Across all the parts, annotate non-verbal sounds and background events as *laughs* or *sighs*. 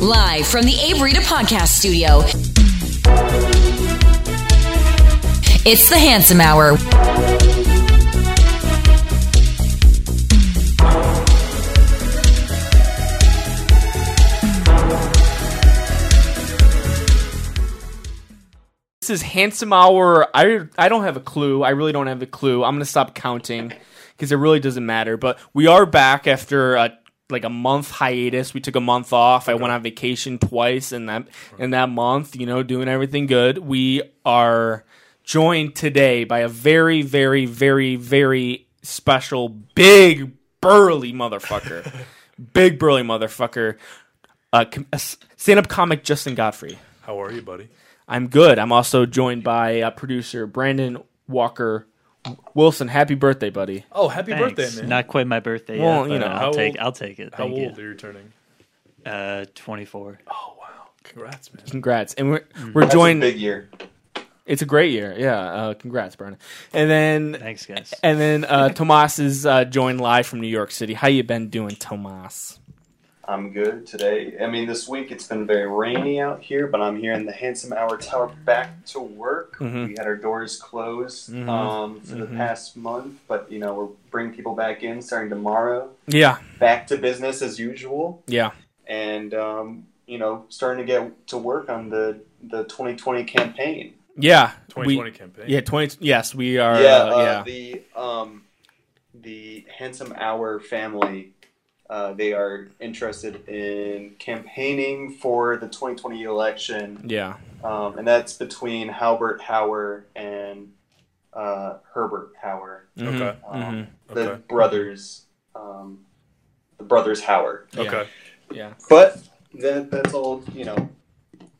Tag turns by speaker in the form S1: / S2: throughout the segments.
S1: Live from the Abe Rita Podcast Studio. It's the Handsome Hour.
S2: This is handsome hour. I I don't have a clue. I really don't have a clue. I'm gonna stop counting because it really doesn't matter. But we are back after a, like a month hiatus. We took a month off. I went on vacation twice in that in that month. You know, doing everything good. We are joined today by a very very very very special big burly motherfucker, big burly motherfucker, uh, com- a stand up comic Justin Godfrey.
S3: How are you, buddy?
S2: I'm good. I'm also joined by uh, producer Brandon Walker Wilson. Happy birthday, buddy!
S3: Oh, happy
S4: Thanks.
S3: birthday, man.
S4: Not quite my birthday
S2: Well,
S4: yet.
S2: you
S4: You
S2: know.
S4: know,
S3: How
S4: I'll take
S3: old-
S4: I'll take it.
S3: How
S4: Thank
S3: old
S4: you.
S3: are you turning?
S4: Uh, 24.
S3: Oh, wow. Congrats, man.
S2: Congrats, and we're we're
S5: That's a
S2: joined.
S5: big year.
S2: it's a great year, yeah. Uh, congrats, Brandon. And then
S4: Thanks,
S5: *laughs*
S4: guys.
S2: and then uh, Tomas is uh, joined live from New York City. How you been doing, Tomas?
S5: I'm good today. I mean, this week it's been very rainy out here, but I'm here in the Handsome Hour Tower back to work.
S2: Mhm.
S5: We had our doors closed
S2: Mhm.
S5: um, for the
S2: Mhm.
S5: past month, but you know we're bringing people back in starting tomorrow.
S2: Yeah,
S5: Back to business as usual,
S2: yeah.
S5: and um, you know starting to get to work on the the 2020 campaign.
S2: Yeah,
S3: 2020
S2: We,
S3: campaign.
S2: yeah, twenty. Yes, we are.
S5: yeah,
S2: uh,
S5: uh,
S2: yeah.
S5: the um, the handsome hour family. Uh, they are interested in campaigning for the 2020 election,
S2: yeah,
S5: um, and that's between Halbert Hauer and uh, Herbert Hauer,
S2: Mhm,
S3: Okay.
S5: um,
S2: mhm,
S5: the
S3: Okay.
S5: brothers, um, the brothers Hauer.
S2: yeah,
S3: Okay.
S2: Yeah.
S5: But that that's all you know.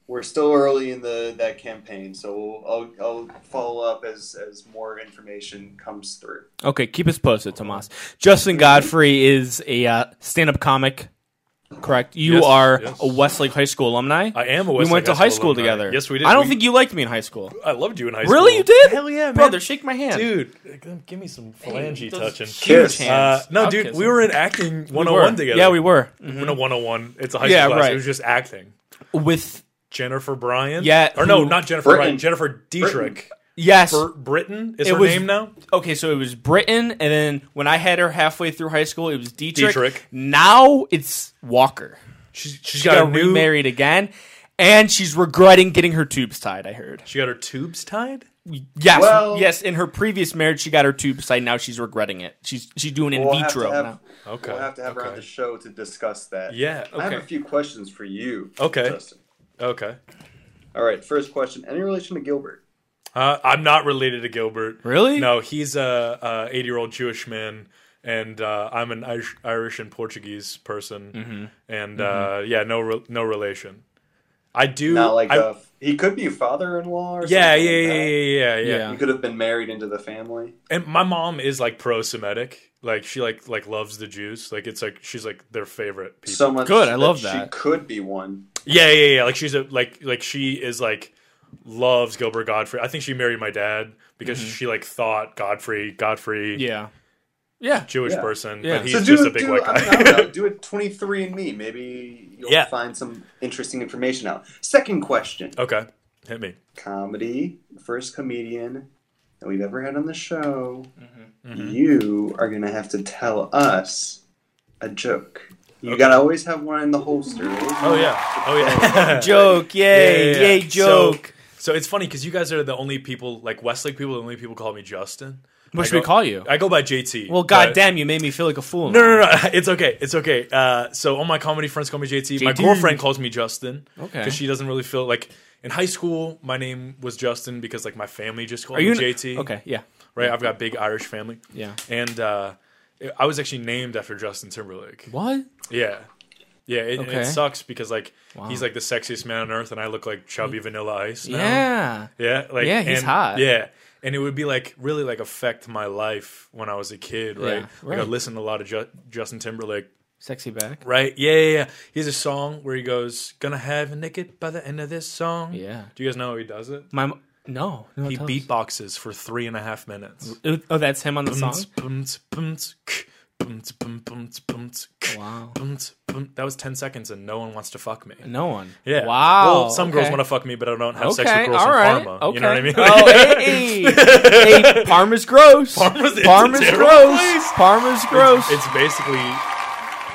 S5: We're still early in the that campaign, so I'll, I'll follow up as as more information comes through.
S2: Okay, keep us posted, Tomas. Justin Godfrey is a uh, stand-up comic, correct? You
S3: Yes,
S2: are
S3: yes.
S2: a Westlake High School alumni.
S3: I am a
S2: we
S3: Westlake
S2: went to high school,
S3: alumni.
S2: together.
S3: Yes, we did.
S2: I don't
S3: We-
S2: think you liked me in high school.
S3: I loved you in high school.
S2: Really, you did?
S3: Hell yeah, man.
S2: Brother, shake my hand,
S3: Dude, give me some phalange
S2: Those
S3: touching.
S2: Huge
S5: Kiss.
S2: hands.
S3: Uh, no,
S2: I'll
S3: dude,
S2: kiss
S3: we
S2: him.
S3: were in acting
S2: We
S3: 101
S2: were.
S3: together. Mm-hmm.
S2: Yeah, we were
S3: In a 101. It's a high school
S2: Yeah,
S3: class.
S2: right.
S3: It was just acting. Mm-hmm.
S2: with
S3: Jennifer Bryan.
S2: Yeah,
S3: Or no,
S2: who-
S3: not Jennifer
S5: Britton.
S3: Bryan. Jennifer Dietrich.
S2: yes.
S3: Bert Britton is
S2: It
S3: her
S2: was-
S3: name now.
S2: okay, so it was Britain, and then when I had her halfway through high school, it was Dietrich.
S3: Dietrich.
S2: Now it's Walker.
S3: She's,
S2: She
S3: she's
S2: got,
S3: got, a new.
S2: remarried again, and she's regretting getting her tubes tied. I heard.
S3: She got her tubes tied.
S2: Yes,
S5: Well-
S2: yes. In her previous marriage, she got her tubes tied. Now she's regretting it. She's she's doing in
S5: We'll have to
S2: vitro
S5: have- *laughs*
S2: now.
S3: Okay.
S5: We'll have to have her on
S3: okay.
S5: the show to discuss that.
S3: Yeah.
S5: I have
S3: Okay.
S5: a few questions for you.
S3: Okay.
S5: Justin.
S3: Okay.
S5: All right. First question: Any relation to Gilbert?
S3: Uh, I'm not related to Gilbert.
S2: Really?
S3: No, he's a, a 80 year old Jewish man, and uh, I'm an Irish, Irish and Portuguese person,
S2: Mm-hmm.
S3: and Uh, yeah, no, re- no relation. I do.
S5: Not like
S3: I,
S5: uh he could be father-in-law or
S3: yeah, yeah,
S5: something.
S3: yeah,
S5: like that.
S3: yeah, yeah, yeah,
S2: Yeah.
S5: He could have been married into the family.
S3: And my mom is like pro-Semitic. Like she like like loves the Jews. Like it's like she's like their favorite people.
S5: So much.
S2: Good, I love
S5: She
S2: that.
S5: could be one.
S3: Yeah, yeah, yeah. Like she's a like like she is like loves Gilbert Godfrey. I think she married my dad because she like thought Godfrey Godfrey
S2: Mm-hmm. Yeah, yeah.
S3: Jewish
S5: Yeah.
S3: person,
S2: Yeah.
S3: but he's
S5: so do,
S3: just a big
S5: do,
S3: white
S5: I
S3: guy.
S5: mean, I don't know, do a 23 and me. Maybe you'll
S3: Yeah.
S5: find some interesting information out. Second question:
S3: *laughs* okay, hit me.
S5: Comedy. First comedian that we've ever had on the show.
S3: Mm-hmm.
S5: You are gonna have to tell us a joke. You gotta always have one in the holster.
S3: Oh yeah, oh *laughs* yeah.
S2: Joke, yay,
S3: Yeah, yeah, yeah.
S2: yay, joke.
S3: So, so it's funny because you guys are the only people, like Westlake people, the only people call me Justin.
S2: what
S3: I
S2: should we
S3: go-
S2: call you?
S3: I go by JT.
S2: well,
S3: but-
S2: goddamn, you made me feel like a fool.
S3: *laughs* No, no, no. It's okay. It's okay. Uh, so all my comedy friends call me JT. My
S2: JT.
S3: girlfriend calls me Justin.
S2: Okay.
S3: Because she doesn't really feel like in high school my name was Justin because like my family just called
S2: Are you
S3: me JT.
S2: Okay, yeah,
S3: Right. I've got a big Irish family.
S2: yeah.
S3: And uh, I was actually named after Justin Timberlake.
S2: What?
S3: Yeah. Yeah, it, and
S2: Okay.
S3: it sucks because like
S2: Wow.
S3: he's like the sexiest man on earth, and I look like chubby Vanilla Ice. Now.
S2: Yeah.
S3: yeah, like
S2: Yeah, he's
S3: and-
S2: hot.
S3: Yeah, and it would be like really like affect my life when I was a kid, right?
S2: Yeah,
S3: Like, I
S2: right.
S3: listened to a lot of Ju- Justin Timberlake,
S2: Sexy back.
S3: right? Yeah, yeah, yeah. He has a song where he goes, "Gonna have a naked by the end of this song."
S2: Yeah.
S3: Do you guys know how he does it?
S2: My m- no, no
S3: He
S2: tell us.
S3: beatboxes for three and a half minutes. Mm-hmm.
S2: Oh, that's him on the song.
S3: Bumts, bumts, bumts, k, bumts, bum, bumts, bumts, k.
S2: Wow.
S3: Boom, tsk, boom. That was 10 seconds and no one wants to fuck me.
S2: No one.
S3: Yeah.
S2: Wow.
S3: Well, some girls
S2: okay.
S3: want to fuck me, but I don't have
S2: Okay.
S3: sex with girls
S2: all
S3: from
S2: right.
S3: Parma.
S2: Okay.
S3: You know what I mean? *laughs*
S2: Oh, hey, hey, Parma's gross.
S3: Parma's- it's a
S2: Parma's
S3: terrible
S2: gross.
S3: place.
S2: Parma's gross.
S3: It's basically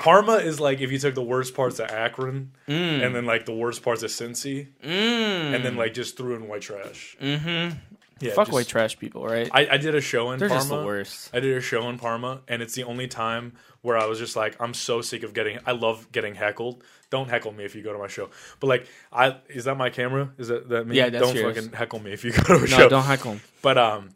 S3: Parma is like if you took the worst parts of Akron
S2: Mm.
S3: and then like the worst parts of Cincy and then like just threw in white trash. Mm-hmm. Yeah,
S2: Fuck
S3: just-
S2: white trash people, right?
S3: I, I did a show in
S2: They're
S3: Parma.
S2: just the worst.
S3: I did a show in Parma, and it's the only time where I was just like, I'm so sick of getting. I love getting heckled. Don't heckle me if you go to my show. But like, I is that my camera? Is that that me?
S2: Yeah, that's
S3: don't
S2: yours.
S3: fucking heckle me if you go to a
S2: no,
S3: show.
S2: don't heckle 'em.
S3: But um,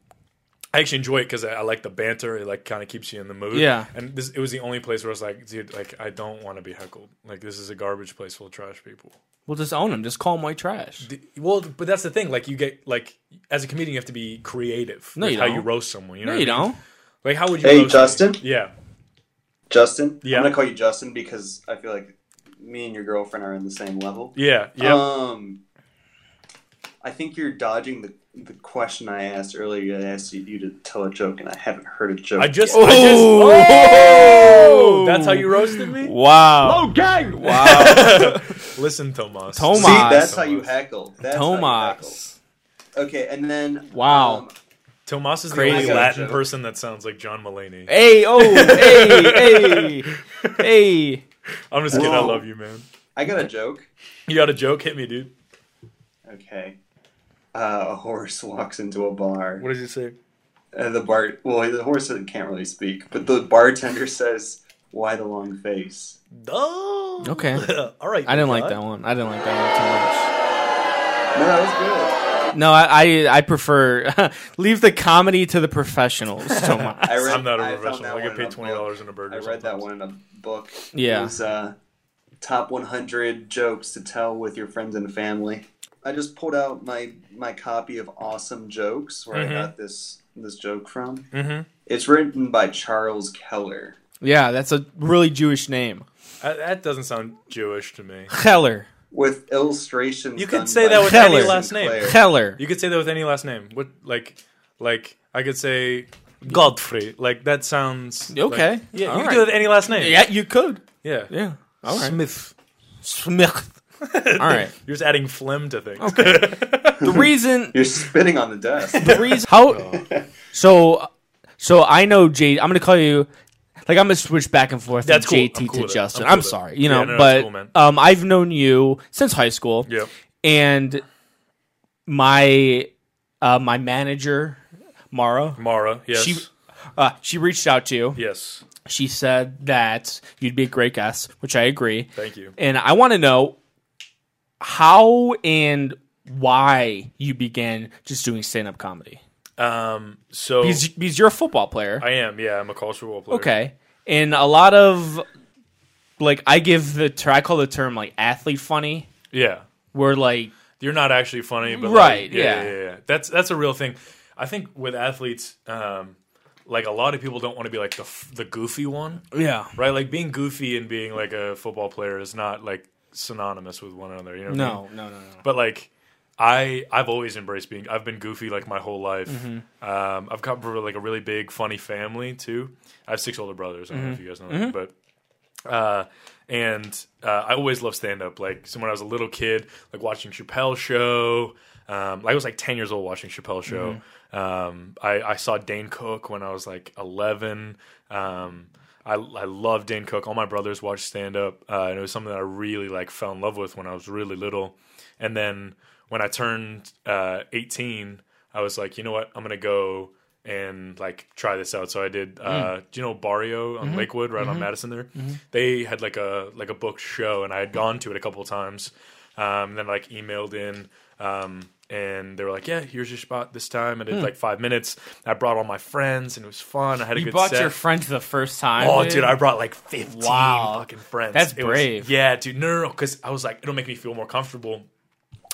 S3: I actually enjoy it because I, I like the banter. It like kind of keeps you in the mood.
S2: Yeah.
S3: And this it was the only place where I was like, dude, like I don't want to be heckled. Like this is a garbage place full of trash people.
S2: Well, just own them. Just call them white trash.
S3: D- Well, but that's the thing. Like you get like as a comedian, you have to be creative.
S2: No,
S3: with
S2: you
S3: how
S2: don't.
S3: you roast someone. You know
S2: No,
S3: what
S2: you
S3: I mean?
S2: don't.
S3: Like how would you?
S5: Hey,
S3: roast me?
S5: Justin?
S3: Yeah.
S5: Justin,
S3: Yeah.
S5: I'm gonna call you Justin because I feel like me and your girlfriend are on the same level.
S3: Yeah. Yeah.
S5: Um, I think you're dodging the, the question I asked earlier. I asked you, you to tell a joke, and I haven't heard a joke.
S3: I just.
S2: Oh!
S3: I just oh! That's how you roasted me.
S2: Wow. Okay. Wow.
S3: *laughs* Listen, Tomas.
S5: See,
S2: Tomas.
S5: that's how you
S3: Tomas.
S5: heckle. That's how you heckle.
S2: Tomas.
S5: Okay, and then
S2: Wow.
S5: um,
S3: Tomas is the
S2: Crazy.
S3: only
S5: I got a
S3: Latin
S5: joke.
S3: person that sounds like John Mulaney.
S2: Hey, oh, hey,
S3: *laughs*
S2: hey, hey.
S3: I'm just kidding. I
S5: Whoa.
S3: love you, man.
S5: I got a joke.
S3: You got a joke? Hit me, dude.
S5: Okay, uh, a horse walks into a bar.
S3: does he say?
S5: And the bar, well, the horse can't really speak, but the bartender says, "Why the long face?"
S3: Oh.
S2: Okay.
S3: *laughs* All right.
S2: I didn't like
S3: God.
S2: that one. I didn't like that one too much.
S5: No, that was
S2: No, I I, I prefer *laughs* leave the comedy to the professionals.
S3: *laughs*
S2: So much.
S5: good. I read.
S3: I'm not a
S5: I found
S3: professional.
S5: that
S3: I
S5: one
S3: get
S5: in a
S3: paid
S5: book.
S3: twenty dollars in a burger.
S5: I read that one in a book.
S2: Yeah.
S5: It was uh, top 100 jokes to tell with your friends and family. I just pulled out my my copy of Awesome Jokes, where I got this this joke from.
S3: Mm-hmm.
S5: It's written by Charles Keller.
S2: yeah, that's a really Jewish name,
S3: that doesn't sound Jewish to me.
S2: Keller.
S5: With illustrations,
S3: You could
S5: done
S3: say
S5: by
S3: that with
S2: any
S5: Jason
S3: last name.
S5: Clare.
S2: Keller.
S3: You could say that with any last name. What like like I could say Godfrey. Like that sounds like-
S2: Okay.
S3: yeah,
S2: All
S3: you
S2: right.
S3: can do it with any last name.
S2: Yeah, you could.
S3: Yeah.
S2: Yeah. All right.
S3: Smith.
S2: Smith. *laughs* All right.
S3: You're just adding phlegm to things. *laughs*
S2: The reason
S5: You're spitting on the desk.
S2: *laughs* the reason how so so I know J. I'm gonna call you like I'm gonna switch back and forth
S3: That's
S2: from
S3: cool.
S2: JT
S3: I'm cool
S2: to
S3: with it.
S2: Justin.
S3: I'm cool
S2: I'm
S3: with it.
S2: sorry, you
S3: Yeah,
S2: know,
S3: no,
S2: but
S3: that's cool, man.
S2: um, I've known you since high school.
S3: yeah.
S2: and my uh, my manager Mara,
S3: Mara, yes.
S2: she uh, she reached out to you.
S3: yes.
S2: She said that you'd be a great guest, which I agree.
S3: Thank you.
S2: And I want to know how and why you began just doing stand up comedy
S3: Um so
S2: because, because you're a football player,
S3: I am, yeah, I'm a cultural player.
S2: okay? And a lot of like I give the ter- I call the term like athlete funny,
S3: Yeah.
S2: where like
S3: You're not actually funny, but like,
S2: Right,
S3: yeah,
S2: yeah.
S3: yeah. yeah, yeah. That's that's a real thing. I think with athletes, um, like a lot of people don't want to be like the f- the goofy one.
S2: yeah,
S3: right? Like being goofy and being like a football player is not like synonymous with one another. You know? what I mean?
S2: no, no, no, no.
S3: But like, I I've always embraced being. I've been goofy like my whole life.
S2: Mm-hmm.
S3: Um, I've come from like a really big funny family too. I have six older brothers. I don't
S2: Mm-hmm.
S3: know if you guys know that, but uh, and uh, I always loved stand up. Like, so when I was a little kid, like watching Chappelle show. Um, I was like ten years old watching Chappelle show. Um, I, I saw Dane Cook when I was like eleven. Um, I I love Dane Cook. All my brothers watched stand up, uh, and it was something that I really like fell in love with when I was really little. And then when I turned uh, eighteen, I was like, you know what, I'm gonna go and like try this out. So I did. Uh,
S2: Mm.
S3: Do you know Barrio
S2: Mm-hmm.
S3: on Lakewood, right on Madison? There, they had like a like a booked show, and I had gone to it a couple of times. Um, then like emailed in, um, and they were like, "Yeah, here's your spot this time." I did like five minutes. I brought all my friends, and it was fun. I had
S2: Hmm.
S3: a
S2: You
S3: good
S2: brought
S3: set.
S2: your friend the first time.
S3: Oh, dude, I brought like 15
S2: Wow.
S3: fucking friends.
S2: That's
S3: It was-
S2: brave.
S3: yeah, dude. No, no, no. Because I was like, it'll make me feel more comfortable.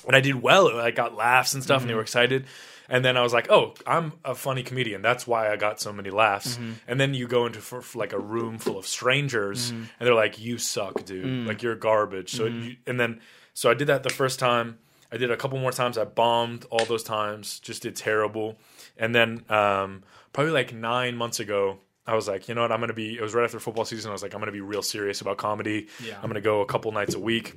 S3: And I did well. I got laughs and stuff, and they were excited. And then I was like, oh, I'm a funny comedian. That's why I got so many laughs. And then you go into for, for, like a room full of strangers, and they're like, you suck, dude. Like, you're garbage. So, you, and then, so I did that the first time. I did a couple more times. I bombed all those times, just did terrible. And then, um, probably like nine months ago, I was like, you know what? I'm gonna be. It was right after football season. I was like, I'm gonna be real serious about comedy.
S2: Yeah.
S3: I'm gonna go a couple nights a week.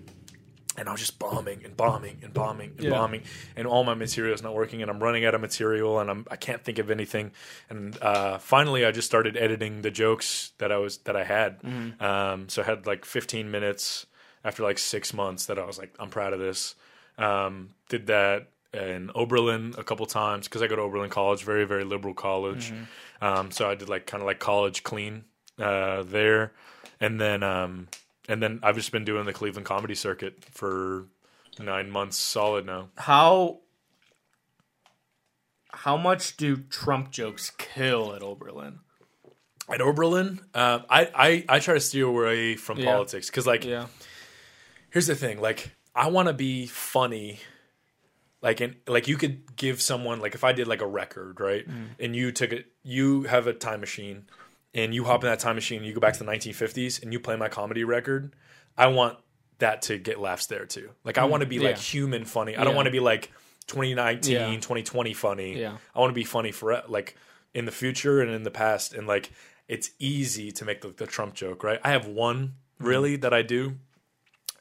S3: And I was just bombing and bombing and bombing and
S2: Yeah.
S3: bombing, and all my material is not working, and I'm running out of material, and I'm I can't think of anything. And uh, finally, I just started editing the jokes that I was that I had. Um, so I had like 15 minutes after like six months that I was like, I'm proud of this. Um, did that in Oberlin a couple times because I go to Oberlin College, very very liberal college. Um, so I did like kind of like college clean uh, there, and then um, and then I've just been doing the Cleveland comedy circuit for nine months solid now.
S2: How how much do Trump jokes kill at Oberlin?
S3: At Oberlin, uh, I, I I try to steer away from
S2: Yeah.
S3: politics because like
S2: Yeah.
S3: here's the thing like i want to be funny like and like you could give someone like if i did like a record right
S2: Mm.
S3: and you took it you have a time machine and you hop in that time machine and you go back to the 1950s and you play my comedy record i want that to get laughs there too like i want to be like
S2: Mm. yeah.
S3: human funny i don't
S2: Yeah.
S3: want to be like 2019
S2: Yeah.
S3: 2020 funny
S2: Yeah.
S3: i want to be funny for like in the future and in the past and like it's easy to make the, the trump joke right i have one
S2: Mm.
S3: really that i do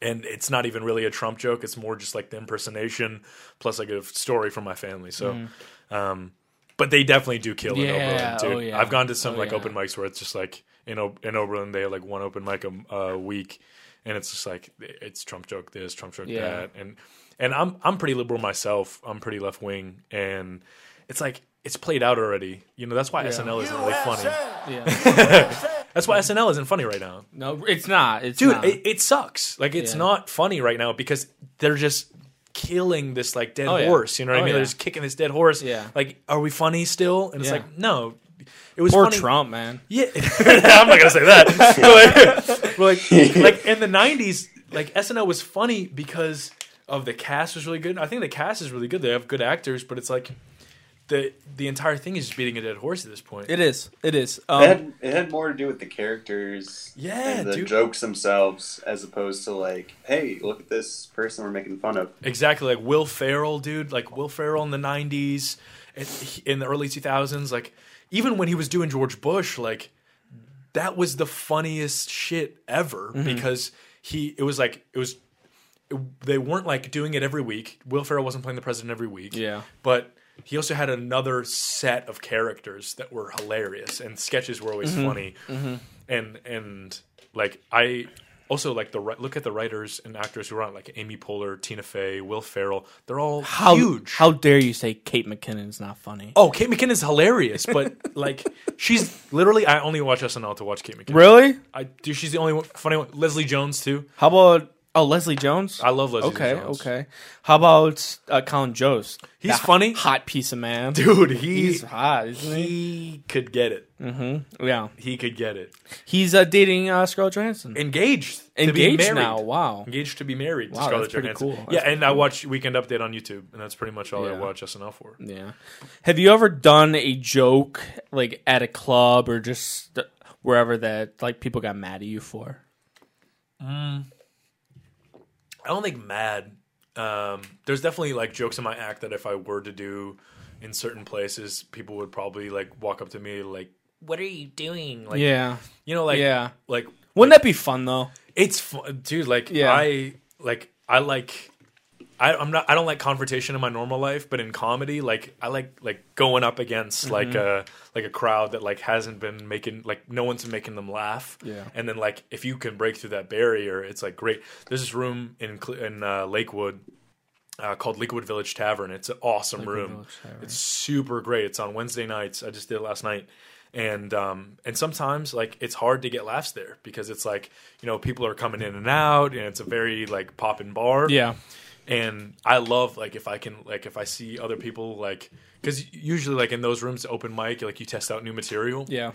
S3: and it's not even really a Trump joke. It's more just like the impersonation plus like a story from my family. So, um, but they definitely do kill in
S2: Mm. Yeah,
S3: Oberlin, dude.
S2: oh yeah.
S3: I've gone to some
S2: Oh
S3: like
S2: yeah.
S3: open mics where it's just like in o- in Oberlin they have like one open mic a m- a week, and it's just like it's Trump joke this, Trump joke
S2: Yeah.
S3: that, and and I'm I'm pretty liberal myself. I'm pretty left wing, and it's like it's played out already. You know that's why SNL isn't really funny.
S2: Yeah.
S3: That's why SNL isn't funny right now
S2: *laughs* no, it's not. It's
S3: dude
S2: not.
S3: it, it sucks like it's
S2: Yeah.
S3: not funny right now because they're just killing this like dead
S2: Oh, yeah.
S3: horse you know what
S2: Oh,
S3: i
S2: yeah.
S3: mean they're just kicking this dead horse
S2: Yeah.
S3: like are we funny still and it's
S2: Yeah.
S3: like no it was
S2: Poor
S3: funny.
S2: Trump, man.
S3: yeah *laughs* i'm not gonna say that But, like like in the 90s like snl was funny because of the cast was really good i think the cast is really good they have good actors but it's like the the entire thing is just beating a dead horse at this point
S2: It is. It is. Um,
S5: It had, it had more to do with the characters
S3: Yeah,
S5: and the
S3: dude.
S5: jokes themselves as opposed to like, hey, look at this person we're making fun of.
S3: Exactly, like Will Ferrell, dude. Like Will Ferrell in the '90s, and he- in the early 2000s. Like even when he was doing George Bush, like that was the funniest shit ever because he. It was like it was. They weren't like doing it every week. Will Ferrell wasn't playing the president every week.
S2: Yeah.
S3: but he also had another set of characters that were hilarious, and sketches were always funny. And and like I also like the ri- look at the writers and actors who are on like Amy Poehler, Tina Fey, Will Ferrell. They're all
S2: how,
S3: huge.
S2: How dare you say Kate McKinnon's not funny?
S3: oh, Kate McKinnon's
S2: *laughs*
S3: hilarious, but like she's literally I only watch SNL to watch Kate McKinnon.
S2: Really?
S3: I do. She's the only one, funny one. Leslie Jones too.
S2: How about oh Leslie Jones?
S3: I love Leslie.
S2: okay,
S3: Jones.
S2: okay. How about uh, Colin Jost?
S3: He's
S2: That
S3: funny.
S2: hot piece of man,
S3: dude. He
S2: He's hot, isn't he?
S3: he could get it.
S2: Yeah,
S3: He could get it.
S2: he's uh, dating uh, Scarlett Johansson.
S3: Engaged. to be
S2: Engaged
S3: married.
S2: now. Wow.
S3: engaged to be married to
S2: Wow,
S3: Scarlett
S2: that's pretty cool.
S3: Johansson.
S2: That's
S3: yeah, and I watch Weekend Update on YouTube, and that's pretty much all I
S2: Yeah.
S3: watch SNL for.
S2: Yeah. Have you ever done a joke like at a club or just wherever that like people got mad at you for?
S3: I don't think mad. Um, there's definitely like jokes in my act that if I were to do in certain places, people would probably like walk up to me like, "What are you doing?" Like,
S2: yeah.
S3: you know, like,
S2: Yeah.
S3: like
S2: Wouldn't that be fun though?
S3: it's fun, dude. Like,
S2: Yeah.
S3: I like, I like. I, I'm not. I don't like confrontation in my normal life, but in comedy, like I like like going up against
S2: Mm-hmm.
S3: like a like a crowd that like hasn't been making like no one's making them laugh.
S2: Yeah.
S3: And then like if you can break through that barrier, it's like great. There's this room in Cle- in uh, Lakewood uh, called Lakewood Village Tavern. It's an awesome room.
S2: Village Tavern.
S3: It's super great. It's on Wednesday nights. I just did it last night. And um, and sometimes like it's hard to get laughs there because it's like you know people are coming in and out and it's a very like poppin' bar
S2: Yeah.
S3: and I love like if I can like if I see other people like because usually like in those rooms open mic like you test out new material
S2: Yeah.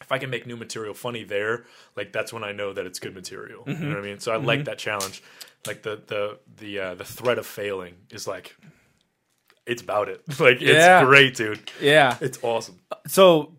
S3: if I can make new material funny there, like that's when I know that it's good material.
S2: Mm-hmm.
S3: You know what I mean? So I like that challenge. Like the the the uh, the threat of failing is like it's about it. *laughs* Like
S2: Yeah.
S3: it's great, dude.
S2: Yeah.
S3: It's awesome.
S2: So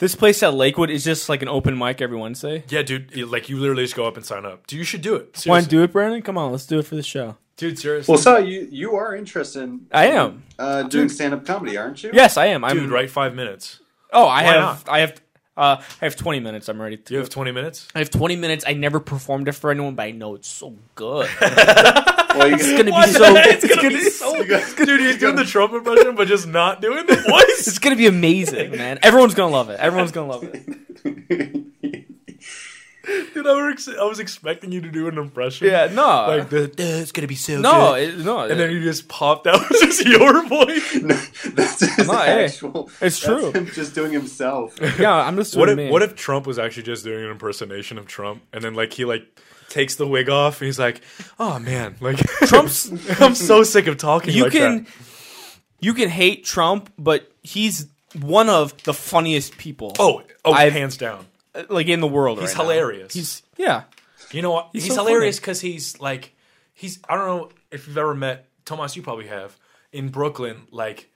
S2: this place at Lakewood is just like an open mic every Wednesday.
S3: Yeah, dude. you- Like you literally just go up and sign up. Dude, you should do it.
S2: Want to
S3: Seriously.
S2: do it, Brandon? Come on, let's do it for the show.
S3: dude, seriously.
S5: Well, so you you are interested in
S2: I am.
S5: uh, doing stand up comedy, aren't you?
S2: Yes, I am. I'm
S3: dude, write five minutes.
S2: Oh, I have.
S3: not?
S2: I have. Uh, I have 20 minutes. I'm ready. To,
S3: You have 20
S2: *laughs*
S3: minutes?
S2: I have 20 minutes. I never performed it for anyone, but I know it's so *laughs* good.
S5: Well,
S2: *laughs*
S5: you
S2: It's
S5: can,
S2: gonna be so.
S5: *laughs*
S2: Oh
S3: it's
S2: It's
S3: gonna
S2: gonna,
S3: be so Dude, he's doing the Trump impression, but just not doing
S2: *laughs*
S3: the voice.
S2: it's gonna be
S3: *laughs*
S2: amazing, man. Everyone's gonna love it. Everyone's gonna love it.
S3: Dude, I, were ex- I was expecting you to do an impression.
S2: Yeah, no,
S3: Like, the, "Duh, it's going to be so
S2: no,
S3: good."
S2: it, no.
S3: and then you just popped out *laughs* with just your voice.
S5: no, that's his
S2: not, hey,
S5: actual.
S2: it's
S5: that's
S2: true.
S5: him just doing himself.
S2: yeah, I'm just
S3: *laughs* What
S2: doing
S3: if,
S2: me.
S3: what if Trump was actually just doing an impersonation of Trump, and then like he like takes the wig off, and he's like, "Oh man, like *laughs*
S2: Trump's-
S3: I'm so sick of talking.
S2: you
S3: like
S2: can
S3: that."
S2: you can hate Trump, but he's one of the funniest people.
S3: Oh, oh,
S2: I've-
S3: hands down.
S2: like in the world.
S3: He's
S2: right now.
S3: hilarious.
S2: He's yeah.
S3: You know what? He's,
S2: so
S3: hilarious because he's like, he's. I don't know if you've ever met Tomas. You probably have in Brooklyn. Like,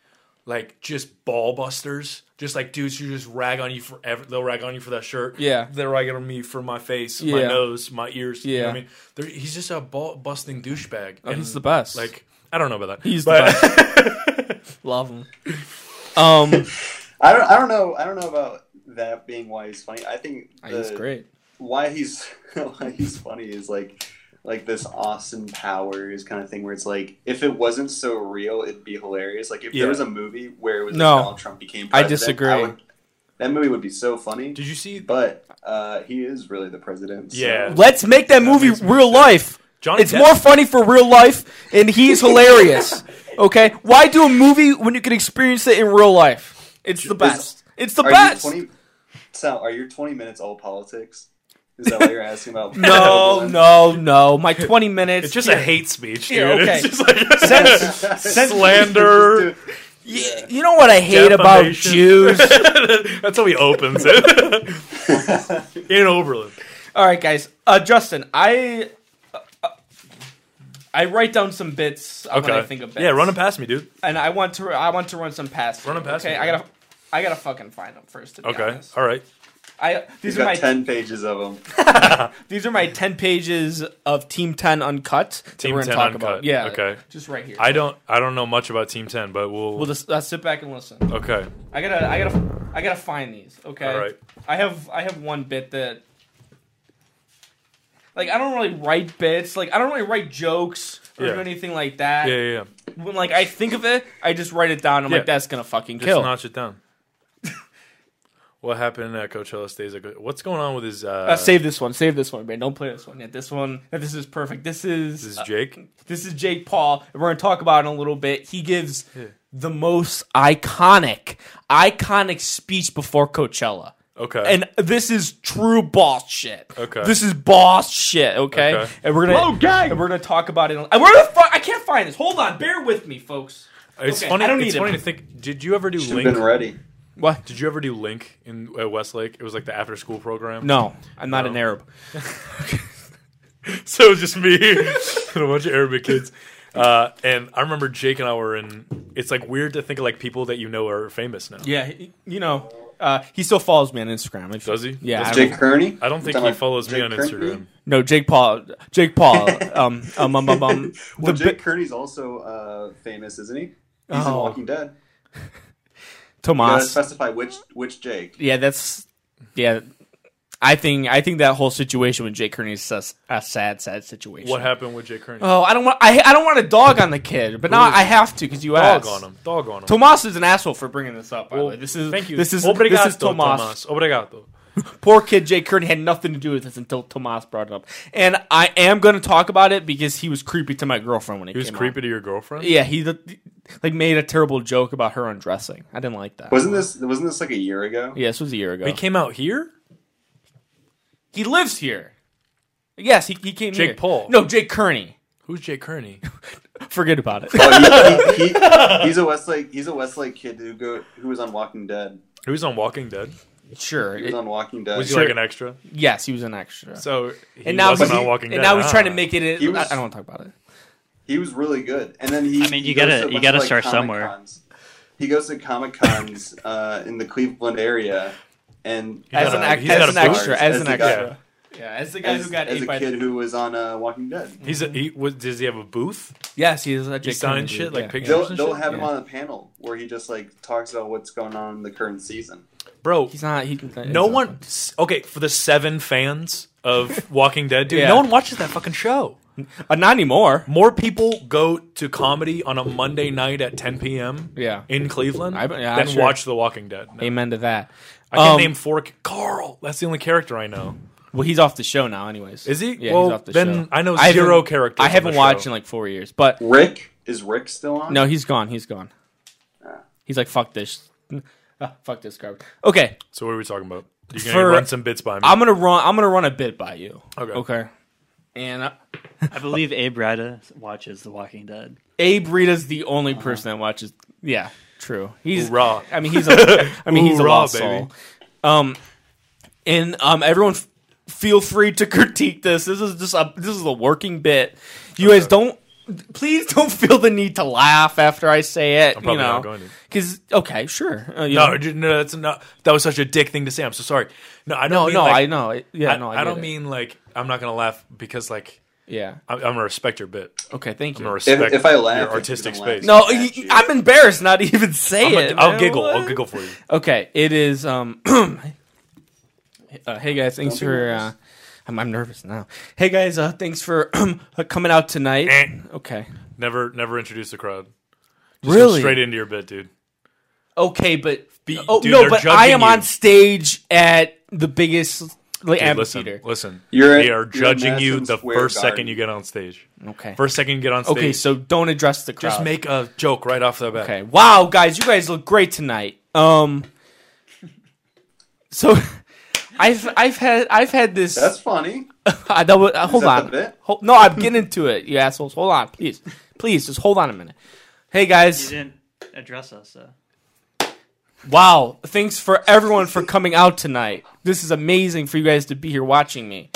S3: like just ball busters. Just like dudes who just rag on you forever. They'll rag on you for that shirt.
S2: Yeah.
S3: they'll rag on me for my face, my
S2: Yeah.
S3: nose, my ears. you know
S2: Yeah.
S3: what I mean, They're, he's just a ball busting douchebag.
S2: Oh, he's the best.
S3: Like, I don't know about that.
S2: He's
S3: But-
S2: the best. Love
S3: *laughs*
S2: him. Um,
S5: I don't. I don't know. I don't know about that being why he's funny. I think the,
S2: he's great.
S5: Why he's *laughs* why he's funny is like like this Austin Powers kind of thing where it's like if it wasn't so real, it'd be hilarious. Like if
S3: Yeah.
S5: there was a movie where it was
S2: No.
S5: Donald Trump became.
S2: I
S5: President,
S2: disagree.
S5: would- that movie would be so funny.
S3: Did you see
S5: But uh, he is really the president. so-
S3: Yeah.
S2: Let's make that movie
S3: makes more
S2: real life.
S3: *laughs* Johnny
S2: it's
S3: Depp-
S2: more funny for real life, and he's
S3: *laughs*
S2: hilarious. Okay, why do a movie when you can experience it in real life? It's the best. It's the
S5: Are
S2: best.
S5: you twenty? Sal, are your twenty minutes all politics? Is that what you're
S3: *laughs*
S5: asking about? *laughs*
S2: No, no, no. My twenty minutes.
S3: It's just a
S2: Yeah.
S3: hate speech, dude.
S2: Yeah, okay.
S3: It's just like *laughs*
S5: Slander.
S2: Y- You know what I hate about
S3: Defamation.
S2: Jews?
S3: *laughs* That's how he opens it in Oberlin.
S2: All right, guys. Uh, Justin, I uh, I write down some bits okay. when I think of bits.
S3: yeah, run them past me, dude.
S2: and I want to I want to run some past.
S3: Run 'em
S2: you,
S3: past
S2: Okay,
S3: me,
S2: I
S3: bro.
S2: gotta I gotta fucking find them first. To be
S3: Okay,
S2: honest.
S3: all right.
S2: I these
S5: He's
S2: are my
S5: got ten pages of them.
S2: these are my ten pages of Team Ten Uncut. that
S3: Team
S2: we're gonna
S3: 10
S2: talk
S3: Uncut,
S2: about. Yeah.
S3: okay.
S2: Just right here.
S3: I don't, I don't know much about Team Ten, but we'll.
S2: we'll just uh, sit back and listen.
S3: okay,
S2: I gotta I gotta I gotta find these. Okay.
S3: all right.
S2: I have I have one bit that like I don't really write bits. Like I don't really write jokes or
S3: Yeah.
S2: do anything like that.
S3: Yeah, yeah, yeah. Just
S2: When like I think of it, I just write it down. I'm
S3: Yeah.
S2: like, that's gonna fucking kill.
S3: notch it down. *laughs* what happened at Coachella stays at? Co- What's going on with his? Uh,
S2: Uh, save this one. Save this one, man. Don't play this one. Yeah, this one. yeah, this is perfect. This is
S3: This is Jake.
S2: this is Jake Paul. And we're gonna talk about it in a little bit. He gives the most iconic, iconic speech before Coachella.
S3: Okay.
S2: And this is true boss shit.
S3: Okay.
S2: This is boss shit. Okay.
S3: Okay.
S2: And we're gonna and we're gonna talk about it. in- And where the fuck? I can't find this. Hold on. Bear with me, folks.
S3: it's
S2: okay,
S3: funny.
S2: I don't
S3: it's
S2: need *laughs*
S3: funny
S2: him.
S3: to think. Did you ever do
S5: Should
S3: Link?
S5: have been ready.
S2: What?
S3: Did you ever do Link in uh, Westlake? It was like the after school program.
S2: No, I'm not
S3: No.
S2: an Arab.
S3: *laughs* so it was just me and a bunch of Arabic kids. Uh, and I remember Jake and I were in. It's like weird to think of like people that you know are famous now.
S2: Yeah, he- you know, uh, he still follows me on Instagram. If-
S3: Does he?
S2: Yeah,
S3: Does
S2: I
S5: Jake
S2: don't-
S5: Kearney.
S3: I don't think
S5: Talking
S3: he
S5: about
S3: follows me
S5: Jake
S3: on
S5: Kearney?
S3: Instagram.
S2: No, Jake Paul. Jake *laughs* Paul. Um, um, um, um, um
S5: Well,
S2: the
S5: Jake
S2: bi-
S5: Kearney's also uh, famous, isn't he? He's in
S2: Oh.
S5: Walking Dead. You gotta
S2: Tomas.
S5: specify which which Jake.
S2: Yeah, that's. Yeah, I think I think that whole situation with Jake Kearney is a, s- a sad, sad situation.
S3: What happened with Jake Kearney?
S2: Oh, I don't want. I, I don't want to dog on the kid, but now
S3: is-
S2: I have to because you
S3: Dog
S2: asked.
S3: on him. Dog on him.
S2: Tomas is an asshole for bringing this up. By the
S3: Well,
S2: way, this is
S3: thank you.
S2: This is
S3: Obrigado,
S2: this is Tomas.
S3: Tomas. Obrigado.
S2: Poor kid Jake Kearney had nothing to do with this until Tomas brought it up, and I am going to talk about it because he was creepy to my girlfriend when it
S3: He was
S2: came
S3: creepy
S2: out.
S3: to your girlfriend.
S2: Yeah, he like made a terrible joke about her undressing. I didn't like that.
S5: Wasn't this wasn't this like a year ago?
S2: Yeah, this was a year ago.
S3: He came out here.
S2: He lives here. Yes, he, he came
S3: Jake
S2: here.
S3: Paul.
S2: No, Jake Kearney.
S3: Who's Jake Kearney?
S2: Forget about
S5: *laughs*
S2: it.
S5: Oh, he, he, he, he's a Westlake. He's a Westlake kid who go who was on Walking Dead.
S3: He was on Walking Dead.
S2: sure.
S5: He was
S2: it-
S5: on Walking Dead.
S3: Was he
S2: Sure.
S3: like an extra?
S2: yes, he was an extra.
S3: So he
S2: and now
S3: wasn't
S2: he's,
S3: on Walking
S2: and
S3: Dead.
S2: now he's
S3: Ah.
S2: trying to make it.
S5: He
S2: I-
S5: was-
S2: I, don't want to talk about it.
S5: He was really good, and then he.
S4: I mean,
S5: he
S4: you
S5: goes
S4: gotta-
S5: to a
S4: you
S5: bunch
S4: gotta
S5: of,
S4: start somewhere.
S5: Comic-Cons. He goes to Comic Cons *laughs* uh, in the Cleveland area, and
S3: He's
S2: As
S3: got
S2: an,
S3: a-
S2: ac-
S3: he's
S2: as
S3: got a
S2: an extra,
S5: booth.
S2: as an
S5: As the guy-
S2: extra. Yeah, as the guy
S5: as,
S2: who got
S5: as
S2: ate
S5: a
S2: by
S5: kid
S2: the.
S5: who was on uh, Walking Dead.
S3: He's a, he was. Does he have a booth?
S2: Yes, he is a Jake Kearney
S3: signed shit,
S2: dude,
S3: like,
S2: yeah.
S3: pictures?
S5: They'll
S3: and
S5: they'll
S3: shit?
S5: have him
S2: Yeah.
S5: on a panel where he just like talks about what's going on in the current season.
S3: bro.
S2: He's not. He,
S3: no one. s- Okay, for the seven fans of Walking Dead, dude,
S2: Yeah.
S3: no one watches that fucking show.
S2: Uh, not anymore.
S3: More people go to comedy on a Monday night at 10 p.m.
S2: Yeah.
S3: in Cleveland
S2: I- yeah,
S3: than
S2: sure.
S3: watch The Walking Dead. No.
S2: Amen to that.
S3: I can
S2: Um,
S3: name four. c- Carl. That's the only character I know.
S2: Well, he's off the show now, anyways.
S3: Is he?
S2: Yeah,
S3: Well,
S2: he's off the
S3: then
S2: show.
S3: I know
S2: haven't-
S3: zero characters
S2: I
S3: on
S2: haven't
S3: the
S2: watched
S3: show.
S2: in like four years, but
S5: Rick is Rick still on?
S2: no, he's gone. He's gone. He's like fuck this, *laughs* Ah, fuck this garbage. Okay,
S3: So what are we talking about? You're gonna
S2: For-
S3: run some bits by me.
S2: I'm gonna run. I'm gonna run a bit by you.
S3: Okay.
S2: Okay. And uh,
S4: I believe Abe Rada watches The Walking Dead.
S2: Abe Rita's the only person that watches. Yeah, true. He's
S3: Uh-huh. Hoorah.
S2: I mean, he's. A, I mean, he's a
S3: Hoorah,
S2: lost
S3: baby.
S2: soul. Um, and um, everyone, f- feel free to *laughs* critique this. This is just a this is a working bit. You guys don't. Please don't feel the need to laugh after I say it.
S3: probably
S2: you know,
S3: not going to.
S2: Because okay, sure. Uh, you
S3: No,
S2: know.
S3: j- no, that's not. That was such a dick thing to say. I'm so sorry. No, I don't.
S2: no,
S3: mean,
S2: oh, no,
S3: like-
S2: I know. it- Yeah,
S3: I,
S2: no, I,
S3: I
S2: get
S3: don't
S2: it.
S3: mean like I'm not gonna laugh because like
S2: Yeah.
S3: I'm, I'm gonna respect your bit.
S2: Okay, thank
S3: I'm
S2: you.
S3: gonna respect
S5: if I laugh,
S3: your
S5: it's
S3: artistic
S5: gonna laugh.
S3: space.
S2: No,
S5: at
S2: y-
S5: you.
S2: I'm embarrassed not to even say
S3: I'm
S2: it.
S3: a, I'll
S2: man.
S3: giggle. I'll
S2: What?
S3: giggle for you.
S2: Okay, it is. Um, *clears throat* uh, hey guys, thanks for. Uh, I'm, I'm nervous now. Hey guys, uh, thanks for *clears throat* coming out tonight.
S3: Eh.
S2: Okay,
S3: Never, never introduce the crowd. Just go
S2: really?
S3: straight into your bit, dude.
S2: Okay, but
S3: Be-
S2: oh
S3: dude,
S2: no,
S3: they're
S2: but
S3: judging
S2: I am
S3: you.
S2: on stage at the biggest like
S3: Dude,
S2: amphitheater.
S3: listen, listen.
S5: You're at-
S3: they
S5: you're
S3: are
S5: at
S3: judging you
S5: Madison
S3: the
S5: Square
S3: first
S5: Garden.
S3: second you get on stage.
S2: Okay.
S3: First second you get on stage.
S2: okay, so don't address the crowd.
S3: just make a joke right off the bat.
S2: Okay. Wow, guys, you guys look great tonight. Um. So, *laughs* I've I've had I've had this.
S5: That's funny.
S2: *laughs* I, that was, uh, hold
S5: that
S2: on.
S5: the bit?
S2: Ho- no, I'm getting into it, you assholes. Hold on, please, please, just hold on a minute. Hey
S4: You
S2: guys,
S4: didn't address us, though.
S2: wow! Thanks for everyone for coming out tonight. This is amazing for you guys to be here watching me.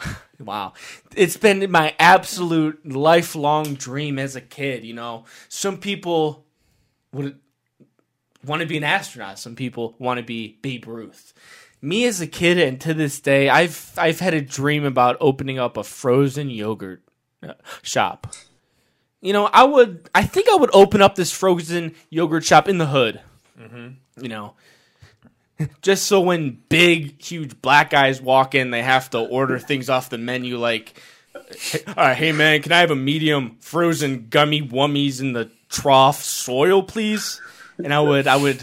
S2: *laughs* Wow, it's been my absolute lifelong dream as a kid. You know, some people would want to be an astronaut. Some people want to be Babe Ruth. Me as a kid and to this day, I've I've had a dream about opening up a frozen yogurt uh, shop. You know, I would I think I would open up this frozen yogurt shop in the hood. You know, just so when big, huge black guys walk in, they have to order things off the menu like all right, hey man, can I have a medium frozen gummy wummies in the trough soil, please? And I would, I would,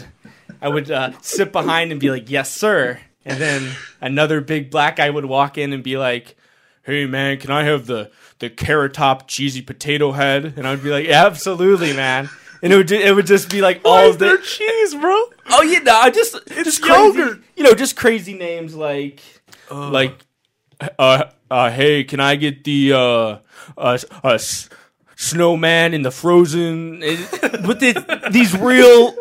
S2: I would uh, sit behind and be like, yes, sir. And then another big black guy would walk in and be like, hey man, can I have the the carrot top cheesy potato head? And I would be like, yeah, absolutely, man. And it would, ju- it would just be like all of the
S3: cheese, bro.
S2: oh yeah, no, I just just crazy,
S3: yogurt.
S2: you know, just crazy names like like uh, uh, hey, can I get the uh, uh, s- uh, s- snowman in the frozen? With the, these real,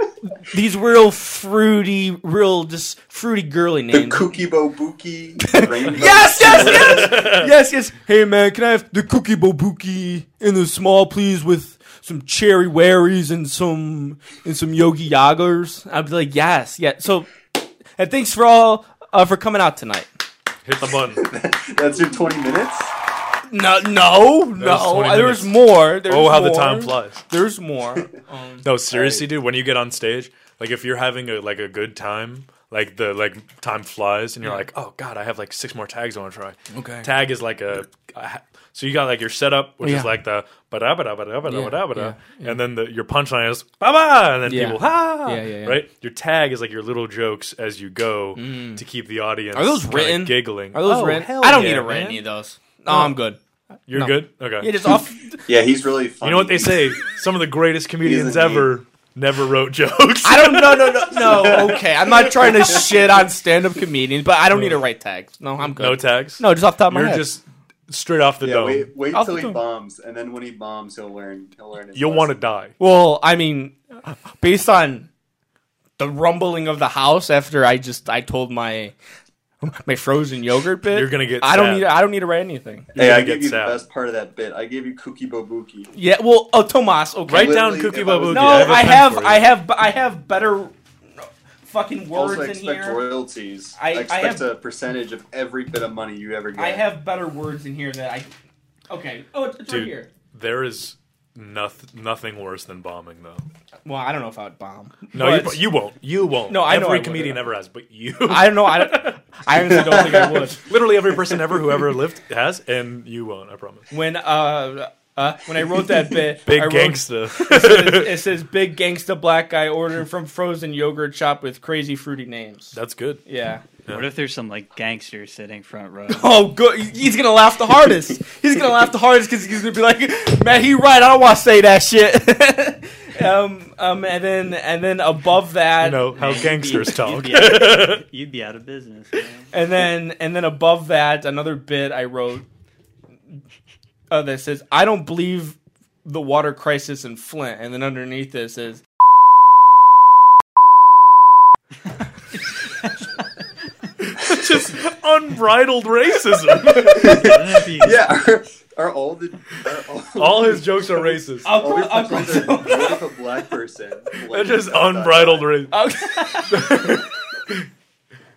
S2: these real fruity, real just fruity girly
S5: The
S2: names.
S5: Kooky
S2: *laughs*
S5: Bobuki. Rainbow.
S2: Yes, yes, *laughs* yes, yes, yes. Hey, man, can I have the cookie bobuki in the small, please, with some cherry wherries and some and some yogi yagers? I'd be like, yes, yeah. So, and thanks for all uh, for coming out tonight.
S3: Hit the
S5: *laughs*
S3: button.
S5: That's your 20 minutes?
S2: No, no, no.
S3: 20
S2: There's
S3: minutes.
S2: more. There's
S3: Oh, how the
S2: more.
S3: time flies.
S2: There's more.
S3: No, seriously, dude. When you get on stage, like if you're having a like a good time, like the like time flies, and you're like, oh god, I have like six more tags I want to try.
S2: Okay.
S3: Tag is like a, a ha- so you got like your setup, which
S2: Yeah.
S3: is like the ba da ba da ba da ba da ba da ba
S2: Yeah,
S3: da, and then the, your punchline is ba ba, and then
S2: Yeah.
S3: people ha,
S2: Yeah, yeah, yeah.
S3: right. Your tag is like your little jokes as you go to keep the audience
S2: Mm. Are those
S3: kinda
S2: written? *laughs*
S3: giggling.
S2: Are those
S3: Oh,
S2: written?
S3: hell
S2: I don't
S3: yeah,
S2: need to write
S3: man.
S2: any of those. No, I'm good.
S3: You're
S2: No.
S3: good. Okay.
S2: Yeah, just Uh, off.
S5: Yeah, he's really funny.
S3: you know
S2: *laughs*
S3: what they say? Some of the greatest comedians
S5: a name.
S3: ever never wrote jokes.
S2: I don't. No, no, no, no. Okay, I'm not trying to shit on stand-up comedians, but I don't need to write tags. No, I'm good.
S3: No tags.
S2: No, just off the top of my
S3: You're
S2: head.
S3: just straight off the
S5: Yeah,
S3: dome.
S5: wait, wait
S2: I'll
S5: till he
S2: do it.
S5: bombs, and then when he bombs, he'll learn. He'll learn. His
S3: You'll want to
S5: lesson.
S3: die.
S2: Well, I mean, based on the rumbling of the house after I just I told my my frozen yogurt bit,
S3: You're gonna get
S2: I don't
S3: stabbed.
S2: need. I don't need to write anything.
S5: Hey, I
S3: gonna
S5: gave
S3: get
S5: you
S3: sad.
S5: the best part of that bit. I gave you Kooky Bobuki.
S2: Yeah. Well, oh, Tomas. Okay.
S3: Write
S5: Literally,
S3: down Cookie
S5: if I was-
S3: Babuki.
S2: No,
S5: Yeah,
S2: I have, I have, I have better fucking words
S5: Also
S2: in
S5: expect
S2: here.
S5: royalties.
S2: I-
S5: I,
S2: I
S5: expect
S2: have-
S5: a percentage of every bit of money you ever get.
S2: I have better words in here that I. Okay. Oh, it's, it's right
S3: Dude,
S2: here.
S3: there is noth- nothing worse than bombing though.
S2: Well, I don't know if I would bomb.
S3: No,
S2: But-
S3: you, you won't. You won't.
S2: No, I know
S3: every
S2: I
S3: comedian
S2: wouldn't.
S3: ever has, but *laughs* you.
S2: I don't know. I, don't- I honestly don't think I would.
S3: Literally every person ever who ever lived has, and you won't. I promise.
S2: When uh, uh when I wrote
S3: *laughs*
S2: that bit,
S3: Big
S2: I wrote-
S3: *laughs* gangster.
S2: it, *laughs* says, it says big gangsta black guy ordering from frozen yogurt shop with crazy fruity names.
S3: That's good.
S2: Yeah.
S4: What if there's some like gangster sitting
S3: *laughs*
S4: front row?
S2: *laughs* Oh, good. He's gonna laugh the hardest. He's gonna laugh the hardest because he's gonna be like, "Man, he right. I don't want to say that shit." *laughs* um, um, and then and then above that,
S3: You know how gangsters
S4: You'd
S3: talk. *laughs*
S4: be out, you'd be out of business. *laughs* Man.
S2: and then and then above that, another bit I wrote uh, that says, "I don't believe the water crisis in Flint," and then underneath it says.
S3: Just unbridled *laughs* racism.
S4: I don't know if you-
S5: Yeah, *laughs* are, are all the are all,
S3: All his jokes are racist.
S2: I'll
S5: all
S2: put-
S5: these
S2: I'll put-
S5: countries are made up of
S2: *laughs*
S5: black person.
S3: They're just unbridled racism.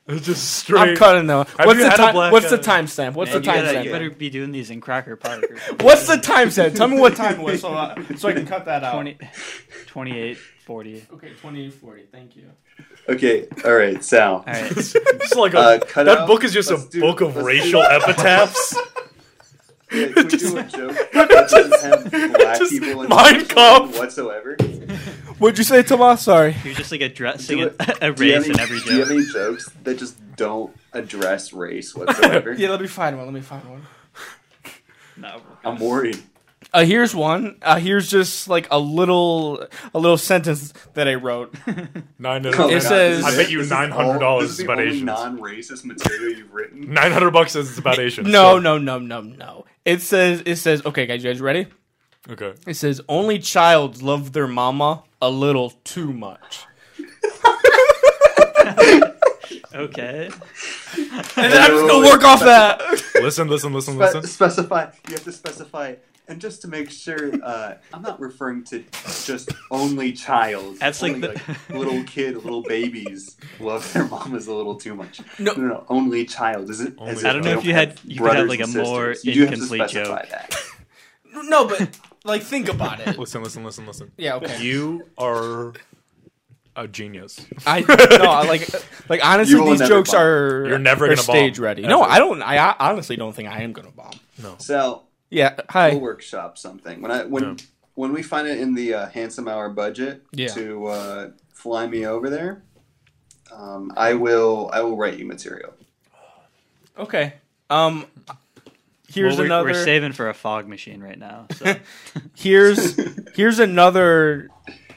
S3: They're just straight.
S2: I'm cutting though.
S3: Have
S2: What's
S3: you
S2: the
S3: had a
S2: time?
S3: black
S2: What's the
S3: eye?
S2: timestamp? What's
S4: Man,
S2: the
S4: you, gotta, you
S2: timestamp?
S4: better be doing these in Cracker Park. Or something.
S2: What's the timestamp? Tell me what *laughs* time it was, so, uh, so I can cut that out.
S4: 20, 28, 40.
S2: Okay, twenty forty. Thank you.
S5: Okay, all right,
S4: All
S5: Sal.
S4: *laughs* right.
S3: It's like a,
S5: Uh, cut
S3: that
S5: out.
S3: book is just
S5: Let's
S3: a
S5: do-
S3: book of
S5: let's do- *laughs*
S3: racial epitaphs.
S5: Yeah, can we do
S2: *laughs*
S5: a joke that doesn't have black
S3: just
S5: people in
S3: Mein
S5: it
S3: Kampf.
S5: whatsoever?
S2: What'd you say, Tomas? Sorry.
S4: You're just like addressing
S5: Do
S4: a,
S5: it.
S4: a
S5: Do you, have
S4: race
S5: any,
S4: in every
S5: do you have
S4: joke.
S5: any jokes that just don't address
S2: *laughs*
S5: race whatsoever?
S2: Yeah, let me find one. Let me find one.
S4: No, we're
S5: I'm worried.
S2: Uh, here's one. Uh, here's just like a little, a little sentence that I *laughs* wrote.
S3: Nine
S5: Oh my
S2: It
S5: God,
S3: hundred.
S2: says-
S5: this is-
S3: I bet you
S5: this is
S3: $900
S5: all-
S3: is
S5: This is
S3: about
S5: the only
S3: Asians.
S5: non-racist material you've written.
S3: Nine hundred bucks says it's
S5: *laughs*
S3: about Asians.
S2: No,
S3: so-
S2: no, no, no, no. It says, it says. Okay, guys, you guys ready?
S3: Okay.
S2: It says, "Only child loved their mama a little too much."
S4: Okay.
S2: And then I'm just gonna
S5: Wait,
S2: work off that.
S3: Listen, listen, listen,
S5: Spe-
S3: listen.
S5: specify. You have to specify. And just to make sure, uh, I'm not referring to just only child.
S4: That's like
S5: Only,
S4: the- *laughs*
S5: little kid, little babies love their mamas a little too much.
S2: No.
S5: No, no, no only child. Is it? as
S3: I
S5: if
S3: don't
S5: they
S3: know if
S4: you
S5: have
S4: had- you could have,
S5: brothers
S4: like,
S5: and
S4: a more
S5: sisters. You do have to
S4: incomplete
S5: specify
S4: joke.
S5: That.
S2: *laughs* No, but like, think about it.
S3: Listen, listen, listen, listen.
S2: *laughs* Yeah, okay.
S3: You are a genius. *laughs*
S2: I no, I, like, like honestly,
S5: You will
S2: these
S5: never
S2: jokes
S5: bomb.
S2: are
S3: You're never
S2: are
S3: gonna bomb,
S2: stage ready. No,
S3: ever.
S2: I don't. I, I honestly don't think I am gonna bomb.
S5: So
S2: Yeah. Hi.
S5: we'll workshop something when I when
S3: Yeah.
S5: when we find it in the uh, handsome hour budget
S2: Yeah.
S5: to uh, fly me over there. Um, I will. I will write you material.
S2: Okay. Um. Here's
S4: Well, we're,
S2: another.
S4: we're saving for a fog machine right now.
S5: *laughs*
S4: So
S2: here's here's another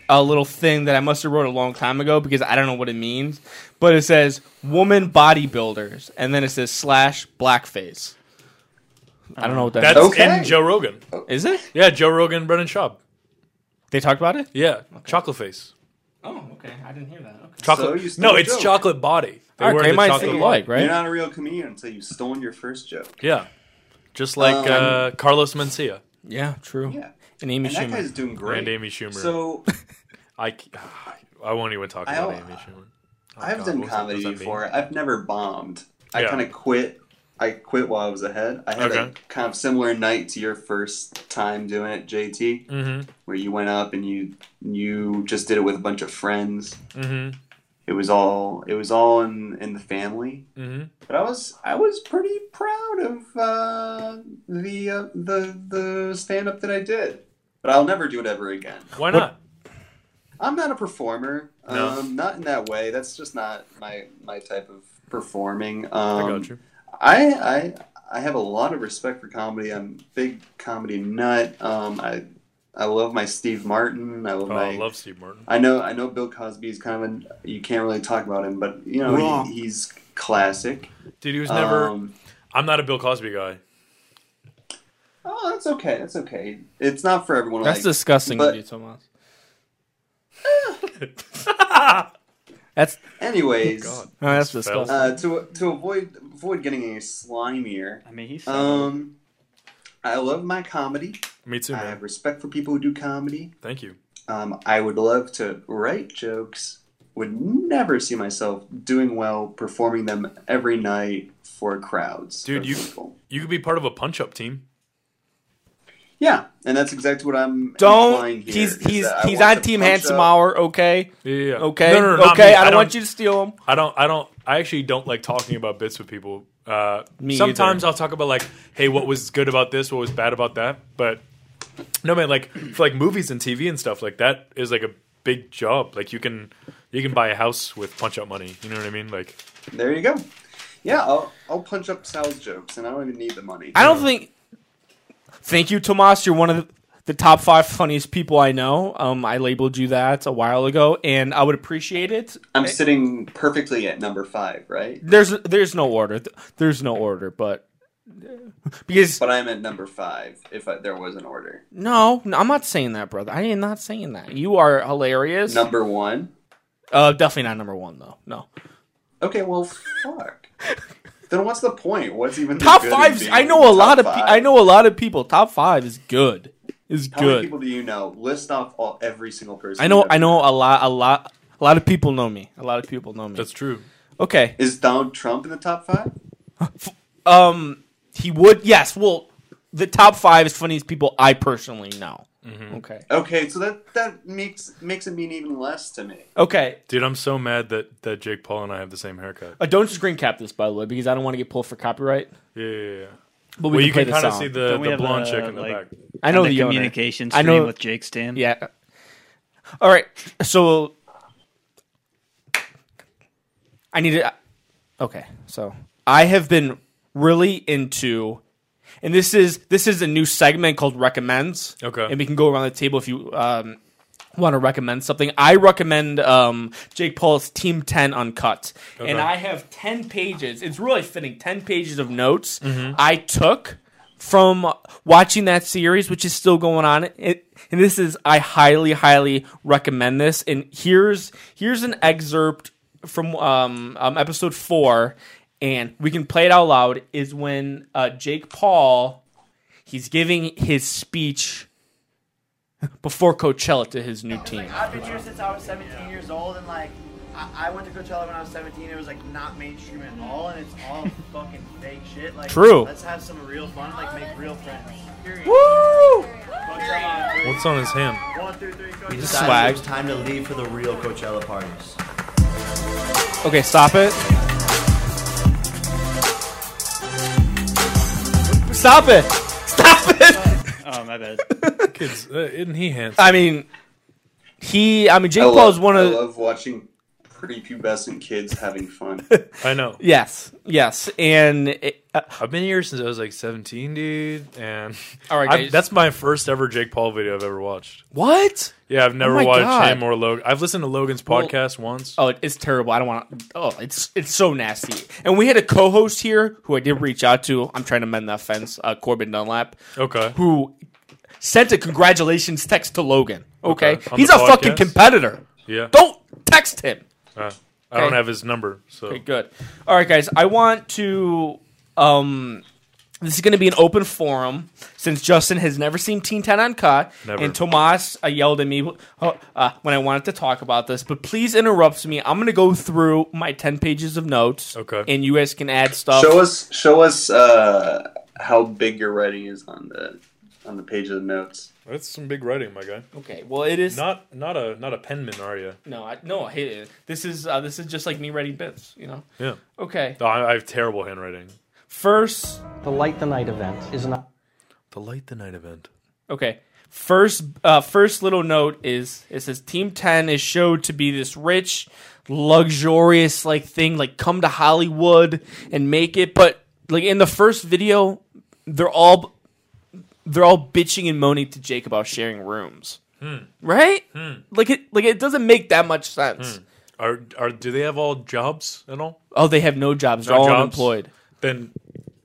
S2: uh, little thing that I must have wrote a long time ago because I don't know what it means. But it says woman bodybuilders, and then it says slash blackface. I don't know what that
S3: That's
S2: is.
S5: Okay.
S3: in Joe Rogan.
S2: Is it?
S3: Yeah, Joe Rogan, Brendan Schaub.
S2: They talked about it.
S3: Yeah, chocolate face.
S2: Oh, okay. I didn't hear that. Okay.
S3: Chocolate.
S5: you stole
S3: no,
S5: a
S3: it's
S5: joke.
S3: chocolate body. They
S2: All
S3: wear
S2: right, they
S3: the
S2: might
S3: chocolate
S2: think
S3: body.
S2: alike, right?
S5: You're not a real comedian until you've stolen your first joke.
S3: Yeah, just like
S5: Um,
S3: uh, Carlos Mencia
S2: Yeah, true.
S5: Yeah.
S2: And Amy
S5: And that
S2: Schumer.
S5: guy's doing great.
S3: and Amy Schumer.
S5: So
S3: I, c- *sighs* I won't even talk
S5: I
S3: about
S5: al-
S3: Amy Schumer. Oh,
S5: I've
S3: God,
S5: done
S3: what was that- what
S5: comedy
S3: does that
S5: before.
S3: mean?
S5: I've never bombed. I
S3: Yeah.
S5: kind of quit. I quit while I was ahead. I had
S3: Okay.
S5: a kind of similar night to your first time doing it, JT,
S3: Mm-hmm,
S5: where you went up and you you just did it with a bunch of friends.
S3: Mhm.
S5: It was all it was all in in the family.
S3: Mhm.
S5: But I was I was pretty proud of uh, the uh, the the stand up that I did. But I'll never do it ever again.
S3: Why not?
S5: I'm not a performer.
S3: No.
S5: Um, not in that way. That's just not my my type of performing. Um,
S3: I got you.
S5: I I I have a lot of respect for comedy. I'm a big comedy nut. Um, I I love my Steve Martin. I love
S3: Oh,
S5: my.
S3: I love Steve Martin.
S5: I know I know Bill Cosby is kind of an, you can't really talk about him, but you know
S2: Wrong.
S5: he, he's classic.
S3: Dude, he was never.
S5: Um,
S3: I'm not a Bill Cosby guy. *laughs*
S5: oh, that's okay. That's okay. It's not for everyone.
S2: That's
S5: like,
S2: disgusting
S5: but-
S2: of you, Tomas. That's
S5: Anyways,
S3: God.
S2: no, that's
S3: Spells.
S2: disgusting.
S5: uh, to to avoid avoid getting any slimier.
S4: I mean, he's
S5: Um, I love my comedy.
S3: Me too,
S2: Mm-hmm.
S5: I
S3: man.
S5: have respect for people who do comedy.
S3: Thank you.
S5: Um, I would love to write jokes. Would never see myself doing well performing them every night for crowds.
S3: Dude,
S5: of
S3: you-
S5: people.
S3: You could be part of a punch up team.
S5: Yeah, and that's exactly what I'm.
S2: Don't.
S5: implying here,
S2: He's
S5: is
S2: he's
S5: that I
S2: he's
S5: want
S2: on
S5: to
S2: Team
S5: punch
S2: Handsome
S5: up-
S2: Hour. Okay.
S3: Yeah, yeah, yeah.
S2: Okay.
S3: No, no, no, not
S2: okay.
S3: me.
S2: I don't,
S3: I
S2: want
S3: don't-
S2: you to steal him.
S3: I don't. I don't. I actually don't like talking about bits with people. Uh,
S2: Me
S3: sometimes
S2: either.
S3: I'll talk about like, hey, what was good about this? What was bad about that? But no, man. Like for like movies and TV and stuff like that is like a big job. Like you can you can buy a house with punch up money. You know what I mean? Like
S5: There you go. Yeah, I'll I'll punch up Sal's jokes, and I don't even need the money.
S2: I don't think. Thank you, Tomas. You're one of the, the top five funniest people I know. Um, I labeled you that a while ago, and I would appreciate it.
S5: I'm sitting perfectly at number five, right?
S2: There's there's no order. There's no order, but because
S5: But I'm at number five. If I, there was an order,
S2: no, no, I'm not saying that, brother. I am not saying that. You are hilarious.
S5: number one.
S2: Uh, definitely not number one though. No.
S5: Okay, well, fuck. then what's the point? What's even the
S2: top
S5: good in
S2: fives.
S5: being
S2: I know a
S5: top
S2: lot of. Pe-
S5: five?
S2: I know a lot of people. Top five is good. Is
S5: How many
S2: good.
S5: people do you know? List off all every single person.
S2: I know.
S5: you
S2: I know a lot. A lot. A lot of people know me. A lot of people know me.
S3: that's true.
S2: okay.
S5: Is Donald Trump in the top five?
S2: Um, he would. Yes. Well, the top five is funniest people I personally know.
S5: Mm-hmm.
S2: Okay.
S5: Okay, so that that makes makes it mean even less to me.
S2: Okay.
S3: Dude, I'm so mad that that Jake Paul and I have the same haircut.
S2: Uh, don't screen cap this, by the way, because I don't want to get pulled for copyright.
S3: Yeah, yeah, yeah.
S2: But we
S3: Well,
S2: can
S3: you
S2: play the
S3: can kind of
S2: song.
S3: see the,
S4: Don't we
S3: the
S4: have
S3: blonde
S4: a,
S3: chick in the
S4: like-
S3: back.
S2: I know
S4: the,
S2: the owner.
S4: communication
S2: I
S4: stream
S2: know-
S4: with Jake Stan.
S2: Yeah. All right. So I need to. Okay. So I have been really into, and this is this is a new segment called recommends.
S3: Okay.
S2: And we can go around the table if you um, want to recommend something. I recommend um, Jake Paul's Team Ten Uncut, and
S3: Okay.
S2: I have ten pages. It's really fitting. Ten pages of notes I took from watching that series, which is still going on. It, and this is I highly, highly recommend this. And here's here's an excerpt from um, um episode four, and we can play it out loud. Is when uh, Jake Paul he's giving his speech before Coachella to his new team.
S6: I've been here since I was 17 years old, and like, I, I went to Coachella when I was 17. It was like not mainstream at all, and it's all fucking fake shit. Like,
S2: True.
S6: Let's have some real fun, like make real friends. Period.
S2: Woo!
S6: Coachella on three.
S3: What's on his hand?
S6: One, two, three, Coachella.
S2: Swag. Swag.
S7: It was time to leave for the real Coachella parties.
S2: Okay, stop it. Stop it! Stop it!
S4: Oh
S2: *laughs*
S4: my bad.
S3: Kids, uh, isn't he handsome?
S2: I mean, he. I mean, Jake
S5: I
S2: Paul is
S5: love,
S2: one
S5: I
S2: of.
S5: love watching prepubescent kids
S2: *laughs*
S5: having fun.
S2: Ah,
S3: I know.
S2: yes, yes, and it, uh,
S3: I've been here since I was like 17, dude. And
S2: All right,
S3: I've-
S2: guys.
S3: that's my first ever Jake Paul video I've ever watched.
S2: what?
S3: Yeah, I've never
S2: Oh my
S3: watched
S2: God.
S3: him or Logan. I've listened to Logan's
S2: Well-
S3: podcast once.
S2: Oh, it- it's terrible. I don't want to. Oh, it's it's so nasty. And we had a co-host here who I did reach out to. I'm trying to mend that fence. Uh, Corbin Dunlap.
S3: okay.
S2: who sent a congratulations text to Logan. Okay,
S3: Okay. On
S2: he's a
S3: the
S2: fucking
S3: podcast?
S2: competitor.
S3: Yeah.
S2: Don't text him.
S3: Uh, I don't
S2: Okay.
S3: have his number. So
S2: Okay, good. All right, guys. I want to. Um, this is going to be an open forum since Justin has never seen Teen Ten Uncut,
S3: Never.
S2: and Tomas uh, yelled at me uh, uh, when I wanted to talk about this. But please interrupt me. I'm going to go through my ten pages of notes.
S3: Okay.
S2: and you guys can add stuff.
S5: Show us, show us uh, how big your writing is on the on the page of the notes.
S3: that's some big writing, my guy.
S2: Okay. Well, it is
S3: Not not a not a penman, are you?
S2: no, I, no. I hate it. This is uh, this is just like me writing bits. You know.
S3: Yeah.
S2: Okay.
S3: No, I, I have terrible handwriting.
S2: First,
S8: The Light the Night event is not.
S3: The light the night event.
S2: okay. First, uh, first little note is it says Team Ten is showed to be this rich, luxurious like thing, like come to Hollywood and make it. But like in the first video, they're all they're all bitching and moaning to Jake about sharing rooms,
S3: Hmm.
S2: right? Like it like it doesn't make that much sense.
S3: Hmm. Are are do they have all jobs and all?
S2: Oh, they have no jobs; they're
S3: No
S2: all
S3: jobs?
S2: unemployed.
S3: Then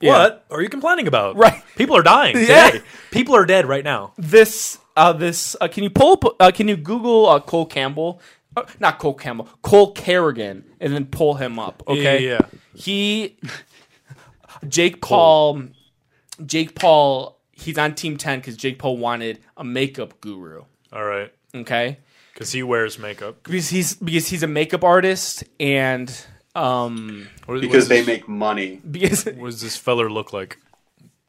S2: Yeah.
S3: what are you complaining about?
S2: Right.
S3: People are *laughs* dying.
S2: Yeah.
S3: Today. People are dead right now.
S2: this uh this uh, can you pull up uh, can you google uh, cole campbell uh, not cole campbell cole kerrigan and then pull him up okay
S3: yeah, yeah. *laughs*
S2: he jake paul jake paul he's on team 10 because jake paul wanted a makeup guru
S3: All right.
S2: okay
S3: Because he wears makeup.
S2: because he's because he's a makeup artist and um
S3: What- what
S5: Because
S3: does
S5: they
S3: this-
S5: make money.
S2: *laughs* because
S3: What does this feller look like?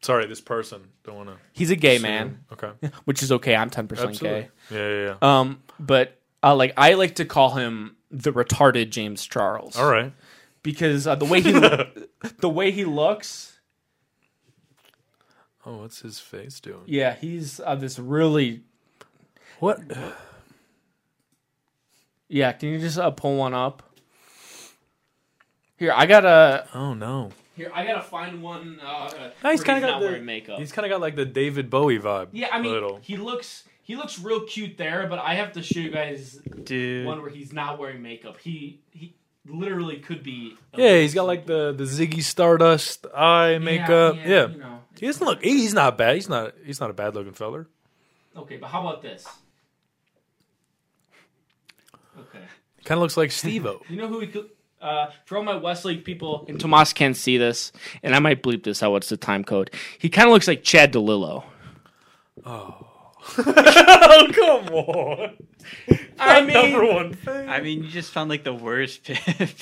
S3: Sorry, this person. Don't want to.
S2: He's a gay man,
S3: *laughs* Okay.
S2: which is okay. I'm 10%
S3: Absolutely.
S2: gay.
S3: Yeah, yeah, yeah.
S2: Um, but uh, like I like to call him the retarded James Charles.
S3: All right.
S2: because uh, the way he lo-
S3: *laughs*
S2: the way he looks,
S3: Oh, what's his face doing?
S2: yeah, he's uh, this really
S3: What?
S2: yeah. Can you just uh, pull one up? Here, I gotta
S3: Oh no.
S2: here I gotta find one. Uh,
S3: Oh, he's
S2: where
S3: kind of got
S2: not
S3: the,
S2: wearing makeup.
S3: He's kind of got like the David Bowie vibe.
S2: yeah, I mean,
S3: a little.
S2: he looks he looks real cute there, but I have to show you guys
S4: Dude.
S2: one where he's not wearing makeup. He he literally could be
S3: Yeah, he's got like the the Ziggy Stardust eye makeup. uh, Yeah.
S2: you know.
S3: He doesn't look. He's not bad. He's not. He's not a bad looking feller.
S2: Okay, but how about this? Okay.
S3: Kind of looks
S2: *laughs*
S3: like Steve-O.
S2: You know who we could. Uh, for all my Westlake people, and Tomas can't see this, and I might bleep this out. What's the time code? He kind of looks like Chad DeLillo.
S3: oh come on!
S2: I
S3: Number one thing.
S4: I mean, you just found like the worst *laughs* pi-
S2: this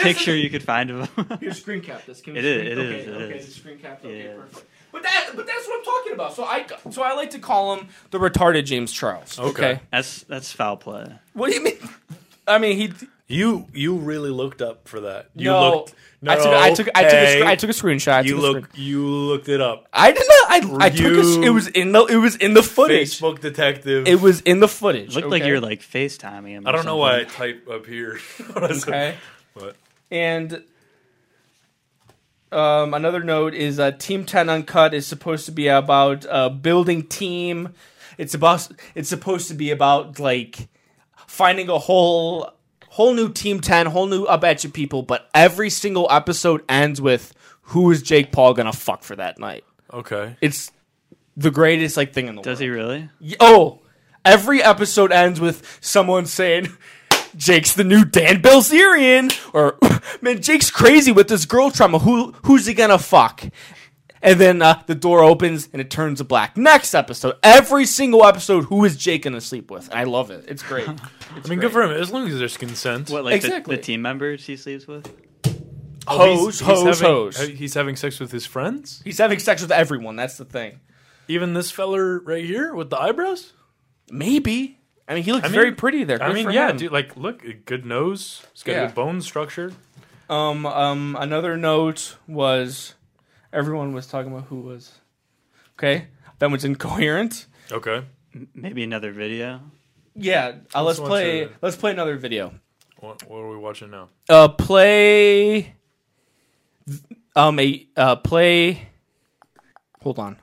S4: picture
S2: is-
S4: you could find of him.
S2: Here, screen cap this. Can we
S4: It
S2: screen,
S4: is, it
S2: okay,
S4: is, it
S2: okay,
S4: is.
S2: the screen cap. Okay,
S4: Yeah.
S2: perfect. But that, but that's what I'm talking about. So I, so I like to call him the retarded James Charles.
S3: Okay.
S4: *laughs* that's that's foul play.
S2: What do you mean? I mean, he.
S3: You you really looked up for that. You
S2: no,
S3: looked. No,
S2: I took, I took, I took, a,
S3: hey,
S2: scre- I took a screenshot. I
S3: you
S2: took a
S3: look.
S2: screen-
S3: You looked it up.
S2: I did not. I, I took. A, s-
S3: You-
S2: it was in the. It was in the footage.
S3: Facebook detective.
S2: It was in the footage.
S4: It looked like
S2: okay?
S4: you were like FaceTiming him.
S3: I
S4: or
S3: don't know why I
S4: something.
S3: type up here. *laughs*
S2: Okay.
S3: What?
S2: And um, another note is uh, Team Ten Uncut is supposed to be about uh, building team. It's about it's supposed to be about like finding a whole whole new Team Ten, whole new up at you people. But every single episode ends with who is Jake Paul gonna fuck for that night?
S3: Okay.
S2: It's the greatest like thing in the
S4: Does
S2: world.
S4: he really?
S2: He- oh, every episode ends with someone saying. Jake's the new Dan Bilzerian, or man, Jake's crazy with this girl trauma. Who who's he gonna fuck? And then uh, the door opens and it turns to black. Next episode, every single episode, who is Jake gonna sleep with? And I love it. It's
S3: *laughs*
S2: great.
S3: I mean, good for him. As long as there's consent.
S4: What like the-
S2: Exactly.
S4: the, team members he sleeps with?
S2: Hose, hose,
S3: Oh, having,
S2: hose.
S3: He's having sex with his friends.
S2: He's having sex with everyone. That's the thing.
S3: Even this feller right here with the eyebrows.
S2: Maybe. I mean, he looks
S3: mean-
S2: very pretty there.
S3: I
S2: Good
S3: mean,
S2: for
S3: yeah,
S2: him.
S3: dude. Like, look, a good nose. It's got a
S2: Yeah.
S3: good bone structure.
S2: Um, um, another note was everyone was talking about who was okay. That one's incoherent.
S3: Okay.
S4: Maybe another video.
S2: Yeah, uh, let's
S3: watch
S2: play.
S3: a-
S2: Let's play another video.
S3: What, what are we watching now?
S2: Uh, play. Um, a uh, play. Hold on.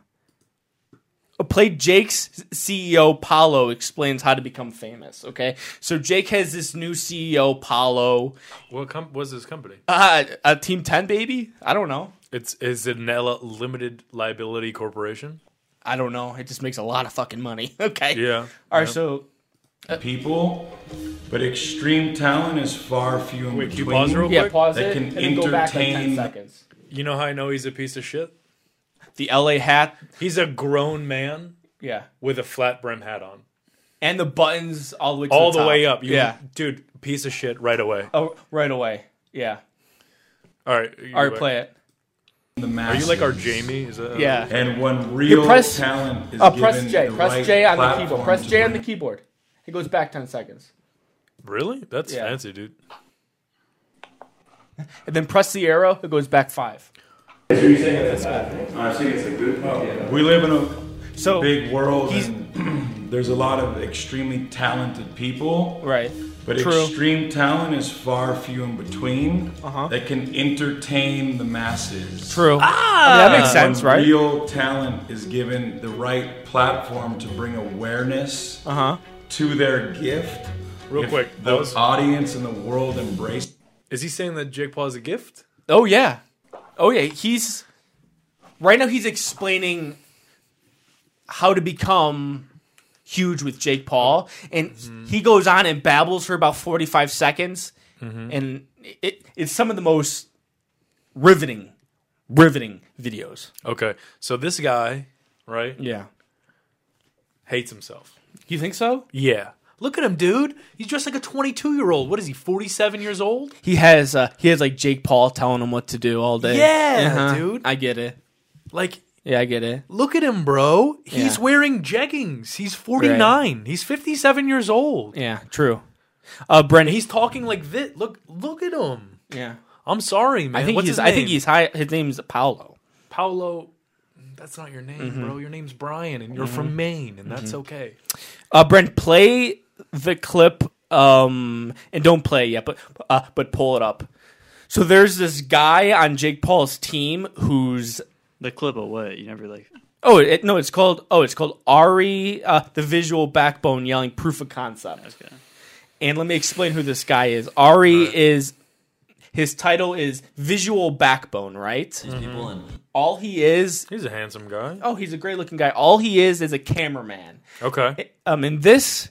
S2: Uh, Play Jake's CEO Paulo explains how to become famous. Okay, so Jake has this new CEO Paulo,
S3: What com- was this company?
S2: uh, a Team Ten baby. I don't know.
S3: It's is it an L- limited liability corporation?
S2: I don't know. It just makes a lot of fucking money. *laughs* Okay.
S3: Yeah.
S2: All right. So
S9: people, but extreme talent is far few in
S3: Wait, can you
S9: between.
S3: pause real
S2: yeah,
S3: quick?
S2: pause
S9: That
S2: it
S9: can
S2: and then go back like ten
S9: entertain-
S2: seconds.
S3: You know how I know he's a piece of shit?
S2: The LA hat.
S3: He's a grown man
S2: Yeah.
S3: with a flat brim hat on,
S2: And the buttons all the way to
S3: all
S2: the,
S3: the,
S2: top.
S3: way up. You-
S2: yeah.
S3: dude, piece of shit right away.
S2: Oh, right away. Yeah.
S3: All right,
S2: All right, play it.
S9: The
S3: Are
S9: masses.
S3: you like our Jamie? Is that uh,
S2: Yeah.
S9: And when real
S2: press-
S9: talent is
S2: Uh, press
S9: given
S2: J.
S9: the
S2: Press
S9: right
S2: J on the
S9: platform
S2: keyboard. Press
S9: to
S2: J on the
S9: bring-
S2: keyboard. It goes back 10 seconds.
S3: really? That's
S2: Yeah.
S3: fancy, dude.
S2: And then press the arrow. It goes back five.
S9: I think it's a good problem. We live in a
S2: So,
S9: big world,
S2: he's-
S9: and *clears throat* there's a lot of extremely talented people.
S2: right.
S9: But
S2: True.
S9: extreme talent is far few in between
S3: Uh-huh.
S9: that can entertain the masses.
S3: Ah!
S2: True. I mean, that makes sense,
S9: When
S2: right?
S9: Uh, Real talent is given the right platform to bring awareness
S2: uh-huh.
S9: to their gift.
S3: Real
S9: If
S3: quick,
S9: the
S3: that was-
S9: audience and the world embrace.
S3: Is he saying that Jake Paul's a gift?
S2: Oh, yeah. Oh, yeah. He's. Right now, he's explaining how to become huge with Jake Paul. And he goes on and babbles for about 45 seconds. And it, it's some of the most riveting, riveting videos.
S3: Okay, so this guy, right,
S2: Yeah.
S3: hates himself.
S2: You think so?
S3: Yeah. Look at him, dude. He's dressed like a 22 year old. What is he, 47 years old?
S2: He has uh he has like Jake Paul telling him what to do all day.
S3: Yeah, dude.
S2: I get it.
S3: Like,
S2: Yeah, I get it.
S3: Look at him, bro. He's
S2: Yeah.
S3: wearing jeggings. He's 49. He's 57 years old.
S2: Yeah, true. Uh, Brent,
S3: And he's talking like this. Look, look at him.
S2: yeah.
S3: I'm sorry, man.
S2: I think
S3: What's
S2: he's.
S3: his
S2: I think
S3: name?
S2: he's high. His name's Paolo.
S3: Paolo. That's not your name,
S2: Mm-hmm.
S3: bro. Your name's Brian, and you're from Maine, and that's okay.
S2: Uh, Brent, play the clip. Um, and don't play it yet, but uh, but pull it up. So there's this guy on Jake Paul's team who's
S4: The clip of what? You never like.
S2: oh it, no, it's called oh it's called Ari, uh, the visual backbone yelling proof of concept.
S4: Okay.
S2: And let me explain who this guy is. Ari is his title is visual backbone, right?
S7: People in
S2: All he is
S3: He's a handsome guy.
S2: oh he's a great looking guy. All he is is a cameraman.
S3: Okay.
S2: Um, in this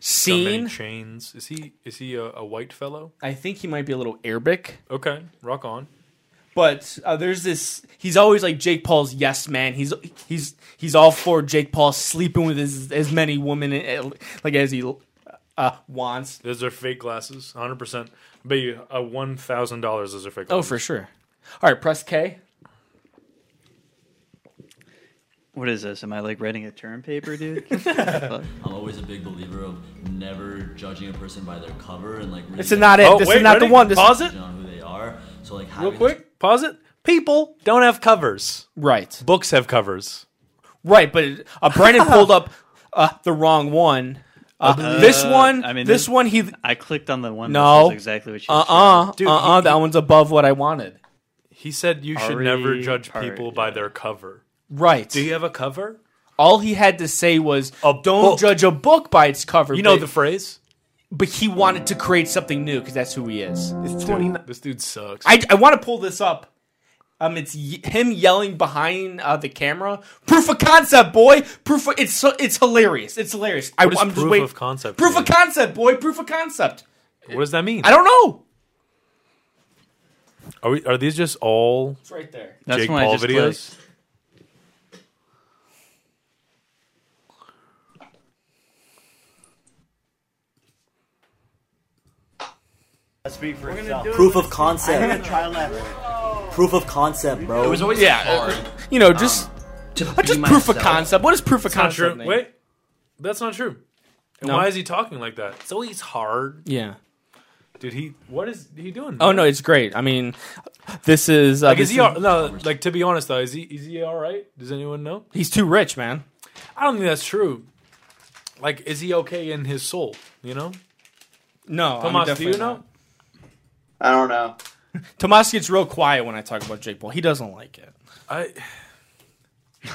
S3: So many
S2: scene,
S3: chains. Is he? Is he a, a white fellow?
S2: I think he might be a little Arabic,
S3: Okay. Rock on.
S2: but uh, there's this. He's always like Jake Paul's yes man. He's he's he's all for Jake Paul sleeping with as as many women eh, like as he uh, wants.
S3: Those are fake glasses. 100. percent I bet you uh, one thousand dollars. Those are fake.
S2: Oh,
S3: Glasses.
S2: for sure. All right, press K.
S4: What is this? Am I like writing a term
S2: *laughs*
S4: paper, dude? Fuck.
S7: I'm always a big believer of never judging a person by their cover and like. Really
S2: This is not it.
S3: Oh,
S2: this
S3: wait,
S2: is not
S3: ready?
S2: the one. This
S3: Pause
S2: is,
S3: it.
S7: On who they are. So like
S3: Real
S7: having-
S3: quick. Pause it. People don't have covers.
S2: Right,
S3: Books have covers.
S2: right. But uh, Brandon pulled up uh, the wrong one. Uh, this one,
S4: I mean,
S2: this
S4: this-
S2: one, he
S4: I clicked on the one.
S2: No.
S4: That says exactly what you.
S2: uh uh
S3: Dude,
S2: uh uh.
S3: he-
S2: That one's above what I wanted.
S3: He said you should never
S4: Ari-
S3: judge
S4: Ari,
S3: people by their cover.
S2: Right.
S3: Do you have a cover?
S2: All he had to say was,
S3: A
S2: "Don't
S3: book."
S2: judge a book by its cover."
S3: You know
S2: but,
S3: the phrase.
S2: but he wanted to create something new because that's who he is.
S8: It's 29.
S3: This dude sucks.
S2: I, I want to pull this up. Um, it's y- him yelling behind uh, the camera. Proof of concept, boy. Proof. Of, it's so, it's hilarious. It's hilarious. I,
S3: What is
S2: am just
S3: proof
S2: wait-
S3: of concept
S2: Proof of
S3: mean?
S2: concept, boy. Proof of concept.
S3: what does that mean?
S2: I don't know.
S3: Are we? Are these just all
S2: It's right there.
S4: That's
S3: Jake
S4: when I
S3: Paul
S4: just
S3: videos?
S4: clicked.
S6: Let's speak for itself.
S7: Proof of
S6: I'm gonna
S7: concept.
S6: try left.
S7: Proof of concept,
S3: Oh,
S7: bro.
S8: always
S2: Yeah. uh, You know, just
S3: Um,
S2: uh, just proof of concept. What is proof of
S3: Not
S2: concept?
S3: true.
S2: mean?
S3: Wait, that's not true. And
S2: No.
S3: why is he talking like that? So he's hard,
S2: Yeah.
S3: dude. He what is he doing?
S2: Oh no, it's great. I mean, this is uh,
S3: Like
S2: this
S3: is he all, no? Like to be honest though, is he is he all right? Does anyone know?
S2: he's too rich, man.
S3: I don't think that's true. Like, is he okay in his soul? You know,
S2: No, I'm
S3: Tomas, do you
S2: definitely
S3: know?
S2: not.
S5: I don't know.
S2: Tomas gets real quiet when I talk about Jake Paul. He doesn't like it.
S3: I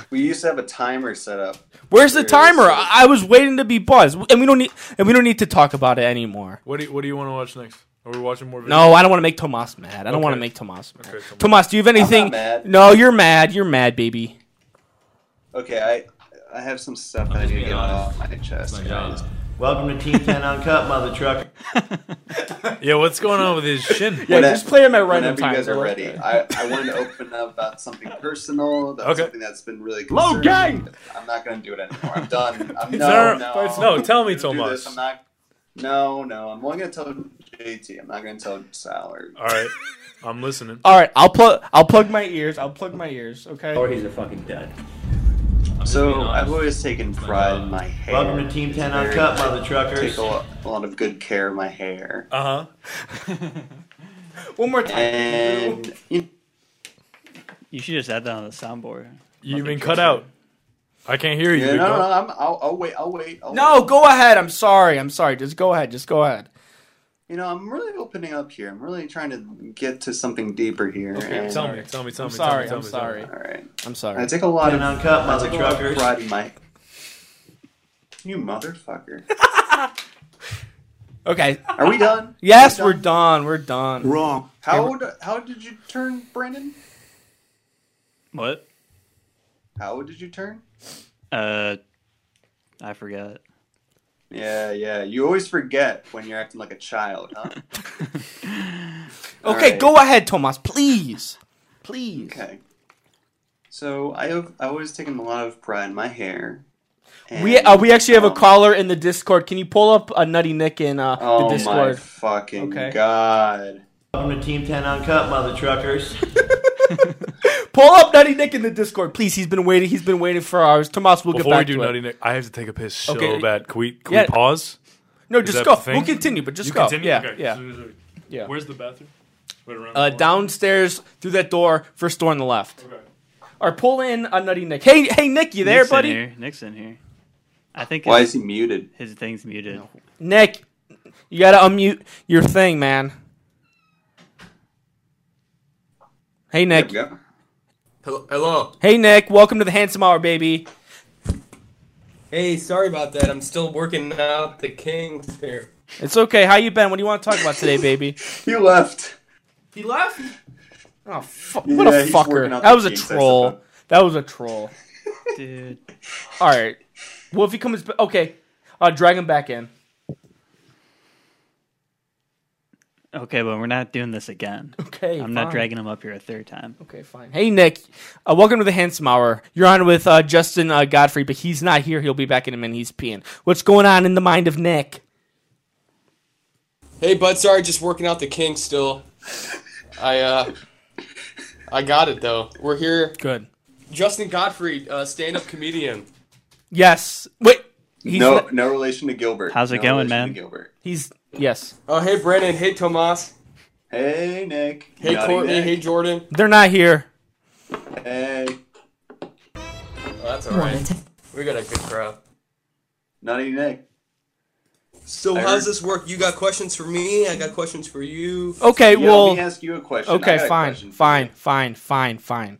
S5: We used to have a timer set up.
S2: Where's the
S5: There it is.
S2: timer? I, I was waiting to be buzzed, and we don't need and we don't need to talk about it anymore.
S3: what do you, what do you want to watch next? Are we watching more? Videos?
S2: No, I don't want to make Tomas mad. I don't want to
S3: Okay.
S2: make Tomas mad.
S3: Okay, Tomas.
S2: Tomas, do you have anything?
S5: mad.
S2: No, you're mad. You're mad, baby.
S5: Okay, I I have some stuff that I
S7: just
S5: need to
S7: being
S5: get
S7: honest.
S5: off my chest. guys.
S7: Welcome to Team 10 Uncut, mother trucker.
S3: Yeah, what's going on with his shin?
S2: Yeah,
S5: Whenever-
S2: just play him at random
S5: Whenever you
S2: times.
S5: guys are ready,
S2: uh,
S5: I, I wanted to open up about something personal, about
S3: Okay.
S5: something that's been really concerning.
S2: gang!
S5: I'm not going to do it anymore. I'm done. I'm,
S3: It's
S5: no,
S3: not-
S5: no,
S3: it's- no, tell me,
S5: I'm gonna do
S3: Tomas.
S5: this. I'm not. No, no. I'm only going to tell JT. I'm not going to tell Sal or
S3: All right, I'm listening.
S2: All right, I'll plug. I'll plug my ears. I'll plug my ears.
S3: Oh,
S2: Okay.
S7: he's a fucking dud.
S5: So I've always taken pride in my hair.
S7: Welcome to Team 10 Uncut, mother truckers.
S5: Take a, lo- a lot of good care of my hair,
S3: Uh huh.
S2: One more time.
S5: and you
S4: You should just add that on the soundboard.
S3: You've been cut out. I can't hear you.
S5: yeah,
S3: big
S5: no, no,
S3: dog.
S5: no. I'm, I'll, I'll wait. I'll wait. I'll
S2: No,
S5: wait.
S2: go ahead. I'm sorry. I'm sorry. Just go ahead. Just go ahead.
S5: You know, I'm really opening up here. I'm really trying to get to something deeper here. and-
S3: Tell me, tell me, tell
S2: I'm
S3: me.
S2: sorry.
S3: tell
S2: I'm
S3: me, tell me,
S2: sorry.
S5: All right.
S2: I'm
S5: I
S2: sorry.
S5: take a lot of
S7: Ten uncut,
S5: I take a lot of
S7: motherfuckers.
S5: pride in my. You motherfucker.
S2: Okay.
S5: Are we done?
S2: *laughs* Yes, we're done. We're done.
S5: Wrong. How d- how did you turn, Brandon?
S4: What?
S5: How did you turn?
S4: Uh, I forgot.
S5: Yeah, yeah. You always forget when you're acting like a child,
S2: *laughs*
S5: huh?
S2: Okay,
S5: Alright.
S2: go ahead, Tomas. Please. Please.
S5: Okay. So I have I always taken a lot of pride in my hair.
S2: We
S5: and,
S2: uh, we actually have a
S5: um,
S2: caller in the Discord. Can you pull up a Nutty Nick in uh,
S5: Oh
S2: the
S5: my
S2: Discord?
S5: fucking
S2: Okay.
S5: god!
S7: Welcome to Team 10 Uncut, mother truckers.
S2: Pull up Nutty Nick in the Discord, please. He's been waiting. He's been waiting for hours. Tomas, we'll get
S3: Before we
S2: back
S3: do
S2: to
S3: Nutty
S2: it.
S3: Nick, I have to take a piss so
S2: Okay.
S3: bad. Can we, can
S2: Yeah.
S3: we pause?
S2: No,
S3: that
S2: just go.
S3: the thing?
S2: We'll continue, but just
S3: You
S2: go.
S3: continue?
S2: Yeah,
S3: Okay.
S2: yeah. Yeah.
S3: Where's the bathroom? Right around the
S2: Uh,
S3: corner?
S2: downstairs through that door, first door on the left.
S3: Okay.
S2: Or pull in a Nutty Nick. Hey, hey, Nick, you there,
S4: Nick's
S2: buddy?
S4: In here. Nick's in here. I think
S5: Why
S4: his,
S5: is he muted?
S4: his thing's muted.
S2: Nick, you gotta unmute your thing, man. Hey,
S5: There
S2: Nick.
S5: we go.
S10: Hello. Hello.
S2: Hey, Nick. Welcome to the Handsome Hour, baby.
S10: Hey, sorry about that. I'm still working out the kinks here.
S2: It's okay. How you been? What do you want to talk about today, baby?
S5: You left.
S2: He left. Oh, fu- what
S5: Yeah,
S2: a
S5: he's
S2: fucker!
S5: working out
S2: That
S5: the
S2: was a
S5: kinks, I
S2: troll.
S5: suppose.
S2: That was a troll.
S4: *laughs* Dude.
S2: All right. Well, if he comes, ba- okay. Uh, drag him back in.
S4: Okay, but we're not doing this again.
S2: Okay.
S4: I'm
S2: fine.
S4: not dragging him up here a third time.
S2: Okay, fine. Hey, Nick. Uh, welcome to the Handsome Hour. You're on with uh, Justin uh, Godfrey, but he's not here. He'll be back in a minute. He's peeing. What's going on in the mind of Nick?
S10: Hey, bud. Sorry, just working out the kinks still. I uh, I got it though. We're here.
S2: Good.
S10: Justin Gottfried, uh, stand-up comedian.
S2: Yes. Wait. He's
S5: no,
S2: not-
S5: no relation to Gilbert.
S4: How's it
S5: No
S4: going,
S5: relation
S4: man?
S5: to Gilbert.
S2: He's yes.
S10: Oh, hey, Brandon. Hey, Tomas.
S5: Hey, Nick.
S10: Hey,
S5: Nutty
S10: Courtney.
S5: Nick.
S10: Hey, Jordan.
S2: They're not here.
S5: Hey,
S10: Oh, that's all right. We got a good crowd.
S5: Nutty Nick.
S10: So
S5: I
S10: how's
S5: heard-
S10: this work? You got questions for me? I got questions for you.
S2: Okay.
S5: Yeah,
S2: well.
S5: let me ask you a question. I got
S2: okay.
S5: a
S2: Fine.
S5: question for
S2: Fine. Fine. Fine. Fine.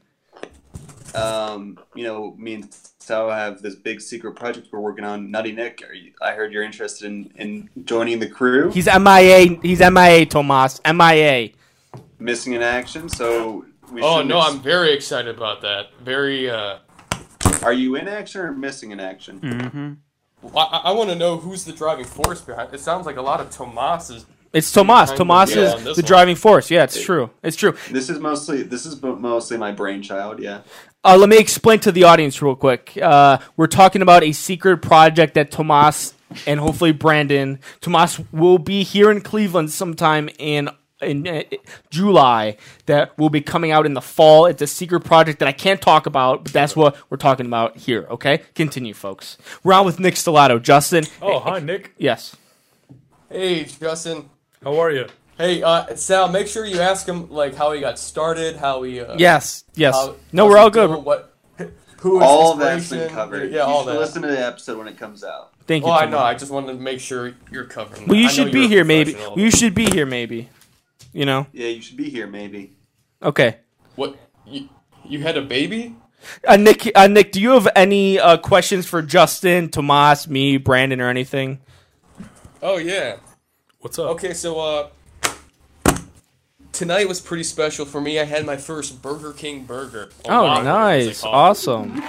S5: you. Um, you know, me and Sal have this big secret project we're working on. Nutty Nick, are you, I heard you're interested in, in joining the crew.
S2: He's MIA. He's MIA. Tomas. MIA.
S5: missing in action, so we
S10: Oh
S5: shouldn't
S10: no,
S5: ex-
S10: I'm very excited about that. Very. uh
S5: Are you in action or missing in action?
S4: Mm-hmm.
S10: I, want to know who's the driving force behind. It sounds like a lot of Tomas's.
S2: It's Tomas.
S10: kind of
S2: Tomas
S10: yeah,
S2: is
S10: on
S2: the
S10: this one.
S2: driving force. Yeah, it's true. It's true.
S5: This is mostly this is bo- mostly my brainchild. Yeah.
S2: Uh, let me explain to the audience real quick. Uh, we're talking about a secret project that Tomas and hopefully Brandon. Tomas will be here in Cleveland sometime in in uh, July. That will be coming out in the fall. It's a secret project that I can't talk about, but that's what we're talking about here. Okay, continue, folks. We're on with Nick Stellato. Justin.
S3: *laughs* Oh, hi, Nick.
S2: Yes.
S10: Hey, Justin.
S3: How are you?
S10: Hey, uh, Sal. Make sure you ask him like how he got started, how he. Uh,
S2: Yes. Yes.
S10: how-
S2: no,
S10: how's
S2: we're
S10: he
S2: all good.
S10: doing, What? Who is
S5: All that's been
S10: inspiration,
S5: covered.
S10: Yeah,
S5: you
S10: all
S5: should
S10: that.
S5: listen to the episode when it comes out.
S2: Thank you.
S10: Well, I
S2: Tomas.
S10: know. I just wanted to make sure you're covering.
S2: Well,
S10: that.
S2: you
S10: I know
S2: should
S10: you're
S2: be
S10: a
S2: here, maybe.
S10: professional.
S2: You should be here, maybe. You know.
S5: Yeah, you should be here maybe.
S2: Okay.
S10: What? You, you had a baby?
S2: Uh, Nick, uh, Nick, do you have any uh, questions for Justin, Tomas, me, Brandon, or anything?
S10: Oh yeah.
S3: What's up?
S10: Okay, so uh, tonight was pretty special for me. I had my first Burger King burger. A
S2: Oh,
S10: Whopper, as they
S2: nice,
S10: call it.
S2: awesome.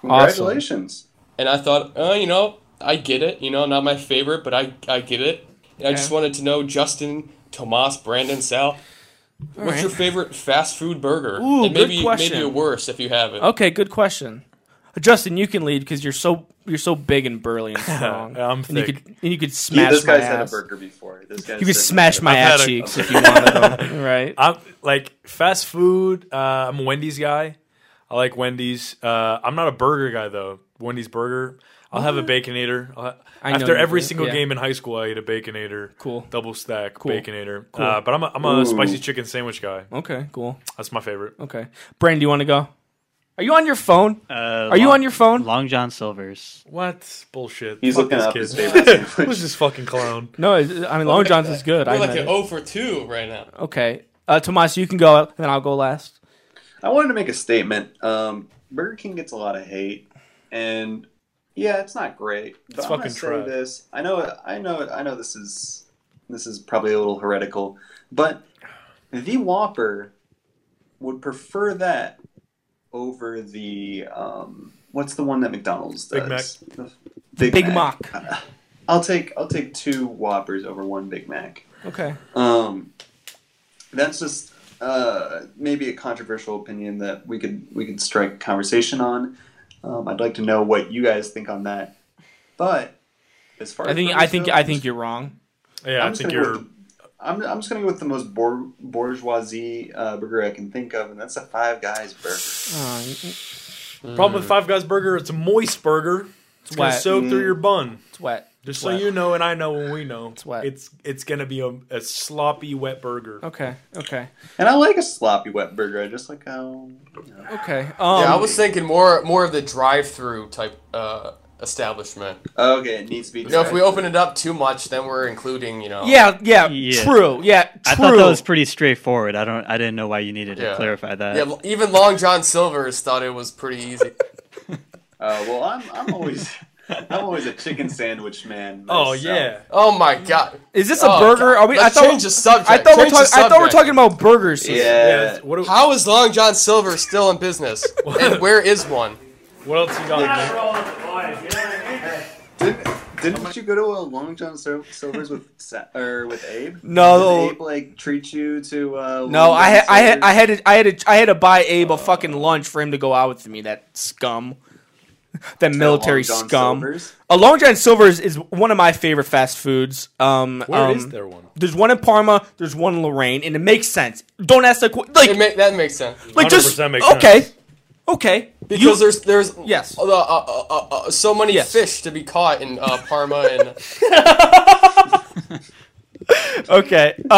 S5: Congratulations.
S10: and I thought, uh, you know, I get it. You know, not my favorite, but I, I get it. And I just wanted to know, Justin, Tomas, Brandon, Sal, what's
S2: right.
S10: your favorite fast food burger?
S2: Ooh,
S10: and
S2: good
S10: maybe,
S2: question.
S10: Maybe a worse if you have it.
S2: Okay, good question. Justin, you can lead because you're so you're so big and burly and strong.
S3: I'm
S2: and you
S3: thick.
S2: could and you could
S5: Yeah,
S2: smash
S5: this
S2: my
S5: guy's had a
S2: ass.
S5: burger before. This guy's
S2: You could
S5: had a
S2: smash
S5: burger.
S2: my
S3: had
S2: ass
S3: a-
S2: cheeks if you wanted them, right?
S3: I'm like fast food. Uh, I'm a Wendy's guy. I like Wendy's. Uh, I'm not a burger guy though. Wendy's burger. I'll have a baconator. I'll ha-
S2: I know
S3: After
S2: you
S3: every
S2: do,
S3: single
S2: yeah.
S3: game in high school, I ate a baconator.
S2: Cool.
S3: Double stack baconator.
S2: Cool.
S3: Uh, but I'm a, I'm a
S5: Ooh.
S3: spicy chicken sandwich guy.
S2: Okay, cool.
S3: That's my favorite.
S2: Okay, Brandon, do you want to go? Are you on your phone?
S4: Uh,
S2: Are you on your phone?
S4: Long John Silver's.
S3: What bullshit?
S5: He's
S3: Fuck
S5: looking
S3: this
S5: up
S3: kid.
S5: his
S3: *laughs*
S5: favorite
S3: Who's
S5: sandwich.
S3: this fucking
S5: *laughs*
S3: clown?
S2: No, I mean Long John's is good. I
S10: We're like
S2: admit
S10: an
S2: it.
S10: 0 Oh, for 2 right now.
S2: Okay, uh, Tomas, you can go, and then I'll go last.
S5: I wanted to make a statement. Um, Burger King gets a lot of hate, and yeah, it's not great. But
S3: It's
S5: I'm gonna
S3: fucking
S5: say
S3: trash.
S5: this. I know. I know. I know. This is this is probably a little heretical, but the Whopper would prefer that over the um, what's the one that McDonald's
S3: Big
S5: does? The Big,
S2: Big Mac.
S5: I'll take I'll take two Whoppers over one Big Mac.
S2: Okay.
S5: Um, that's just uh, maybe a controversial opinion that we could we could strike conversation on. Um, I'd like to know what you guys think on that. But as far
S2: I
S5: as
S2: think
S5: burgers
S2: I think
S5: go,
S2: I think you're wrong.
S3: Yeah, i
S5: I'm just
S3: think
S5: gonna
S3: you're
S5: go I'm, I'm just gonna go with the most bour- bourgeoisie uh, burger I can think of, and that's a Five Guys burger.
S2: Uh,
S3: Problem with Five Guys Burger, it's a moist burger. It's gonna
S2: wet.
S3: soak through your bun.
S2: It's wet.
S3: Just
S2: It's
S3: so
S2: wet.
S3: you know, and I know, and we know, it's
S2: wet.
S3: It's it's gonna be a, a sloppy wet burger.
S2: Okay. Okay.
S5: And I like a sloppy wet burger. I just like how. You know.
S2: Okay. Um,
S10: yeah, I was thinking more more of the drive-through type uh, establishment.
S5: Okay, it needs to be.
S10: You know, if we open it up too much, then we're including, you know.
S2: yeah, yeah,
S4: Yeah.
S2: True. Yeah. True.
S4: I thought that was pretty straightforward. I don't. I didn't know why you needed
S10: Yeah.
S4: to clarify that.
S10: Yeah, l- even Long John Silver's thought it was pretty easy.
S5: Uh, well, I'm I'm always I'm always a chicken sandwich man.
S3: Oh
S5: myself.
S3: yeah.
S10: Oh my god.
S2: Is this a
S10: Oh,
S2: burger?
S10: God.
S2: Are we? I
S10: Let's
S2: thought.
S10: change the subject.
S2: I thought we're
S10: Change the
S2: talking. I thought we're
S10: subject.
S2: talking about burgers.
S5: Yeah.
S2: here.
S3: Yes. What, do-
S10: How is Long John Silver still in
S2: *laughs*
S10: business? and where is one?
S3: what else you got? man?
S5: Didn't, didn't you go to a Long John Sil- Silver's with Sa- or with Abe?
S2: No.
S5: Did Abe like treat you to. Uh,
S2: No,
S5: Long
S2: I had,
S5: John
S2: I had, I
S5: Silver's?
S2: had, to, I had, to, I had to buy Abe a fucking lunch for him to go out with me. That scum, that military
S5: Long John
S2: scum. *laughs*
S5: Silver's?
S2: A Long John Silver's is one of my favorite fast foods. Um,
S3: Where is
S2: um,
S3: there one?
S2: There's one in Parma. There's one in Lorraine, and it makes sense. Don't ask the question. Like,
S10: It ma- that makes sense.
S2: like just
S3: 100% makes
S2: okay,
S3: sense.
S2: okay.
S10: Because
S2: You-
S10: there's there's
S2: Yes.
S10: uh, uh, uh, uh, uh, so many
S2: Yes.
S10: fish to be caught in uh, Parma
S2: *laughs*
S10: and
S2: okay. Um, *laughs*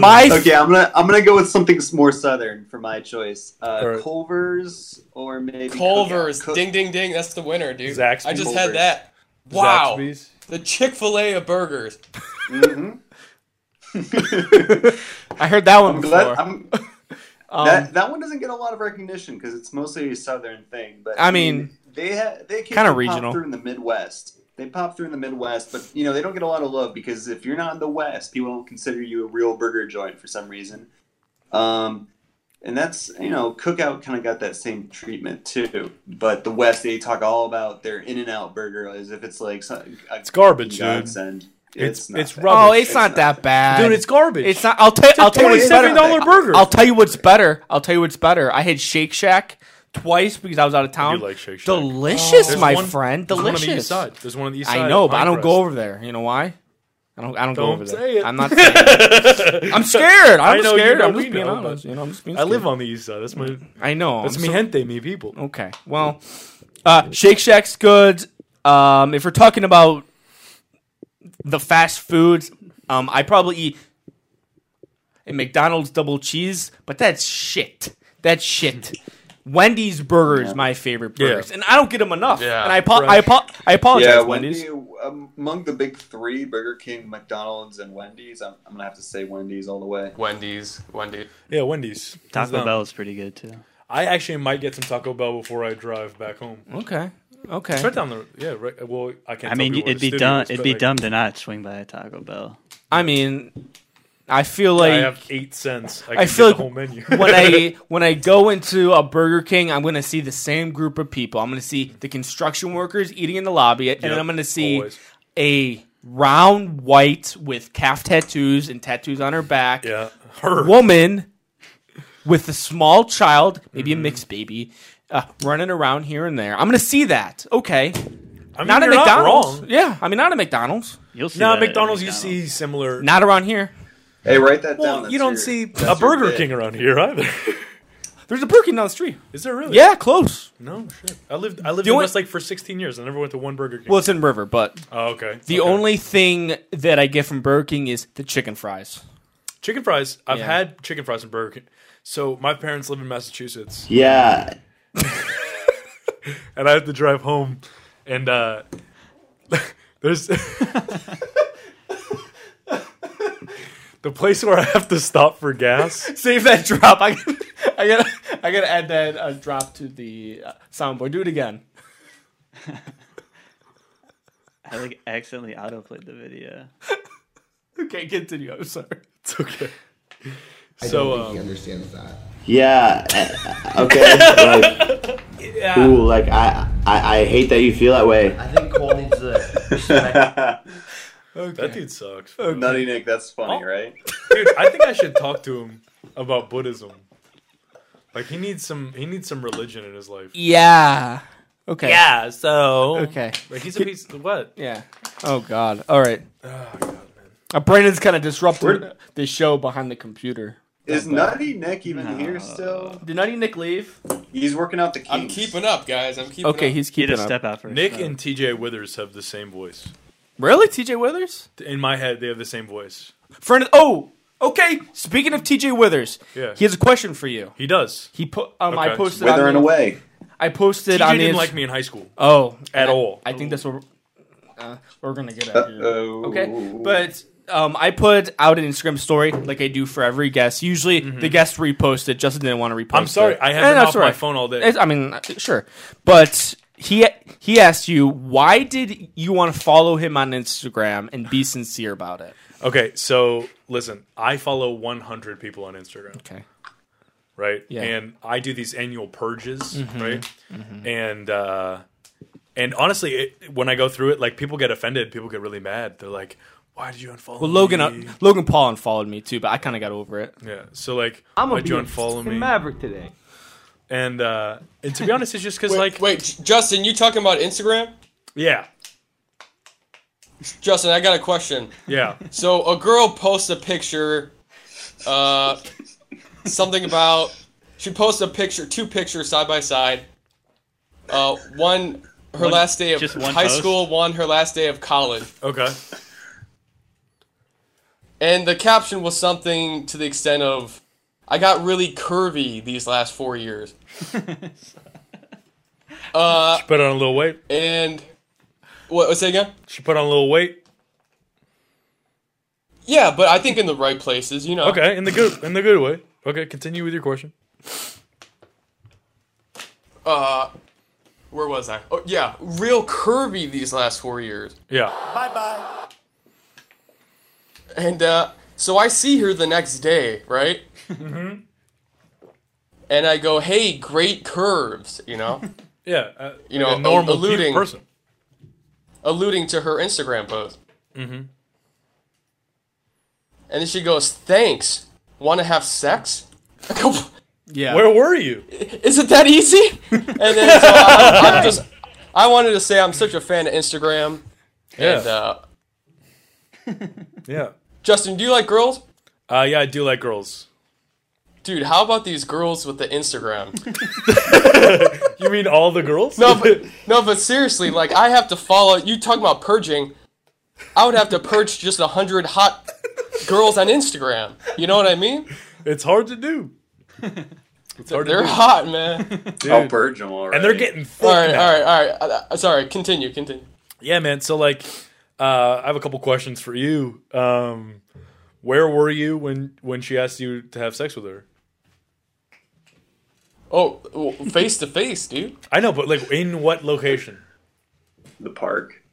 S2: my
S5: Okay, I'm gonna I'm gonna go with something s- more southern for my choice. Uh,
S3: Alright.
S5: Culver's or maybe
S10: Culver's.
S5: Cookout. Cook-
S10: ding ding ding. That's the winner, dude.
S3: Zaxby's.
S10: I just
S5: Culver's.
S10: had that. Wow.
S3: Zaxby's?
S10: The Chick Fil A of burgers.
S2: I heard that one
S5: I'm
S2: before.
S5: glad, I'm, that that one doesn't get a lot of recognition because it's mostly a southern thing. But
S2: I mean,
S5: they ha- they can
S2: kinda
S5: pop
S2: regional.
S5: through in the Midwest. They pop through in the Midwest, but you know they don't get a lot of love because if you're not in the West, people don't consider you a real burger joint for some reason. Um, and that's you know Cookout kind of got that same treatment too. But the West, they talk all about their In and Out burger as if it's like some, a it's
S3: garbage, dude.
S5: godsend.
S3: It's-
S5: not
S3: it's
S5: that.
S3: rubbish.
S2: oh, it's, not that bad,
S3: Dude, it's garbage.
S2: It's not. I'll tell. I'll tell you.
S3: twenty
S2: It's
S3: seven
S2: better.
S3: dollar burger.
S2: I'll tell you what's better. I'll tell you what's better. I had Shake Shack twice because I was out of town.
S3: like Shake Shack.
S2: Delicious,
S3: There's
S2: my
S3: one-
S2: friend.
S3: There's one on
S2: Delicious.
S3: the east side. There's one on the east side.
S2: I know,
S3: of
S2: but I don't
S3: Pinecrest.
S2: go over there. You know why? I don't. I don't, go
S3: Don't
S2: over there.
S3: say it.
S2: I'm
S3: *laughs*
S2: not. Saying it. I'm scared. I'm
S3: I know, you
S2: scared.
S3: know,
S2: I'm
S3: we
S2: just being
S3: know,
S2: honest.
S3: but-
S2: You know, I'm just being
S3: I
S2: scared.
S3: live on the east side. That's my.
S2: I know.
S3: That's
S2: I'm
S3: me
S2: so-
S3: gente, me people.
S2: Okay. Well, uh, Shake Shack's good. Um, if we're talking about the fast foods, um, I probably eat a McDonald's double cheese, but that's shit. That's shit. Wendy's burger is my favorite
S3: Yeah.
S2: burgers, and I don't get them enough.
S10: Yeah.
S2: and I apo- I, apo- I apologize,
S5: Yeah,
S2: Wendy's.
S5: Wendy, um, among the big three, Burger King, McDonald's, and Wendy's, I'm, I'm gonna have to say Wendy's all the way.
S10: Wendy's. Wendy's.
S3: Yeah, Wendy's.
S4: Taco
S3: Hands down.
S4: Bell is pretty good too.
S3: I actually might get some Taco Bell before I drive back home.
S2: Okay. Okay.
S3: It's right down the yeah. Right, well, I can't.
S4: I
S3: tell
S4: mean,
S3: people
S4: it'd
S3: where
S4: be
S3: the
S4: dumb.
S3: studio is,
S4: It'd
S3: but,
S4: be
S3: like,
S4: dumb to not swing by a Taco Bell.
S2: I mean, I feel like
S3: I have eight cents. I, can
S2: I feel
S3: get
S2: like
S3: the
S2: *laughs*
S3: whole menu.
S2: when
S3: *laughs*
S2: I when I go into a Burger King, I'm going to see the same group of people. I'm going to see the construction workers eating in the lobby, and then
S3: Yep,
S2: I'm going to see
S3: always.
S2: a round white with calf tattoos and tattoos on her back
S3: yeah, her.
S2: woman with a small child, maybe
S3: Mm-hmm.
S2: a mixed baby, uh, running around here and there. I'm going to see that. Okay,
S3: I mean,
S2: not at
S3: you're not
S2: McDonald's.
S3: wrong.
S2: Yeah, I mean not at McDonald's.
S4: You'll see.
S3: Now
S4: that
S3: at
S4: at
S3: McDonald's, you see similar.
S2: Not around here.
S5: Hey, write that down.
S3: well,
S5: That's
S3: you don't
S5: your-
S3: see
S5: that's
S3: a
S5: your
S3: Burger
S5: bit.
S3: King around here either.
S2: There's a Burger King down the street.
S3: Is there really?
S2: Yeah, close.
S3: No shit. I lived. I lived
S2: The
S3: in
S2: only-
S3: Westlake for 16 years. I never went to one Burger King.
S2: Well, it's in River, but
S3: oh, okay.
S2: The
S3: Okay.
S2: only thing that I get from Burger King is the chicken fries.
S3: chicken fries. I've
S2: Yeah.
S3: had chicken fries and Burger King. So my parents live in Massachusetts.
S5: Yeah,
S3: and I have to drive home, and uh, *laughs* there's *laughs* the place where I have to stop for gas.
S2: Save that *laughs* drop. I gotta, I gotta, I gotta add that uh, drop to the uh, soundboard. Do it again. *laughs*
S4: I like accidentally autoplayed the video.
S2: Okay, continue. I'm sorry.
S3: It's okay. So um,
S11: Yeah. uh, Okay. like, Ooh, like I, I, I hate that you feel that way.
S7: I think Cole needs to.
S3: that dude sucks,
S5: Nutty Nick, that's funny,
S3: Oh.
S5: right?
S3: dude. I think I should talk to him about Buddhism. Like he needs some, he needs some religion in his life.
S2: Yeah. Okay.
S3: Yeah. So
S2: Okay.
S3: like he's a piece. What?
S2: Yeah. Oh God. All right. Uh, Brandon's kind of disrupted the show behind the computer.
S5: Is Nutty Nick even here still?
S2: Did Nutty Nick leave?
S5: He's working out the kinks.
S10: I'm keeping up, guys. I'm keeping
S2: Okay,
S10: up.
S2: he's keeping up.
S3: Nick and TJ Withers have the same voice.
S2: Really, TJ Withers?
S3: In my head, they have the same voice.
S2: Friend. Oh, okay. Speaking of TJ Withers,
S3: Yeah.
S2: he has a question for you.
S3: He does.
S2: He put. Um, I
S3: Okay.
S2: posted on
S5: Withering
S2: the-
S5: away.
S2: I posted
S3: TJ
S2: on
S3: didn't
S2: the-
S3: like me in high school.
S2: Oh,
S3: At
S2: I-
S3: all.
S2: I think that's what we're, uh, we're gonna get at. Here.
S5: Uh-oh.
S2: Okay, but um, I put out an Instagram story like I do for every guest. Usually the guest reposts it. Justin didn't want to repost.
S3: Mm-hmm. I'm sorry,
S2: it.
S3: I have
S2: And
S3: been
S2: eh, that's
S3: off my phone all day.
S2: It's- I mean, uh, sure, but he he asked you why did you want to follow him on Instagram and be sincere about it.
S3: Okay, so listen, I follow 100 people on Instagram.
S2: Okay.
S3: Right?
S2: Yeah.
S3: And I do these annual purges,
S2: Mhm,
S3: right? And uh and honestly, it, when I go through it, like people get offended, people get really mad. They're like, "Why did you unfollow
S2: Well, Logan
S3: me?"
S2: uh, Logan Paul unfollowed me too, but I kind of got over it.
S3: Yeah. So like,
S2: I'm a
S3: why'd you
S2: beast.
S3: unfollow me?
S2: Maverick today.
S3: And uh and to be honest, it's just because
S10: Wait,
S3: like,
S10: wait, J- Justin, you talking about Instagram?
S3: yeah,
S10: Justin, I got a question.
S3: yeah.
S10: So a girl posts a picture, uh, something about she posts a picture, two pictures side by side. Uh, one her
S4: One-
S10: last day of
S4: just one
S10: high
S4: post?
S10: school, one her last day of college,
S3: Okay.
S10: and the caption was something to the extent of, "I got really curvy these last four years." uh,
S3: She put on a little weight.
S10: and what was it again?
S3: She put on a little weight.
S10: Yeah, but I think in the right places, you know.
S3: Okay, in the good in the good way. Okay, continue with your question.
S10: Uh, where was I? Oh yeah, real curvy these last four years.
S3: Yeah.
S6: Bye bye.
S10: And uh, so I see her the next day, right?
S3: Mm-hmm.
S10: And I go, "Hey, great curves,"
S3: *laughs*
S10: you know,
S3: Yeah. Uh,
S10: you
S3: like
S10: know,
S3: a normal cute
S10: alluding
S3: person.
S10: alluding to her Instagram post.
S3: Mm-hmm.
S10: And then she goes, "Thanks. Want to have sex?" I go,
S2: Yeah.
S3: Where were you?
S10: "Is it that easy?" and then
S3: *laughs*
S10: so I, am just, I wanted to say I'm such a fan of Instagram. And
S3: Yeah.
S10: uh,
S3: Yeah.
S10: Justin, do you like girls?
S3: Uh, yeah, I do like girls.
S10: Dude, how about these girls with the Instagram?
S3: You mean all the girls?
S10: No, but no, but seriously, like I have to follow. You talking about purging? I would have to purge just a hundred hot girls on Instagram. You know what I mean?
S3: *laughs* It's hard to do. It's hard
S10: They're
S3: to do.
S10: hot,
S3: *laughs*
S10: man.
S3: Dude.
S5: I'll purge them already.
S3: And they're getting thick
S10: all right,
S3: now.
S10: all right, all right. Uh, uh, sorry, continue, continue.
S3: Yeah, man. So like, uh, I have a couple questions for you. Um, where were you when when she asked you to have sex with her?
S10: Oh, well, face to face, dude.
S3: I know, but like, in what location?
S5: the park.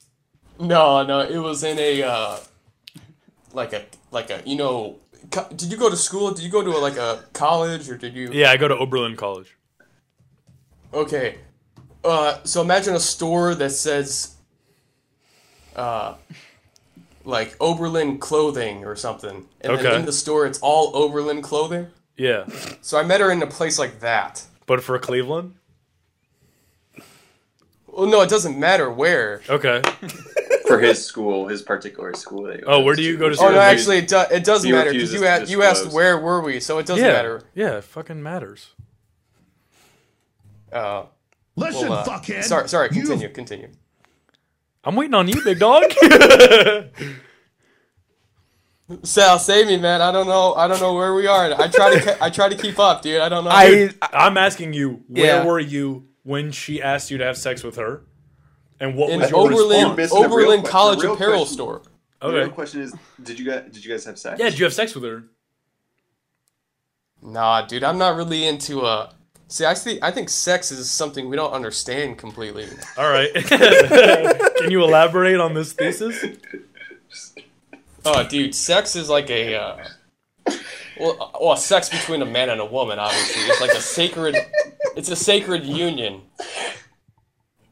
S10: No, no, it was in a uh, like a like a you know. Co- did you go to school? Did you go to a, like a college or did you?
S3: Yeah, I go to Oberlin College.
S10: Okay. Uh, so imagine a store that says, uh, like Oberlin clothing or something, and then
S3: Okay.
S10: in the store it's all Oberlin clothing.
S3: Yeah,
S10: So I met her in a place like that.
S3: but for Cleveland.
S10: Well, no, it doesn't matter where.
S3: Okay.
S5: For his school, his particular school. that he
S3: Oh, where
S5: goes
S3: do you go to
S10: Oh
S3: school?
S10: no, actually it, do- it does
S5: He
S10: matter
S5: refuses
S10: because you
S5: to
S10: asked you asked
S5: disclose.
S10: where were we, so it doesn't
S3: yeah,
S10: matter.
S3: yeah, it fucking matters.
S10: Uh,
S12: Listen,
S10: well, uh,
S12: fuckhead,
S10: Sorry, sorry.
S12: you've-
S10: Continue, continue.
S3: I'm waiting on you, big *laughs* dog.
S10: Sal, save me, man. I don't know. I don't know where we are. I try to. Ke- I try to keep up, dude. I don't know.
S2: I
S3: I'm asking you, where
S2: Yeah.
S3: were you when she asked you to have sex with her, and what
S10: in
S3: was your
S10: Oberlin,
S3: response?
S5: missing the real
S10: Oberlin
S5: que- the
S10: College
S5: real
S10: Apparel
S5: question.
S10: Store.
S5: The
S3: Okay.
S5: real question is, did you guys did you guys have sex?
S3: Yeah, did you have sex with her?
S10: Nah, dude, I'm not really into uh. See, I see. I think sex is something we don't understand completely.
S3: All *laughs* right. Can you elaborate on this thesis?
S10: Oh, dude, sex is like a. Uh, well, uh, well, sex between a man and a woman, obviously, it's like a sacred. It's a sacred union.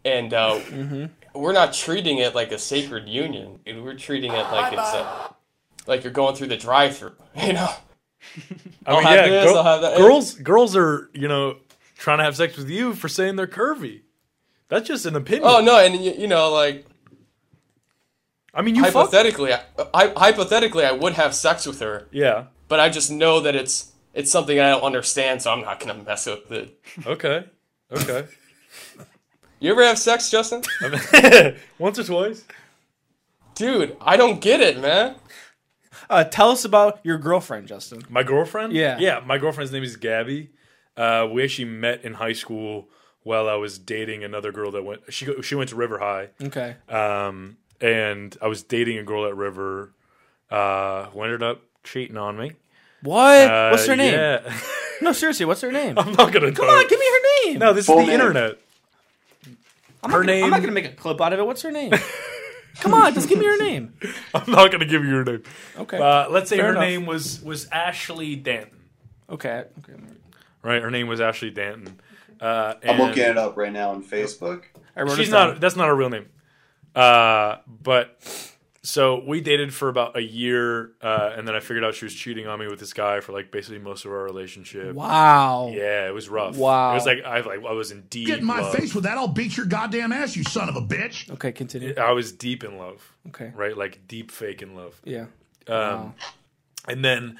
S10: And uh, we're not treating it like a sacred union. dude. We're treating it like it's a, like you're going through the drive-through. *laughs* You know.
S3: I
S10: I'll
S3: mean,
S10: have
S3: yeah,
S10: this,
S3: girl-
S10: I'll have that.
S3: girls, girls are you know trying to have sex with you for saying they're curvy. That's just an opinion.
S10: Oh no, and you, you know, like
S3: I mean, you fuck-
S10: hypothetically, I, hypothetically, I would have sex with her.
S3: Yeah.
S10: But I just know that it's it's something I don't understand, so I'm not gonna mess with it.
S3: Okay. Okay.
S10: You ever have sex, Justin?
S3: *laughs* Once or twice.
S10: Dude, I don't get it, man.
S2: Uh, tell us about your girlfriend, Justin.
S3: My girlfriend?
S2: Yeah.
S3: Yeah, my girlfriend's name is Gabby. Uh, we actually met in high school while I was dating another girl that went she go- she went to River High.
S2: Okay.
S3: Um and I was dating a girl at River uh who ended up cheating on me.
S2: What?
S3: Uh,
S2: *laughs* what's her name?
S3: yeah. *laughs*
S2: No, seriously, what's her name?
S3: I'm not gonna
S2: Come
S3: tell
S2: on,
S3: you.
S2: give me her name.
S3: No, this
S2: Full
S3: is the
S2: name.
S3: internet. *laughs*
S2: I'm not,
S3: her
S2: gonna- I'm not
S3: name-
S2: gonna make a clip out of it. What's her
S3: *laughs*
S2: name? Come on, just give me her name.
S3: I'm not gonna give you her name.
S2: Okay.
S3: Uh, let's say
S2: Fair
S3: her
S2: enough.
S3: name was was Ashley Danton.
S2: Okay. Okay.
S3: Right, her name was Ashley Danton. Uh,
S5: I'm looking
S3: and-
S5: it up right now on Facebook.
S3: She's not. That's not her real name. Uh, but so we dated for about a year, uh, and then I figured out she was cheating on me with this guy for like basically most of our relationship.
S2: Wow.
S3: Yeah, it was rough.
S2: Wow.
S3: It was like I like I was in deep.
S12: Get in my
S3: love.
S12: face with that, I'll beat your goddamn ass, you son of a bitch.
S2: Okay, continue.
S3: I was deep in love.
S2: Okay.
S3: Right, like deep fake in love.
S2: Yeah.
S3: Um,
S2: Wow.
S3: And then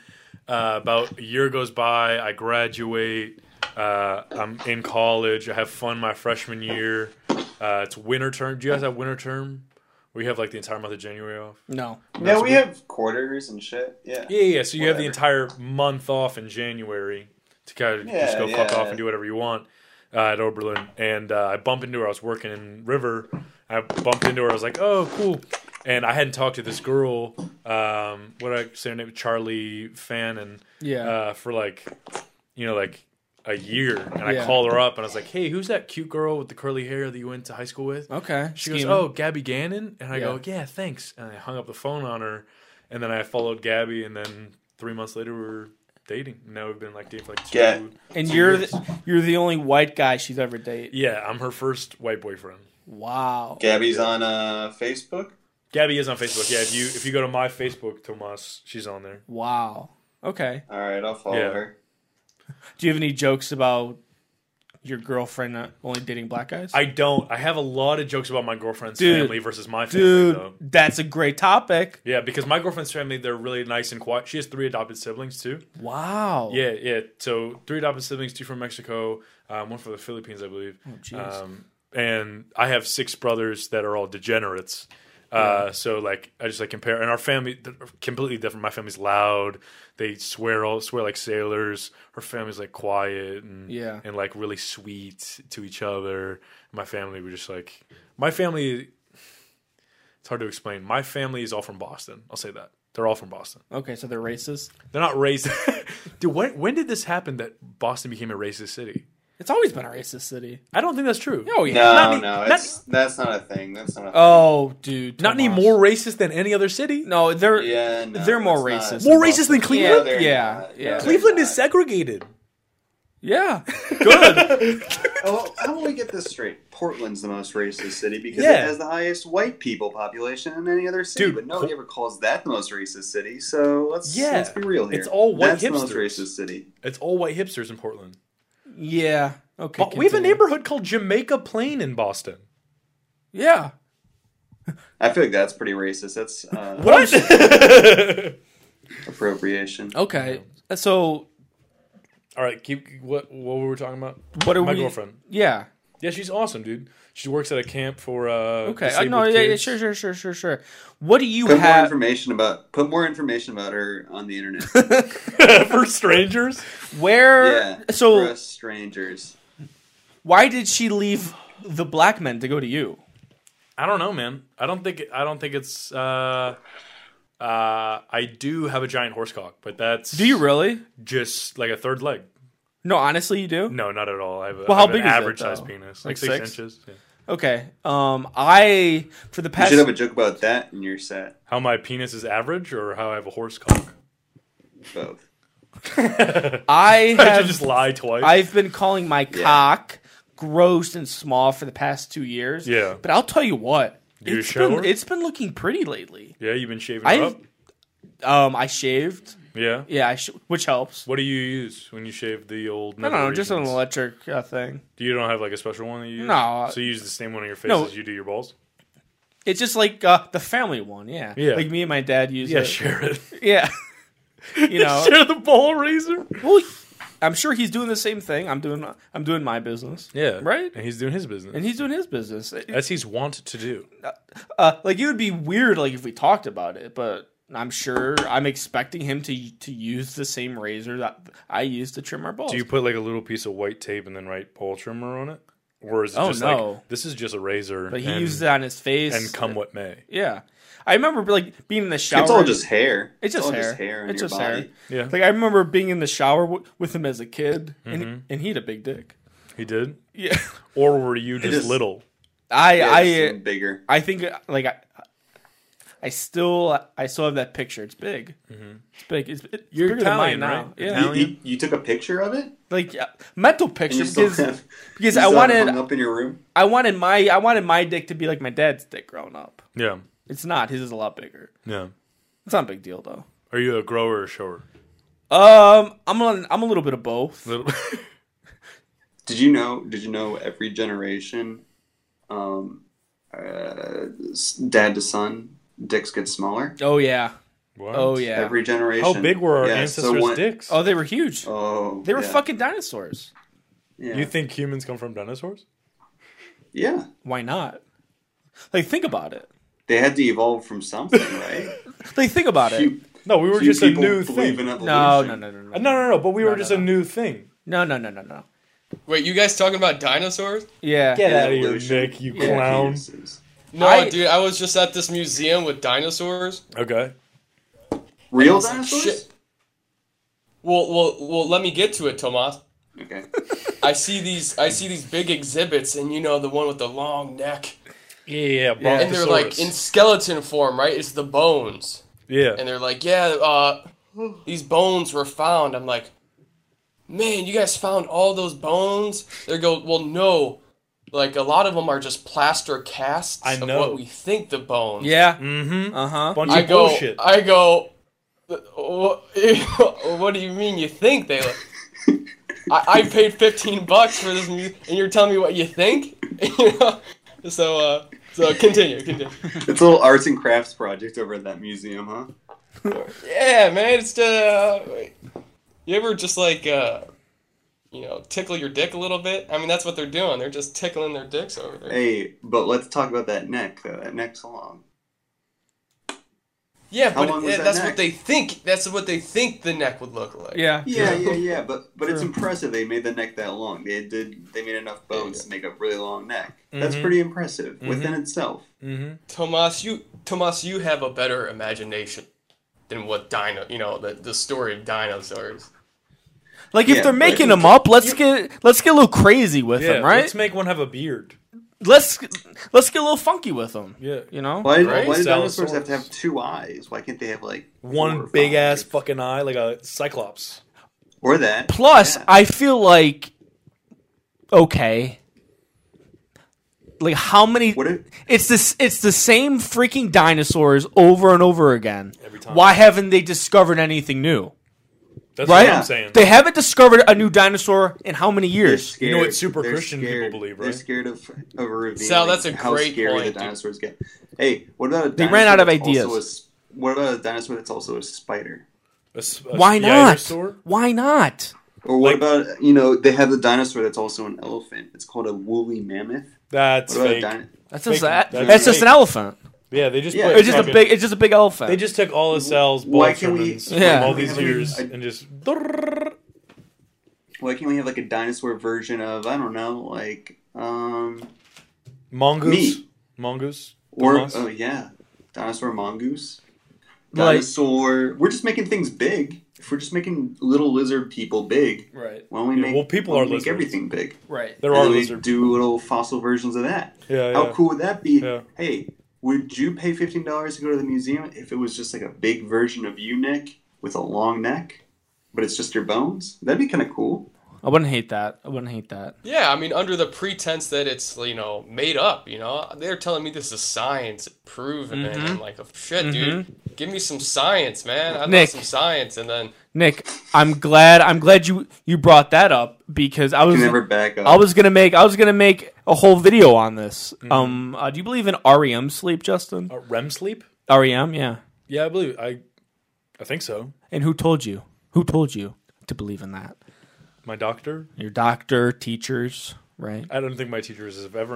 S3: uh, about a year goes by. I graduate. Uh, I'm in college. I have fun my freshman year. Uh, it's winter term. Do you guys have winter term? Where you have like the entire month of January off?
S2: No.
S5: Yeah,
S3: so
S5: we have quarters and shit. Yeah.
S3: Yeah, yeah. So you have the entire month off in January to kind of just
S5: Yeah,
S3: go fuck
S5: yeah.
S3: off and do whatever you want uh, at Oberlin. And uh, I bumped into her. I was working in River. I bumped into her. I was like, oh, cool. And I hadn't talked to this girl. Um, what did I say her name? Charlie Fannin.
S2: Yeah.
S3: Uh, for like, you know, like a year. And
S2: Yeah.
S3: I called her up and I was like, hey, who's that cute girl with the curly hair that you went to high school with?
S2: Okay.
S3: She
S2: Scheming.
S3: goes, "Oh, Gabby Gannon," and I go,
S2: Yeah.
S3: "Yeah, thanks." And I hung up the phone on her, and then I followed Gabby, and then three months later we were dating. Now we've been like dating for like two.
S2: Yeah. "Oh, And
S3: two
S2: you're
S3: years.
S2: the, you're the only white guy she's ever dated.
S3: yeah, I'm her first white boyfriend.
S2: Wow.
S5: Gabby's on uh, Facebook.
S3: Gabby is on Facebook. Yeah, if you if you go to my Facebook, Tomas, she's on there.
S2: Wow. Okay.
S5: All right, I'll follow
S3: Yeah.
S5: her.
S2: Do you have any jokes about your girlfriend not only dating black guys?
S3: I don't. I have a lot of jokes about my girlfriend's family versus my family
S2: dude,
S3: though.
S2: that's a great topic.
S3: Yeah, because my girlfriend's family, they're really nice and quiet. She has three adopted siblings too.
S2: Wow.
S3: Yeah, yeah. So three adopted siblings, two from Mexico, um, one from the Philippines, I believe.
S2: Oh, jeez.
S3: Um, and I have six brothers that are all degenerates.
S2: Yeah.
S3: Uh, so like I just like compare, and our family they're completely different. My family's loud; they swear all swear like sailors. Her family's like quiet and
S2: Yeah.
S3: and like really sweet to each other. My family were just like my family. It's hard to explain. My family is all from Boston. I'll say that they're all from Boston.
S2: Okay, so they're racist.
S3: They're not racist. *laughs* Dude, when, when did this happen that Boston became a racist city?
S2: It's always been a racist city.
S3: I don't think that's true.
S2: Oh yeah.
S5: No,
S2: Not me-
S5: no,
S2: not-
S5: it's, that's not a thing. That's not a
S2: oh, dude.
S3: Not any more racist than any other city?
S2: No, they're
S5: Yeah, no,
S2: they're more
S5: it's not.
S2: racist.
S3: More racist than Cleveland?
S2: Yeah,
S3: they're
S2: yeah,
S5: not.
S2: yeah.
S3: Cleveland is segregated.
S2: Yeah. *laughs*
S5: Oh,
S3: *laughs*
S5: how do we get this straight? Portland's the most racist city because
S3: Yeah.
S5: it has the highest white people population in any other city.
S3: Dude,
S5: but nobody ever calls that the most racist city. So let's
S3: Yeah,
S5: let's be real here.
S3: it's all white
S5: That's the most
S3: hipsters.
S5: racist city.
S3: It's all white hipsters in Portland.
S2: Yeah. Okay.
S3: But we have a
S2: continue.
S3: neighborhood called Jamaica Plain in Boston.
S2: Yeah.
S5: I feel like that's pretty racist. That's
S3: *laughs*
S5: uh,
S3: *laughs*
S5: appropriation.
S3: Oh,
S2: Okay. So
S3: All right, keep what what were we talking about?
S2: What are
S3: My
S2: we-
S3: girlfriend.
S2: yeah.
S3: Yeah, she's awesome, dude. She works at a camp for uh
S2: Okay. I
S3: disabled
S2: know. Yeah, yeah.
S3: kids.
S2: Sure. Sure. Sure. Sure. Sure. What do you
S5: put more
S2: have?
S5: information about put more information about her on the
S3: *laughs*
S5: internet.
S3: *laughs* for strangers.
S2: Where?
S5: yeah,
S2: so
S5: for us strangers.
S2: why did she leave the black men to go to you?
S3: I don't know, man. I don't think I don't think it's uh uh I do have a giant horse cock, but that's
S2: Do you really?
S3: just like a third leg.
S2: No, honestly, you do.
S3: No, not at all. I have a,
S2: Well,
S3: I
S2: how
S3: have
S2: big
S3: an
S2: is it,
S3: average size
S2: though?
S3: penis,
S2: Like
S3: like, six,
S2: six?
S3: inches. Yeah.
S2: Okay. Um, I for the
S5: You
S2: past
S5: should have a joke about that in your set.
S3: How my penis is average, or how I have a
S2: *laughs*
S3: horse cock.
S5: Both.
S2: I
S3: *laughs* I should
S2: have
S3: just lie twice.
S2: I've been calling my cock gross and small for the past two years.
S3: Yeah.
S2: But I'll tell you what,
S3: You
S2: it's
S3: shower?
S2: been, it's been looking pretty lately.
S3: yeah, you've been shaving it
S2: I
S3: up.
S2: um I shaved.
S3: Yeah.
S2: Yeah, I sh- which helps.
S3: What do you use when you shave the old?
S2: I don't know, just an
S3: Memorations?
S2: electric uh, thing.
S3: You don't have like a special one that you use.
S2: No.
S3: So you use the same one on your face
S2: No.
S3: as you do your balls.
S2: It's just like uh, the family one, yeah.
S3: Yeah.
S2: Like me and my dad use
S3: Yeah,
S2: it.
S3: *laughs* share it. *laughs*
S2: Yeah. you know.
S3: Share the ball razor.
S2: Well, I'm sure he's doing the same thing. I'm doing I'm doing my business.
S3: Yeah.
S2: Right?
S3: And he's doing his business.
S2: And he's doing his business.
S3: As he's wont to do.
S2: Uh, *laughs* like it would be weird like if we talked about it, but I'm sure I'm expecting him to to use the same razor that I use to trim our balls.
S3: Do you put like a little piece of white tape and then write ball trimmer on it? Or is it
S2: Oh,
S3: just
S2: no.
S3: like this is just a razor?
S2: But he
S3: and-
S2: used it on his face.
S3: And come what may.
S2: Yeah. I remember like being in the shower.
S5: It's all just hair.
S2: It's
S5: It's
S2: just
S5: all
S2: hair.
S5: just hair in
S2: it's
S5: your
S2: just
S5: body.
S2: hair.
S3: Yeah.
S2: Like I remember being in the shower w- with him as a kid,
S3: Mm-hmm.
S2: and, and he had a big
S3: *laughs*
S2: dick.
S3: He did?
S2: Yeah.
S3: Or were you
S5: It
S3: just
S5: is-
S3: little?
S2: I
S5: Yeah,
S2: I
S5: it's bigger.
S2: I think like I, I still I still have that picture. It's big. It's big. It's, it's
S3: Mm-hmm. You're
S2: bigger
S3: Italian,
S2: than mine
S3: right?
S2: now.
S5: You,
S2: Yeah.
S5: you, you took a picture of it?
S2: Like yeah, mental
S5: And
S2: picture
S5: you still
S2: because *laughs*
S5: have,
S2: because
S5: you
S2: I
S5: still have it
S2: wanted
S5: hung up in your room.
S2: I wanted my I wanted my dick to be like my dad's dick growing up.
S3: Yeah.
S2: It's not. His is a lot bigger.
S3: Yeah.
S2: It's not a big deal though.
S3: Are you a grower or shower?
S2: Um, I'm on, I'm a little bit of both.
S3: *laughs* Little
S5: Did you know? Did you know every generation, um, uh, s- dad to son, dicks get smaller.
S2: Oh yeah.
S3: What?
S2: Oh yeah.
S5: Every generation.
S3: How big were our
S5: Yeah, so
S3: ancestors'
S5: one-
S3: dicks?
S2: oh, they were huge.
S5: Oh,
S2: they were
S5: yeah,
S2: fucking dinosaurs.
S5: Yeah.
S3: You think humans come from dinosaurs?
S5: yeah,
S2: Why not? Like think about it.
S5: they had to evolve from
S2: *laughs*
S5: something, right?
S2: Like think about it.
S5: Few-
S3: No, we were
S5: few
S3: just a
S5: people
S3: new
S5: believe
S3: thing.
S5: in
S3: Uh,
S5: evolution.
S2: No, no, no, no, no,
S3: No, no, no. But we were
S2: no,
S3: just
S2: no.
S3: a new thing.
S2: no, no, no, no, no.
S10: Wait, you guys talking about dinosaurs?
S2: Yeah.
S3: Get out of here,
S5: Evolution.
S3: Nick. You
S5: Yeah,
S3: clown.
S5: penises.
S10: No,
S2: I-
S10: dude, I was just at this museum with dinosaurs.
S3: Okay.
S5: Real
S10: It's like,
S5: dinosaurs?
S10: shit. Well, well, well. Let me get to it, Tomas.
S5: Okay.
S10: I see these. I see these big exhibits, and you know the one with the long neck,
S3: Yeah, yeah.
S2: Yeah.
S10: and they're like in skeleton form, right? It's the bones, and
S3: yeah.
S10: they're like, yeah, uh, these bones were found. I'm like, man, you guys found all those bones? They go, well, no, like a lot of them are just plaster casts
S3: I
S10: of
S3: know.
S10: what we think the bones.
S2: Yeah.
S3: Mm-hmm.
S2: Uh huh.
S3: Bunch
S10: I
S3: of
S10: go,
S3: bullshit.
S10: I go. What, *laughs* what do you mean you think
S3: *laughs*
S10: they look? I, I paid fifteen bucks for this, mu- and you're telling me what you think? *laughs* You know? so, uh, so continue, continue.
S5: *laughs* It's a little arts and crafts project over at that museum, huh?
S10: Yeah, man, it's uh, you ever just like uh, you know, tickle your dick a little bit? I mean, that's what they're doing. They're just tickling their dicks over there.
S5: Hey, but let's talk about that neck. Though. That neck's long.
S10: yeah,
S5: how
S10: but
S5: long was
S10: yeah,
S5: that
S10: that's
S5: neck?
S10: what they think. That's what they think the neck would look like.
S2: Yeah.
S5: Yeah, *laughs* yeah, yeah. But but it's impressive they made the neck that long. They did. They made enough bones to make a really long neck. That's pretty impressive within itself.
S10: Tomas, you Tomas, you have a better imagination than what dino, you know, the, the story of dinosaurs.
S2: Like if
S5: Yeah,
S2: they're
S5: but-
S2: making them up, let's get let's get a little crazy with
S3: yeah.
S2: them, right?
S3: Let's make one have a beard.
S2: let's let's get a little funky with them.
S3: Yeah.
S2: You know?
S5: Why,
S10: Right?
S5: why do
S3: Dinosaurs.
S5: dinosaurs have to have two eyes? Why can't they have like four
S3: One
S5: or
S3: big
S5: five?
S3: ass fucking eye, like a cyclops.
S5: or that?
S2: Plus,
S5: yeah.
S2: I feel like okay. Like how many
S5: What if-
S2: it's this it's the same freaking dinosaurs over and over again.
S3: Every time.
S2: Why haven't they discovered anything new?
S3: That's
S2: Right?
S3: what I'm saying.
S2: They haven't discovered a new dinosaur in how many years?
S5: scared.
S3: know what super
S5: They're
S3: Christian people
S5: scared.
S3: believe,
S5: They're
S3: right?
S5: scared of of revealing
S10: Sal, that's a
S5: how
S10: great
S5: scary
S10: point,
S5: the
S10: dude.
S5: dinosaurs get. Hey, what about a
S2: They
S5: dinosaur
S2: ran out of
S5: that's also
S2: ideas.
S5: a s- what about a dinosaur that's also a spider?
S3: A s- a
S2: Why not?
S3: spider-saur?
S2: Why not?
S5: Or
S3: Like-
S5: what about you know they have the dinosaur that's also an elephant? It's called a woolly mammoth.
S3: That's
S5: What about a
S3: fake.
S5: dino-
S2: That's just
S3: Big-
S2: that,
S3: that's
S2: that's just an
S3: big.
S2: elephant.
S3: Yeah, they just
S5: Yeah,
S3: put
S2: It's just a
S3: fucking-
S2: big it's just a big elephant.
S3: They just took all of Sal's ball
S5: Why can't we-
S3: trimmings
S2: Yeah.
S3: from all
S5: Why
S3: these
S5: can't we-
S3: years
S5: I-
S3: and just
S5: Why can't we have like a dinosaur version of I don't know like um
S3: mongoose,
S5: Me.
S3: mongoose,
S5: or
S3: Tomas?
S5: oh yeah dinosaur mongoose
S2: Like-
S5: dinosaur. we're just making things big. If we're just making little lizard people big,
S2: Right.
S5: why don't we
S3: Yeah,
S5: make
S3: well, people
S5: why
S3: are
S5: don't we make
S3: lizards.
S5: everything big?
S2: Right.
S3: there
S5: And
S3: are
S5: then we
S3: lizards.
S5: do little fossil versions of that.
S3: Yeah,
S5: How
S3: yeah.
S5: cool would that be?
S3: Yeah.
S5: Hey, would you pay fifteen dollars to go to the museum if it was just like a big version of you, Nick, with a long neck, but it's just your bones? That'd be kind of cool.
S2: I wouldn't hate that. I wouldn't hate that.
S10: Yeah, I mean, under the pretense that it's you know made up, you know, they're telling me this is science
S2: Mm-hmm.
S10: proven, and I'm like, oh, shit, dude, give me some science, man. I
S2: Nick.
S10: want some science, and then
S2: Nick, I'm glad I'm glad you you brought that up because I was
S5: never back up.
S2: I was gonna make I was gonna make a whole video on this. Um, uh, do you believe in REM sleep, Justin?
S3: Uh, REM sleep?
S2: REM, yeah.
S3: Yeah, I believe I. I think so.
S2: And who told you? Who told you to believe in that?
S3: My doctor.
S2: Your doctor, teachers, right?
S3: I don't think my teachers have ever.
S2: Oh,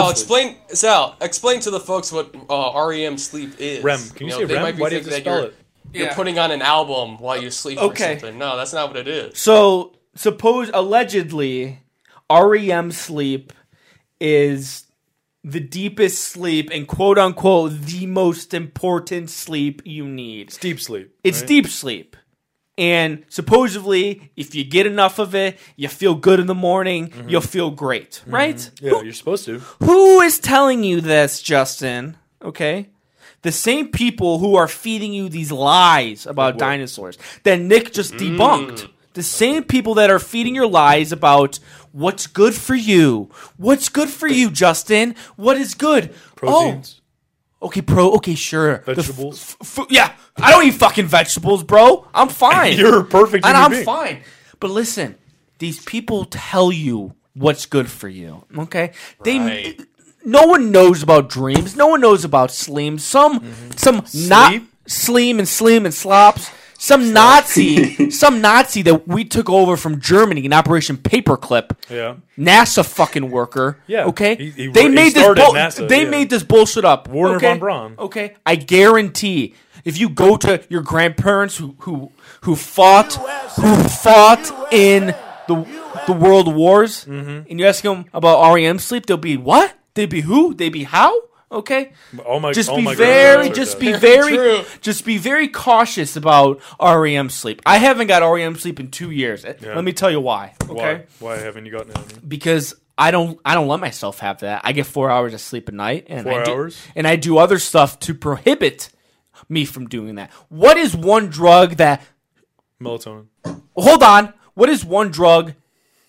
S10: Sal, explain Sal, explain to the folks what uh, REM sleep is.
S3: REM. Can you say
S10: they
S3: REM?
S10: might be
S3: Why do you have
S10: thinking
S3: to
S10: that
S3: spell
S10: you're-
S3: it?
S10: You're
S2: Yeah.
S10: putting on an album while you sleep
S2: Okay.
S10: or something. No, that's not what it is.
S2: So suppose allegedly REM sleep is the deepest sleep and quote unquote the most important sleep you need. It's
S3: deep sleep.
S2: It's
S3: right?
S2: deep sleep. And supposedly if you get enough of it, you feel good in the morning,
S3: Mm-hmm.
S2: you'll feel great, right?
S3: Yeah, you're supposed to.
S2: Who is telling you this, Justin? Okay? The same people who are feeding you these lies about dinosaurs that Nick just
S3: Mm.
S2: debunked. The same people that are feeding your lies about what's good for you. What's good for you, Justin? What is good?
S3: Proteins.
S2: Oh, okay, pro. Okay, sure. The f-
S3: Vegetables.
S2: f- yeah, I don't eat fucking vegetables, bro.
S3: *laughs*
S2: I'm fine.
S3: You're a perfect
S2: and
S3: human
S2: I'm
S3: being.
S2: fine. But listen, these people tell you what's good for you. Okay, they. No one knows about dreams. No one knows about sleem. Some,
S3: Mm-hmm.
S2: some not sleem and sleem and slops. Some Nazi, some Nazi that we took over from Germany in Operation Paperclip.
S3: Yeah.
S2: NASA fucking worker.
S3: Yeah,
S2: Okay.
S3: he- he-
S2: they
S3: he
S2: made this.
S3: started
S2: bull-
S3: NASA,
S2: they
S3: yeah.
S2: made this bullshit up.
S3: Werner
S2: okay?
S3: von Braun.
S2: Okay. I guarantee, if you go to your grandparents who who who fought who fought in the the world wars,
S3: Mm-hmm.
S2: and you ask them about REM sleep, they'll be what? They be who? They be how? Okay.
S3: All Oh my
S2: just
S3: all
S2: be
S3: my
S2: very,
S3: grandparents are
S2: just
S3: dead.
S2: be very, just be very cautious about REM sleep. I haven't got REM sleep in two years. Let me tell you why. Okay
S3: Why? Why haven't you gotten it?
S2: because I don't I don't let myself have that. I get four hours of sleep a night, and
S3: Four
S2: I do,
S3: hours?
S2: and I do other stuff to prohibit me from doing that. What is one drug that?
S3: Melatonin.
S2: Hold on. What is one drug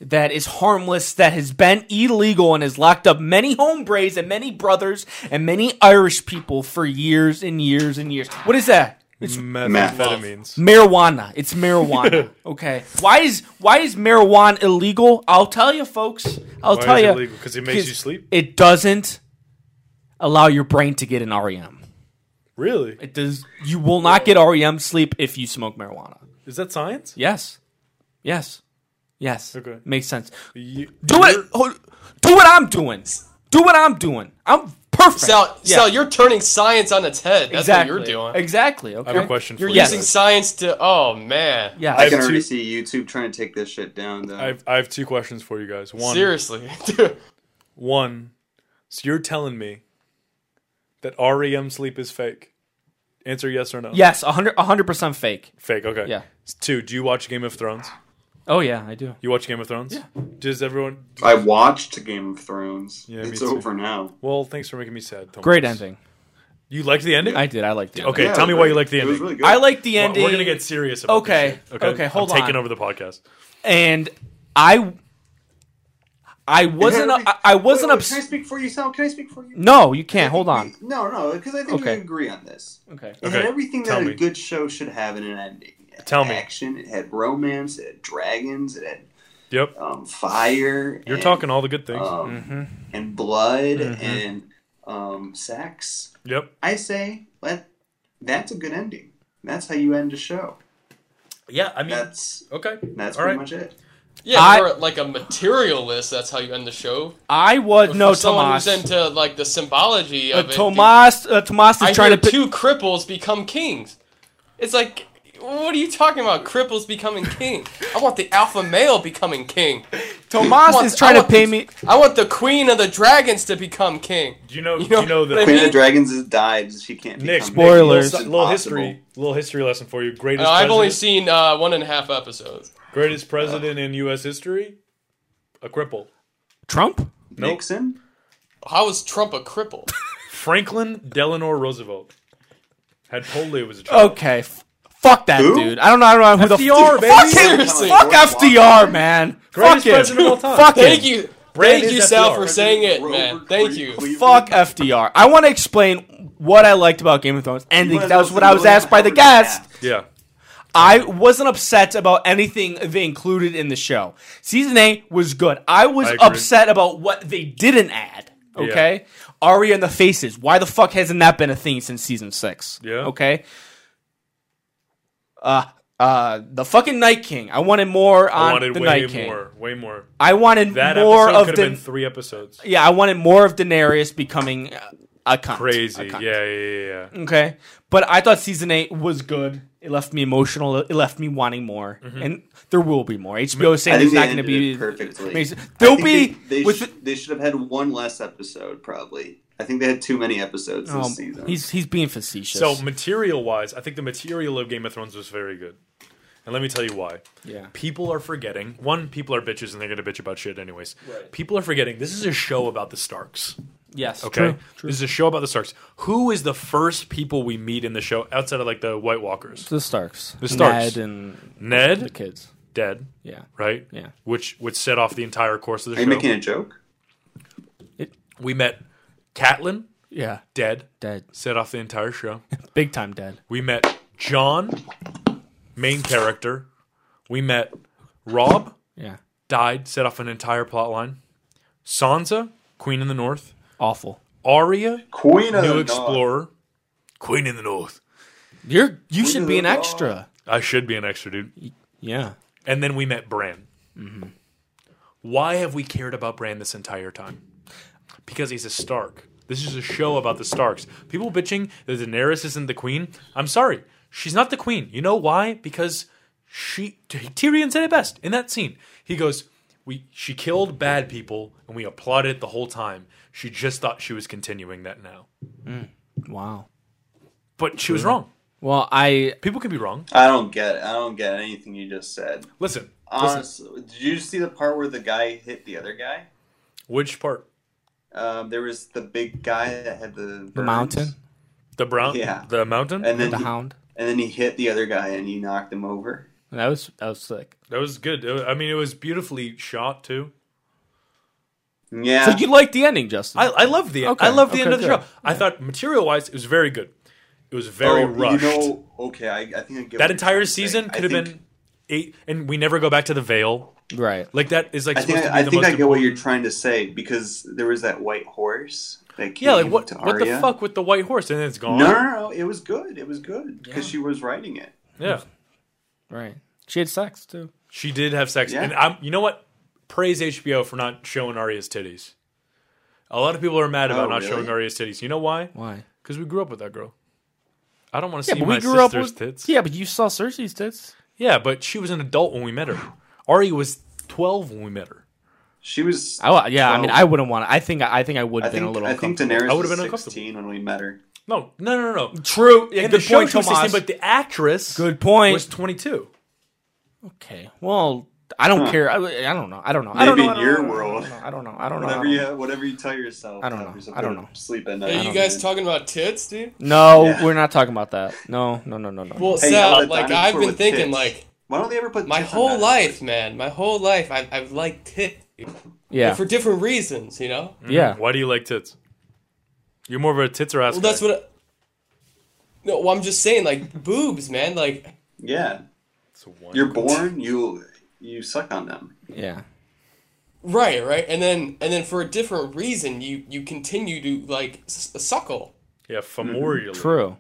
S2: that is harmless that has been illegal and has locked up many hombres and many brothers and many Irish people for years and years and years? What is that? It's
S3: Methamphetamines.
S2: marijuana. It's
S3: *laughs*
S2: marijuana. okay. Why is why is marijuana illegal? I'll tell you, folks. I'll
S3: Why
S2: tell
S3: is it
S2: you.
S3: illegal? 'Cause it makes you sleep?
S2: It doesn't allow your brain to get an REM.
S3: Really?
S2: It does. You will not get REM sleep if you smoke marijuana.
S3: Is that science?
S2: Yes. Yes. Yes.
S3: Okay.
S2: Makes sense.
S3: You,
S2: Do it. hold- Do what I'm doing. Do what I'm doing. I'm perfect.
S10: Sal,
S2: Yeah.
S10: Sal, you're turning science on its head. That's
S2: exactly.
S10: what you're doing.
S2: Exactly. Okay.
S3: I have a question for
S10: You're
S3: you.
S10: using science to. Oh man.
S2: Yeah.
S5: I,
S3: have
S5: can already
S3: two-
S5: see YouTube trying to take this shit down. Though.
S3: I've, I have two questions for you guys. One,
S10: Seriously, *laughs* dude.
S3: one. So you're telling me that REM sleep is fake? Answer yes or no.
S2: Yes. 100 percent fake.
S3: Fake. Okay.
S2: Yeah.
S3: Two. Do you watch Game of Thrones?
S2: Oh yeah, I do.
S3: You watch Game of Thrones? Yeah. Does everyone?
S5: I watched Game of Thrones.
S3: Yeah, me
S5: it's
S3: too.
S5: over now.
S3: Well, thanks for making me sad. Thomas.
S2: Great ending.
S3: You liked the ending?
S2: I did. I liked it.
S3: Okay,
S5: Yeah,
S3: tell me
S5: it
S3: why
S5: was-
S3: you like the
S5: it was
S3: ending.
S5: really good.
S2: I like the
S3: We're-
S2: ending.
S3: We're gonna get serious about this
S2: Okay,
S3: shit,
S2: okay, hold
S3: I'm taking
S2: on.
S3: over the podcast.
S2: and I, I wasn't. I, I wasn't
S5: Wait, wait, Can I
S2: upset.
S5: speak for you, Sal? Can I speak for you?
S2: No, you can't. Hold on.
S5: No, no, because I think
S2: Okay.
S5: we agree on this.
S2: Okay.
S5: It
S3: Okay,
S5: had everything
S3: tell
S5: that
S3: me.
S5: a good show should have in an ending. It had
S3: Tell me.
S5: action, It had romance. It had dragons. It had
S3: Yep.
S5: um, fire.
S3: You're
S5: and,
S3: talking all the good things.
S5: um,
S2: Mm-hmm.
S5: and blood and um, sex.
S3: yep.
S5: I say let that's a good ending. That's how you end a show.
S3: Yeah, I mean
S5: That's
S3: Okay.
S5: that's
S3: all
S5: pretty
S3: right.
S5: much it.
S10: Yeah,
S2: I-
S10: you're like a materialist. That's how you end the show.
S2: I was no
S10: For someone
S2: Tomas.
S10: who's into like the symbology
S2: Uh,
S10: of it.
S2: Tomas. Uh, Tomas
S10: I
S2: is trying
S10: hear
S2: to. Pick,
S10: two cripples become kings. It's like, what are you talking about? Cripples becoming king? I want the alpha male becoming king. I
S2: Tomas
S10: want-
S2: is trying
S10: I
S2: to
S10: want
S2: pay
S10: the-
S2: me.
S10: I want the queen of the dragons to become king.
S3: Do you know
S10: You
S3: you know,
S10: know-
S3: you know
S10: Wait,
S3: the
S5: Queen
S10: mean-
S5: of Dragons has died. She can't.
S3: Nick,
S5: become
S2: spoilers.
S5: It's
S3: Little, little
S5: impossible.
S3: history little history lesson for you. Greatest
S10: Uh, I've only
S3: president-
S10: seen uh, one and a half episodes.
S3: greatest president in US history? A cripple.
S2: Trump.
S5: Nixon.
S10: How is Trump a cripple?
S3: *laughs* Franklin Delano Roosevelt. Had polio
S2: Oh,
S3: as a child.
S2: Okay. F- fuck that
S5: Who?
S2: dude. I don't know. I don't know who
S3: FDR,
S2: the
S3: baby.
S2: fuck him.
S10: Seriously.
S2: Fuck FDR, man.
S3: Greatest
S2: fuck him.
S3: president of all time.
S2: Fuck
S10: Thank
S2: him.
S10: you,
S3: Brand
S10: thank
S3: is
S10: you, Sal,
S3: FDR.
S10: for saying it,
S5: Robert
S10: man. Thank
S5: Cle-
S10: you.
S5: Cleveland.
S2: Fuck FDR. I want to explain what I liked about Game of Thrones ending.
S5: wanna
S2: That
S5: know
S2: was
S5: if
S2: what
S5: you
S2: I was
S5: really
S2: asked by the
S5: covered that.
S2: guest.
S3: Yeah.
S2: I wasn't upset about anything they included in the show. Season eight was good. I was
S3: I agree.
S2: upset about what they didn't add.
S3: Yeah.
S2: Okay, Arya and the faces. Why the fuck hasn't that been a thing since season six?
S3: Yeah.
S2: Okay. Uh, uh, the fucking Night King. I wanted more on
S3: I wanted
S2: the
S3: way
S2: Night King.
S3: more, way more.
S2: I wanted
S3: that
S2: more
S3: episode
S2: of
S3: could
S2: the
S3: have been three episodes.
S2: Yeah, I wanted more of Daenerys becoming uh, a cunt.
S3: Crazy,
S2: A cunt.
S3: yeah, yeah, yeah. yeah.
S2: Okay, but I thought season eight was good. It left me emotional. It left me wanting more,
S5: Mhm.
S2: and there will be more. HBO is saying
S5: I think
S2: there's not
S5: they
S2: going to
S5: ended
S2: be
S5: it perfectly.
S2: amazing.
S5: I
S2: There'll
S5: think
S2: be
S5: They, they,
S2: with
S5: sh- they should have had one less episode, probably. I think they had too many episodes
S2: Oh,
S5: this season.
S2: he's he's being facetious.
S3: So material wise, I think the material of Game of Thrones was very good, and let me tell you why.
S2: Yeah.
S3: people are forgetting. One, people are bitches and they're gonna bitch about shit anyways. People are forgetting this is a show about the Starks.
S2: Yes,
S3: Okay.
S2: true, true.
S3: This is a show about the Starks. Who is the first people we meet in the show outside of like the White Walkers?
S2: the Starks,
S3: The Starks.
S2: Ned and
S3: Ned,
S2: the kids.
S3: dead.
S2: Yeah.
S3: Right.
S2: Yeah.
S3: Which which set off the entire course of the
S5: Are you
S3: show.
S5: making a joke?
S3: We met Catelyn.
S2: Yeah.
S3: Dead.
S2: Dead.
S3: Set off the entire show.
S2: Big time dead.
S3: We met John, main character. We met Rob.
S2: Yeah.
S3: Died. Set off an entire plot line. Sansa, Queen in the North.
S2: Awful.
S3: Arya,
S5: Queen of
S3: New
S5: the North.
S3: Explorer. Queen in the North.
S2: You're you should be an extra.
S3: I should be an extra dude.
S2: Yeah.
S3: And then we met Bran. Why have we cared about Bran this entire time? Because he's a Stark. This is a show about the Starks. People bitching that Daenerys isn't the queen. I'm sorry. She's not the queen. You know why? Because she Tyrion said it best in that scene. He goes, "We she killed bad people and we applauded it the whole time. She just thought she was continuing that now."
S2: Wow.
S3: But she was wrong.
S2: Well, I
S3: people can be wrong.
S5: I don't get it. I don't get anything you just said.
S3: Listen,
S5: Honestly, did you see the part where the guy hit the other guy?
S3: Which part?
S5: Um, there was the big guy that had the burns.
S2: mountain?
S3: The brown
S5: Yeah.
S3: the mountain?
S5: and then
S2: The
S5: he-
S2: hound.
S5: and then he hit the other guy and he knocked him over.
S2: That was that was sick.
S3: That was good. It wa- I mean, it was beautifully shot too.
S5: Yeah.
S2: So you liked the ending, Justin?
S3: I, I love the
S2: Okay,
S3: I love the
S2: okay,
S3: end of the show.
S2: good.
S3: I thought material wise, it was very good. It was very
S5: Oh,
S3: rushed.
S5: You know, okay, I, I think I get what
S3: that
S5: you're trying
S3: entire
S5: to say.
S3: season
S5: I
S3: could have
S5: think-
S3: been eight, and we never go back to the veil.
S2: Right.
S3: Like that is like
S5: I think
S3: supposed to be
S5: I,
S3: the
S5: think
S3: most
S5: I get what you're trying to say because there was that white horse that came
S3: Yeah, like what
S5: to
S3: what the
S5: Arya.
S3: fuck with the white horse, and then it's
S5: No,
S3: gone.
S5: no, no, no, it was good. It was good because she was writing it.
S3: Yeah,
S2: Right. She had sex too.
S3: she did have sex,
S5: Yeah.
S3: and I'm, you know what? Praise HBO for not showing Arya's titties. A lot of people are mad about
S5: Oh,
S3: not
S5: really?
S3: showing Arya's titties. You know why?
S2: Why?
S3: Because we grew up with that girl. I don't want to
S2: Yeah,
S3: see
S2: but
S3: my
S2: we grew up
S3: sister's
S2: with
S3: tits.
S2: Yeah, but you saw Cersei's tits.
S3: Yeah, but she was an adult when we met her. Ari was 12 when we met her.
S5: She was.
S2: I, wa- yeah, I mean, I wouldn't want. to. I think I think I would
S5: I
S2: have been
S5: think,
S2: a little.
S5: I think
S2: uncomfortable.
S5: Daenerys
S3: I
S5: was
S3: would've been uncomfortable.
S5: 16 when we met her.
S3: No, no, no, no, no.
S2: True. Yeah,
S3: In
S2: good
S3: the show,
S2: point,
S3: she was 16,
S2: Tomas.
S3: but the actress
S2: Good point.
S3: was 22.
S2: Okay. Well, I don't
S5: Huh.
S2: care. I, I don't know. I don't know. I don't
S5: Maybe
S2: know. I
S5: in
S2: don't
S5: your
S2: know.
S5: world,
S2: I don't know. I don't know. I
S5: whatever
S2: don't
S5: you
S2: know.
S5: whatever you tell yourself.
S2: I don't know.
S5: after
S2: I don't know.
S5: Sleep at night.
S10: Hey, you guys talking about tits, dude?
S2: No,
S5: Yeah.
S2: we're not talking about that. No, no, no, no, no.
S10: Well,
S5: Hey, how
S10: Sal,
S5: the
S10: like
S5: dinosaur
S10: I've been
S5: with
S10: thinking,
S5: tits.
S10: like
S5: Why don't they ever put
S10: my
S5: tits on
S10: whole
S5: that?
S10: life, man, my whole life, I've, I've liked tits. dude.
S2: Yeah.
S10: But for different reasons, you know.
S2: Yeah.
S3: Why do you like tits? You're more of a tits or ass
S10: Well, that's
S3: guy.
S10: what. I- no, well, I'm just saying, like boobs, man. Like
S5: Yeah,
S3: It's a one.
S5: you're born. You you suck on them.
S2: Yeah.
S10: right, right, and then and then for a different reason, you you continue to like s- suckle.
S3: Yeah, femorially.
S2: True.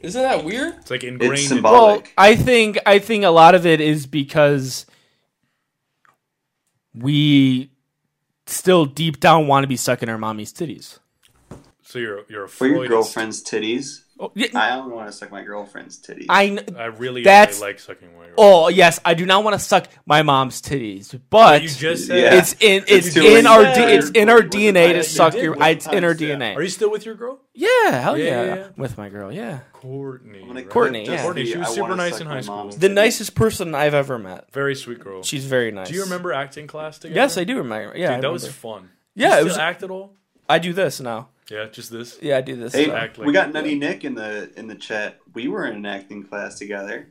S10: Isn't that weird?
S3: It's like ingrained. in-
S2: Well,
S5: symbolic.
S2: I think I think a lot of it is because we still deep down want to be sucking our mommy's titties.
S3: so you're, you're a
S5: For your
S3: Freudist.
S5: girlfriend's titties.
S2: Oh, yeah,
S5: I don't want to suck my girlfriend's titties.
S2: I kn-
S3: I really
S2: That's-
S3: only like sucking white.
S2: oh yes, I do not want to suck my mom's titties, but
S3: You just said
S5: Yeah.
S2: it's in
S5: It's
S2: it's
S5: too
S2: in
S5: late.
S2: our
S5: Yeah.
S2: D, it's in our
S5: Wasn't
S2: DNA
S5: I-
S2: to
S5: you
S2: suck
S5: did
S2: your
S5: one
S2: it's in our
S5: time, yeah.
S2: DNA.
S3: Are you still with your girl?
S2: Yeah, hell
S3: Yeah,
S2: yeah,
S3: yeah, yeah.
S2: with my girl, yeah.
S3: Courtney.
S5: I'm gonna
S3: right?
S2: Courtney,
S5: clip just
S2: yeah.
S5: the,
S3: Courtney, she was
S5: "I
S3: super
S5: wanna
S3: nice
S5: suck
S3: in
S5: my
S3: high school.
S5: mom's
S2: The
S5: titties."
S2: nicest person I've ever met.
S3: Very sweet girl.
S2: She's very nice.
S3: Do you remember acting class together?
S2: Yes, I do remember. Yeah,
S3: Dude,
S2: I
S3: that was
S2: remember.
S3: fun.
S2: Yeah,
S3: you
S2: it
S3: still
S2: was-
S3: act at all?
S2: I do this now.
S3: Yeah, just this.
S2: Yeah, I do this.
S5: Hey,
S2: now.
S3: Act like-
S5: we got Nutty Nick in the in the chat. We were in an acting class together.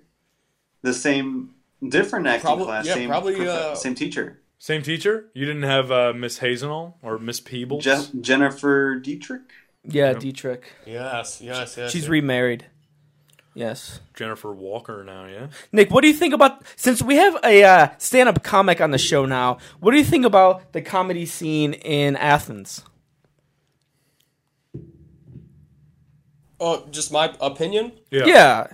S5: The same, different acting
S10: Probably-
S5: class.
S10: yeah,
S5: same,
S10: probably,
S5: prof-
S10: uh,
S5: same teacher.
S3: Same teacher? You didn't have uh, Miss Hazenall or Miss Peebles?
S5: Je-
S3: *laughs*
S5: Jennifer Dietrich.
S2: Yeah, Dietrich.
S10: Yes, yes, yes.
S2: She's
S10: yes.
S2: remarried. Yes.
S3: Jennifer Walker now, yeah.
S2: Nick, what do you think about since we have a uh, stand-up comic on the show now? What do you think about the comedy scene in Athens?
S10: Oh, just my opinion.
S2: Yeah. Yeah.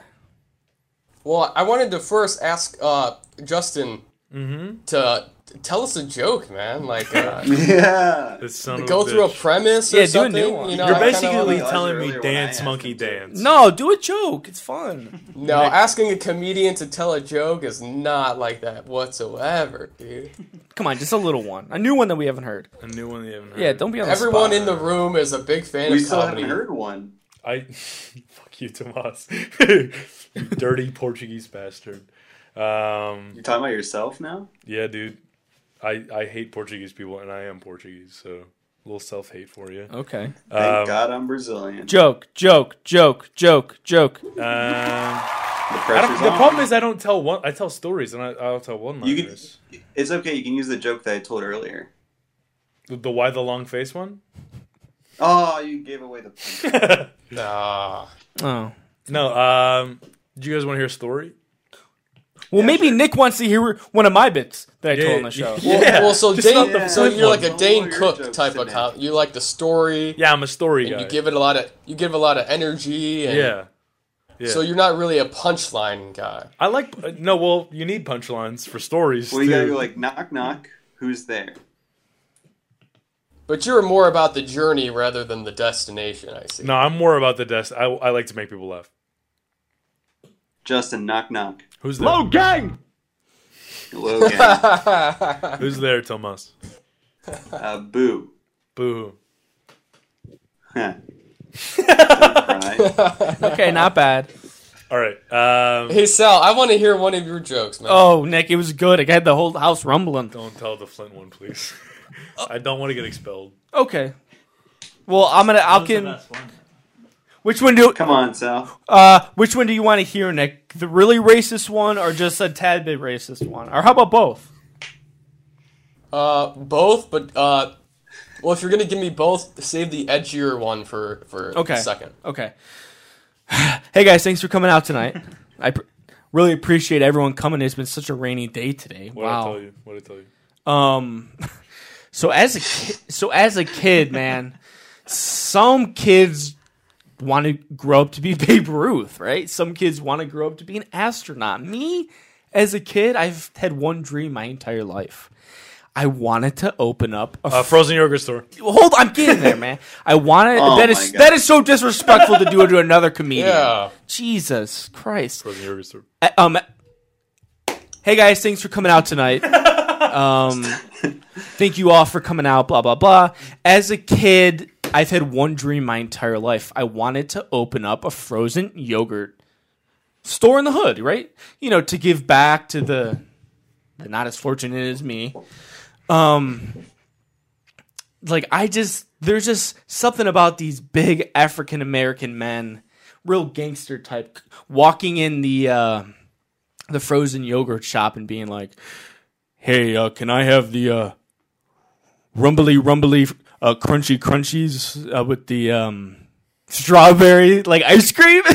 S10: Well, I wanted to first ask uh, Justin
S3: Mm-hmm.
S10: to tell us a joke, man. Like, *laughs* uh,
S5: yeah,
S3: The son of
S10: go
S3: a
S10: through a
S3: bitch.
S10: premise or
S2: Yeah, do a
S10: something.
S2: new one.
S10: You know,
S3: You're
S10: I kinda
S3: basically
S10: wanna-
S3: telling me dance, monkey dance.
S2: No, do a joke. It's fun.
S10: No, asking a comedian to tell a joke is not like that whatsoever, dude.
S2: Come on, just a little one, a new one that we haven't heard.
S3: A new one that you haven't heard.
S2: Yeah, don't be on the
S10: Everyone
S2: spot.
S10: in the room is a big fan
S5: We
S10: of
S5: still
S10: comedy.
S5: haven't heard one.
S3: I *laughs* fuck you, Tomas. *laughs* You dirty Portuguese bastard. Um,
S5: You're talking about yourself now?
S3: yeah, dude. I I hate Portuguese people, and I am Portuguese, so a little self hate for you.
S2: Okay.
S5: Thank
S3: Um,
S5: God I'm Brazilian.
S2: Joke, joke, joke, joke, joke.
S3: Um,
S5: The
S3: I don't-
S5: pressure's
S3: the
S5: on.
S3: problem is I don't tell one. I tell stories, and I, I'll tell one
S5: You can-
S3: liners.
S5: it's okay. You can use the joke that I told earlier.
S3: The, the why the long face one?
S5: Oh, you gave away the.
S10: Nah.
S2: Oh.
S3: No. Um. Do you guys want to hear a story?
S2: Well, maybe Nick wants to hear one of my bits that I told on the show.
S3: *laughs*
S10: Well, well, so
S3: just not
S10: Dane,
S3: the
S10: so
S3: flip
S10: you're
S3: one.
S10: like a Dane Cook type of com- You like the story,
S3: Yeah, I'm a story
S10: and
S3: guy.
S10: you give it a lot of you give a lot of energy. And
S3: yeah. Yeah.
S10: So you're not really a punchline guy.
S3: I like uh, no. Well, you need punchlines for stories.
S5: Well, you gotta
S3: too.
S5: go like knock knock. Who's there?
S10: But you're more about the journey rather than the destination, I see.
S3: No, I'm more about the desk. I, I like to make people laugh.
S5: Justin
S3: *laughs*
S5: knock knock.
S3: Who's there? Hello,
S2: gang.
S5: Hello gang.
S3: Who's there, Tomas?
S5: Uh, boo.
S3: Boo.
S5: Huh. Don't cry.
S2: Okay, not bad.
S3: All right. Um,
S10: Hey Sal, I want to hear one of your jokes, man.
S2: Oh, Nick, it was good. It had the whole house rumbling.
S3: don't tell the Flint one, please. *laughs* I don't want to get expelled.
S2: Okay. Well, I'm gonna. I'll can. Which one do?
S5: Come on, Sal.
S2: Uh, which one do you want to hear, Nick? The really racist one, or just a tad bit racist one, or how about both?
S10: Uh, both, but uh, well, if you're gonna give me both, save the edgier one for for
S2: Okay.
S10: a second.
S2: Okay. *sighs* hey guys, thanks for coming out
S3: *laughs*
S2: tonight. I pr- really appreciate everyone coming. It's been such a rainy day today.
S3: What I
S2: wow.
S3: tell you? What I tell you?
S2: Um, *laughs* so as a ki- so as a kid, man, some kids want to grow up to be *laughs* Babe Ruth, right? Some kids want to grow up to be an astronaut. Me, as a kid, I've had one dream my entire life. I wanted to open up a
S3: Uh, frozen yogurt store.
S2: hold. I'm getting there, man. I wanted
S5: *laughs* Oh
S2: that
S5: my
S2: is
S5: God.
S2: that is so disrespectful to do it to another comedian.
S10: Yeah.
S2: Jesus Christ.
S3: Frozen yogurt store.
S2: Uh, um hey guys thanks for coming out tonight um thank you all for coming out blah blah blah as a kid i've had one dream my entire life i wanted to open up a frozen yogurt store in the hood right you know to give back to the the not as fortunate as me um like i just there's just something about these big african american men real gangster type walking in the uh the frozen yogurt shop and being like, "Hey, uh, can I have the uh, rumbly rumbly uh, crunchy crunchies uh, with the um, strawberry like ice cream?" *laughs*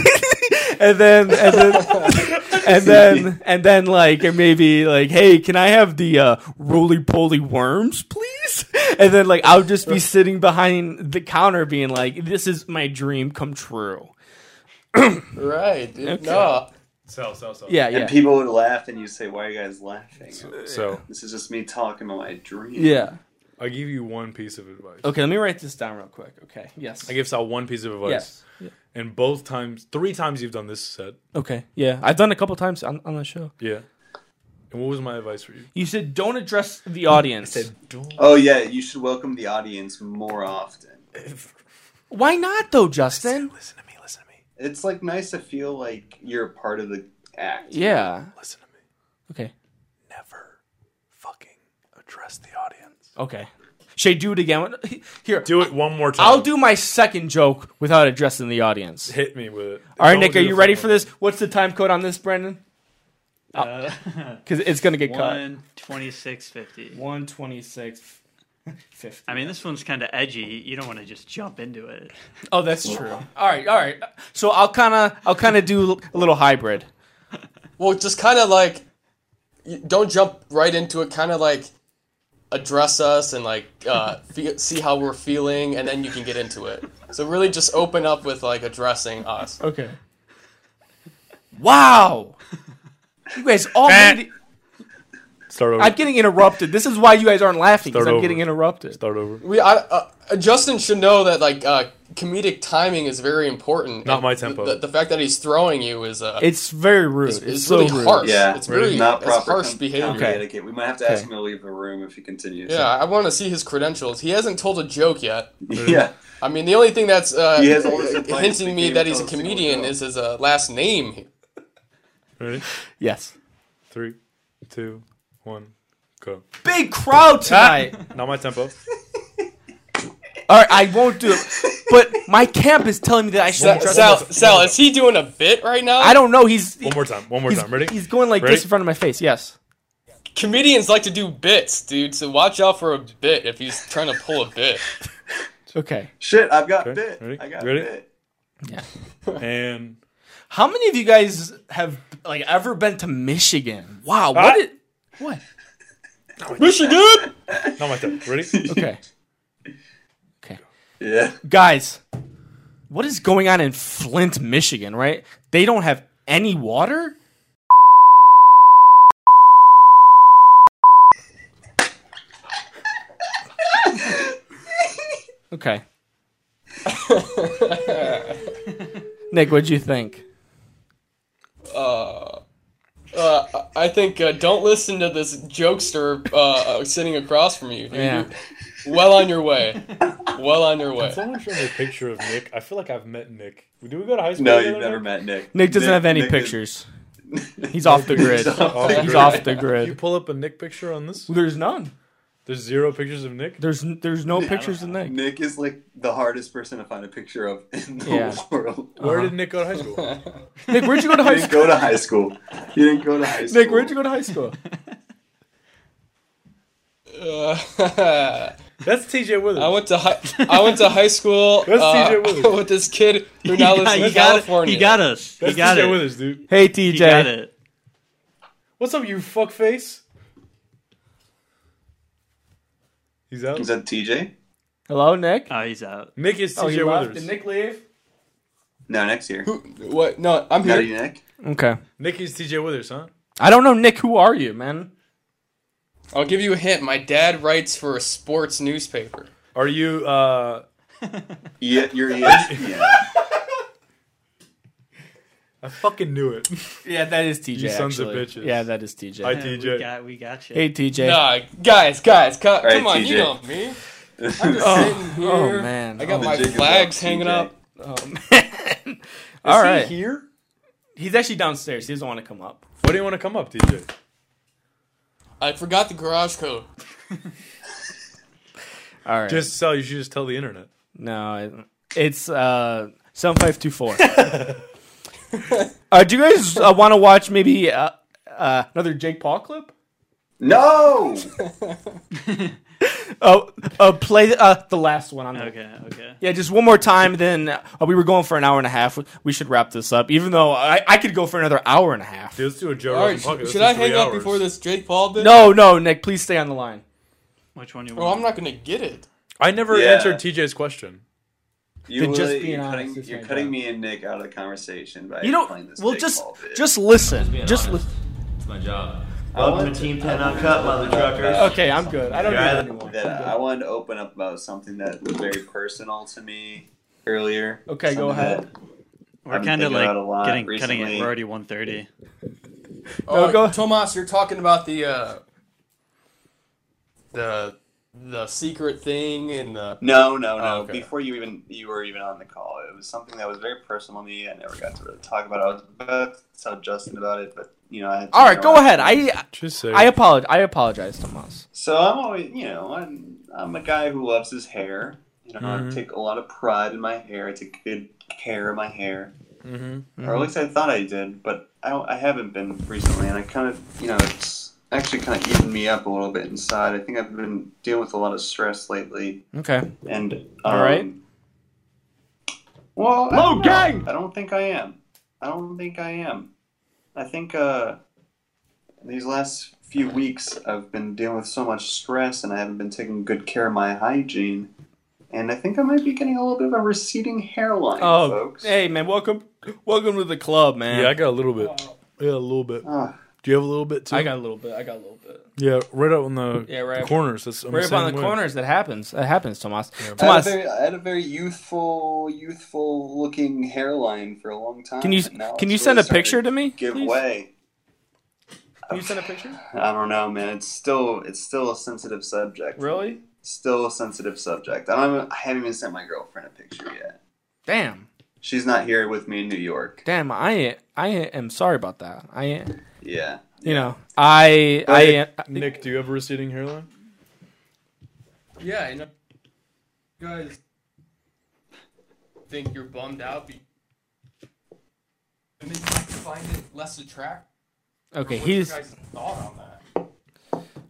S2: and then and *laughs* then and then and then like or maybe like, "Hey, can I have the uh, roly poly worms, please?" *laughs* And then like I'll just be sitting behind the counter being like, "This is my dream come true."
S10: Right? dude. No,
S3: Sell, sell, sell.
S2: Yeah, yeah.
S5: And people would laugh, and you say, "Why are you guys laughing?"
S3: So
S5: This is just me talking about my dream.
S2: yeah.
S3: I give you one piece of advice.
S2: Okay, let me write this down real quick. Okay. Yes.
S3: I give Sal one piece of advice.
S2: Yes.
S3: And both times, three times you've done this set.
S2: Okay. Yeah, I've done a couple times on, on the show.
S3: Yeah. And what was my advice for you?
S2: You said don't address the audience.
S5: Oh yeah, you should welcome the audience more often.
S2: Why not though, Justin?
S3: Listen to me. Listen to me.
S5: It's like nice to feel like you're a part of the act.
S2: Yeah.
S3: Listen to me.
S2: Okay.
S3: Never fucking address the audience.
S2: Okay. Shay, do it again. Here,
S3: Do it one more time.
S2: I'll do my second joke without addressing the audience.
S3: Hit me with it.
S2: All right,
S3: Don't
S2: Nick,
S3: do
S2: are
S3: the
S2: you ready
S3: fucking
S2: for this? What's the time code on this, Brendan?
S4: Uh,
S2: Because it's gonna get cut.
S4: *laughs* one twenty six fifty.
S2: One twenty-six. Fifth.
S4: I mean, this one's kind of edgy. You don't want to just jump into it.
S2: Oh, that's true. All right, all right. So I'll kind of I'll kind of do a little hybrid.
S10: Well, just kind of like, y- don't jump right into it. Kind of like, address us and like uh,
S3: *laughs*
S10: fe- see how we're feeling, and then you can get into it. So really, just open up with like addressing us.
S2: Okay. Wow. You guys all made it-
S3: Start over.
S2: I'm getting interrupted. This is why you guys aren't laughing because
S3: Start
S2: I'm
S3: over.
S2: getting interrupted.
S3: Start over.
S10: We I, uh, uh, Justin should know that like uh, comedic timing is very important.
S3: Not
S10: And
S3: my
S10: th-
S3: tempo.
S10: The, the fact that he's throwing you is uh,
S2: It's very rude. It's,
S10: it's
S2: so
S10: really
S2: rude.
S10: harsh.
S5: Yeah,
S10: It's really
S5: not
S10: it's
S5: proper
S10: harsh
S5: com-
S10: behavior.
S5: comedy
S2: Okay.
S5: etiquette. We might have to ask
S2: Okay.
S5: him to leave the room if he continues.
S10: Yeah, I want to see his credentials. He hasn't told a joke yet.
S5: *laughs* Yeah.
S10: I mean, the only thing that's uh,
S5: He has all his advice. He
S10: hinting me
S5: can't
S10: that
S5: even
S10: he's a
S5: tell a single
S10: comedian
S5: joke.
S10: is his uh, last name.
S3: Ready?
S2: Yes.
S3: Three, two, one, go.
S2: Big
S3: *laughs*
S2: crowd tonight.
S3: Not my tempo.
S2: all right, I won't do it. But my camp is telling me that I
S10: Sal,
S2: shouldn't trust
S10: Sal, Sal, is he doing a bit right now?
S2: I don't know. He's
S3: One more time. One more
S2: he's,
S3: time. Ready?
S2: He's going like
S3: Ready?
S2: this in front of my face. Yes.
S10: Comedians like to do bits, dude. So watch out for a bit if he's trying to pull a bit.
S2: Okay.
S5: Shit, I've got
S3: Okay,
S5: bit.
S3: ready?
S5: I got
S3: Ready?
S5: bit.
S3: And
S2: How many of you guys have like ever been to Michigan? Wow.
S3: Ah.
S2: What? Did, what?
S10: Michigan.
S3: not my tempo.
S5: *laughs*
S3: Ready?
S2: Okay.
S5: Yeah.
S2: guys, what is going on in Flint, Michigan, right? They don't have any water? *laughs* Okay. Nick, what'd you think?
S10: Uh, uh, I think uh, don't listen to this jokester uh, uh, sitting across from you. dude.
S2: Yeah.
S10: You're well on your way. Well on your way.
S3: Can someone show me a picture of Nick? I feel like I've met Nick. Do we go to high school?
S5: No,
S3: together,
S5: you've never
S3: Nick?
S5: met Nick.
S2: Nick doesn't have any
S5: Nick is-
S2: pictures. He's off the grid. He's off the
S3: You
S2: grid.
S3: pull up a Nick picture on this?
S2: There's none.
S3: There's zero pictures of Nick.
S2: There's there's no pictures of Nick.
S5: Nick is like the hardest person to find a picture of in the
S2: Yeah.
S5: whole *laughs* world.
S3: Where did Nick go to high school?
S2: Nick, where'd you go to
S5: You
S2: high
S5: didn't
S2: school?
S5: go to high school. You didn't go to high school.
S2: Nick, where'd you go to high school?
S10: Uh, *laughs*
S3: That's TJ Withers.
S10: I went to high. I went to high school
S3: That's
S10: uh,
S3: TJ Withers.
S10: *laughs* with this kid
S4: *laughs*
S10: who now lives in
S4: he got,
S10: California.
S4: he got us.
S3: That's
S4: he got
S3: TJ
S4: it.
S3: Withers, dude.
S2: Hey
S4: He got
S2: TJ.
S4: it.
S3: What's up, you fuckface? He's out.
S5: Is that TJ?
S2: Hello, Nick.
S4: Oh, he's out.
S3: Nick is
S2: Oh, he
S3: TJ
S2: left.
S3: Withers.
S2: Did
S3: Nick-,
S2: Nick leave?
S5: No, next year.
S10: Who- What? No, I'm
S5: Got
S10: here.
S5: you, Nick?
S2: Okay.
S3: is TJ Withers, huh?
S2: I don't know, Nick. Who are you, man?
S10: I'll give you a hint. My dad writes for a sports newspaper.
S3: Are you? uh
S5: Yeah, you're E
S2: *laughs*
S5: ESPN.
S3: I fucking knew it.
S2: Yeah, that is TJ.
S3: You sons of
S2: actually.
S3: bitches.
S2: Yeah, that is TJ. *laughs*
S3: I
S4: Yeah,
S3: TJ.
S4: We got, we got you.
S2: hey, TJ.
S10: Nah, guys, guys, co- come,
S5: right,
S10: on,
S5: TJ.
S10: you know me. I'm just sitting here.
S2: oh, man.
S10: I got
S2: Oh,
S10: my
S5: the jig is
S10: flags
S5: up,
S10: hanging
S5: TJ.
S10: up.
S2: Oh man. All right.
S3: here?
S2: He's actually downstairs. He doesn't want to come up.
S3: Why do you want to come up, TJ?
S10: I forgot the garage code.
S2: All right.
S3: Just Sal. You should just tell the internet.
S2: no. it- It's uh seven five two
S3: *laughs*
S2: four. Uh, do you guys uh, want to watch maybe uh, uh, another Jake Paul clip? *laughs*
S5: no!
S2: Oh, uh, play uh, the last one on the
S4: Okay, okay.
S2: Yeah, just one more time. Then uh, we were going for an hour and a half. We- We should wrap this up, even though I, I could go for another hour and a half.
S3: Dude, let's do a Joe
S10: All
S3: Rogan
S10: right, sh-
S3: podcast.
S10: should I
S3: Let's do
S10: hang
S3: three
S10: up
S3: hours.
S10: before this Jake Paul bit?
S2: No, no, Nick, please stay on the line.
S4: Which one you
S10: bro, I'm
S4: want?
S10: not gonna get it.
S3: I never
S5: Yeah.
S3: answered TJ's question.
S5: You
S2: Then
S5: really,
S2: just being
S5: you're
S2: honest
S5: cutting,
S2: is
S5: you're
S2: my
S5: cutting
S2: job.
S5: me and Nick out of the conversation by
S2: You
S5: playing
S2: don't.
S5: this
S2: Well,
S5: Jake
S2: just
S5: Paul bit.
S2: just listen.
S7: being
S2: Just
S7: honest.
S2: listen.
S7: It's my job.
S5: I wanted to- I wanted to open up about-
S2: Okay, I'm good. I don't need
S5: Yeah,
S2: that
S5: I-
S2: anymore.
S5: that uh, I wanted to open up about something that was very personal to me earlier.
S2: Okay, go
S5: Something
S2: ahead.
S5: that
S4: We're
S5: I've been
S4: kind of
S5: thinking about a
S4: like
S5: lot
S4: getting cutting it.
S5: recently.
S4: We're already 130.
S10: Oh,
S2: go-
S10: Tomas, you're talking about the uh, the the secret thing and the.
S5: No, no, no.
S2: Oh,
S10: okay.
S5: Before you even you were even on the call, it was something that was very personal to me. I never got to really talk about. It. I was about to tell Justin about it, but you know, I had to
S2: All right, go
S5: interrupt.
S2: ahead. I
S3: Just say.
S2: I apologize. I apologize, Tomas.
S5: So I'm always, you know, I'm, I'm a guy who loves his hair. You know,
S2: Mm-hmm.
S5: I take a lot of pride in my hair. I take good care of my hair,
S3: Mhm.
S2: Mm-hmm,
S5: or at least I thought I did, but I don't, I haven't been recently, and I kind of, you know, it's actually kind of eating me up a little bit inside. I think I've been dealing with a lot of stress lately.
S2: Okay.
S5: And um,
S2: All right.
S5: Well, I
S2: Low
S5: don't know. I don't think I am. I don't think I am. I think uh, these last few weeks I've been dealing with so much stress and I haven't been taking good care of my hygiene. And I think I might be getting a little bit of a receding hairline,
S2: Oh,
S5: folks.
S2: hey man, welcome, welcome to the club, man.
S3: Yeah, I got a little bit. I got a little bit.
S5: Ah.
S3: Do you have a little bit too?
S2: I got a little bit. I got a little bit.
S3: Yeah, right out on the,
S2: Yeah, right
S3: the corners. That's I'm
S2: right up
S3: same
S2: on the
S3: way.
S2: corners. That happens. That happens, Tomas.
S5: I had, a
S2: Tomas,
S5: very, I had a very youthful, youthful-looking hairline for a long time.
S2: Can you-
S5: and now
S2: can
S5: it's
S2: you send
S5: really
S2: a picture
S5: starting
S2: to me,
S5: Give
S2: please?
S5: way.
S2: can you send a picture?
S5: I don't know, man. It's still it's still a sensitive subject.
S2: Really?
S5: Still a sensitive subject. I don't. even- I haven't even sent my girlfriend a picture yet.
S2: Damn,
S5: She's not here with me in New York.
S2: damn. I I am sorry about that. I
S5: Yeah.
S2: you know I I
S3: Nick, do you have a receding hairline?
S10: Yeah, I know. You guys think you're bummed out be- and they find it less attractive.
S2: okay.
S10: What's your
S2: He's
S10: guys' thought on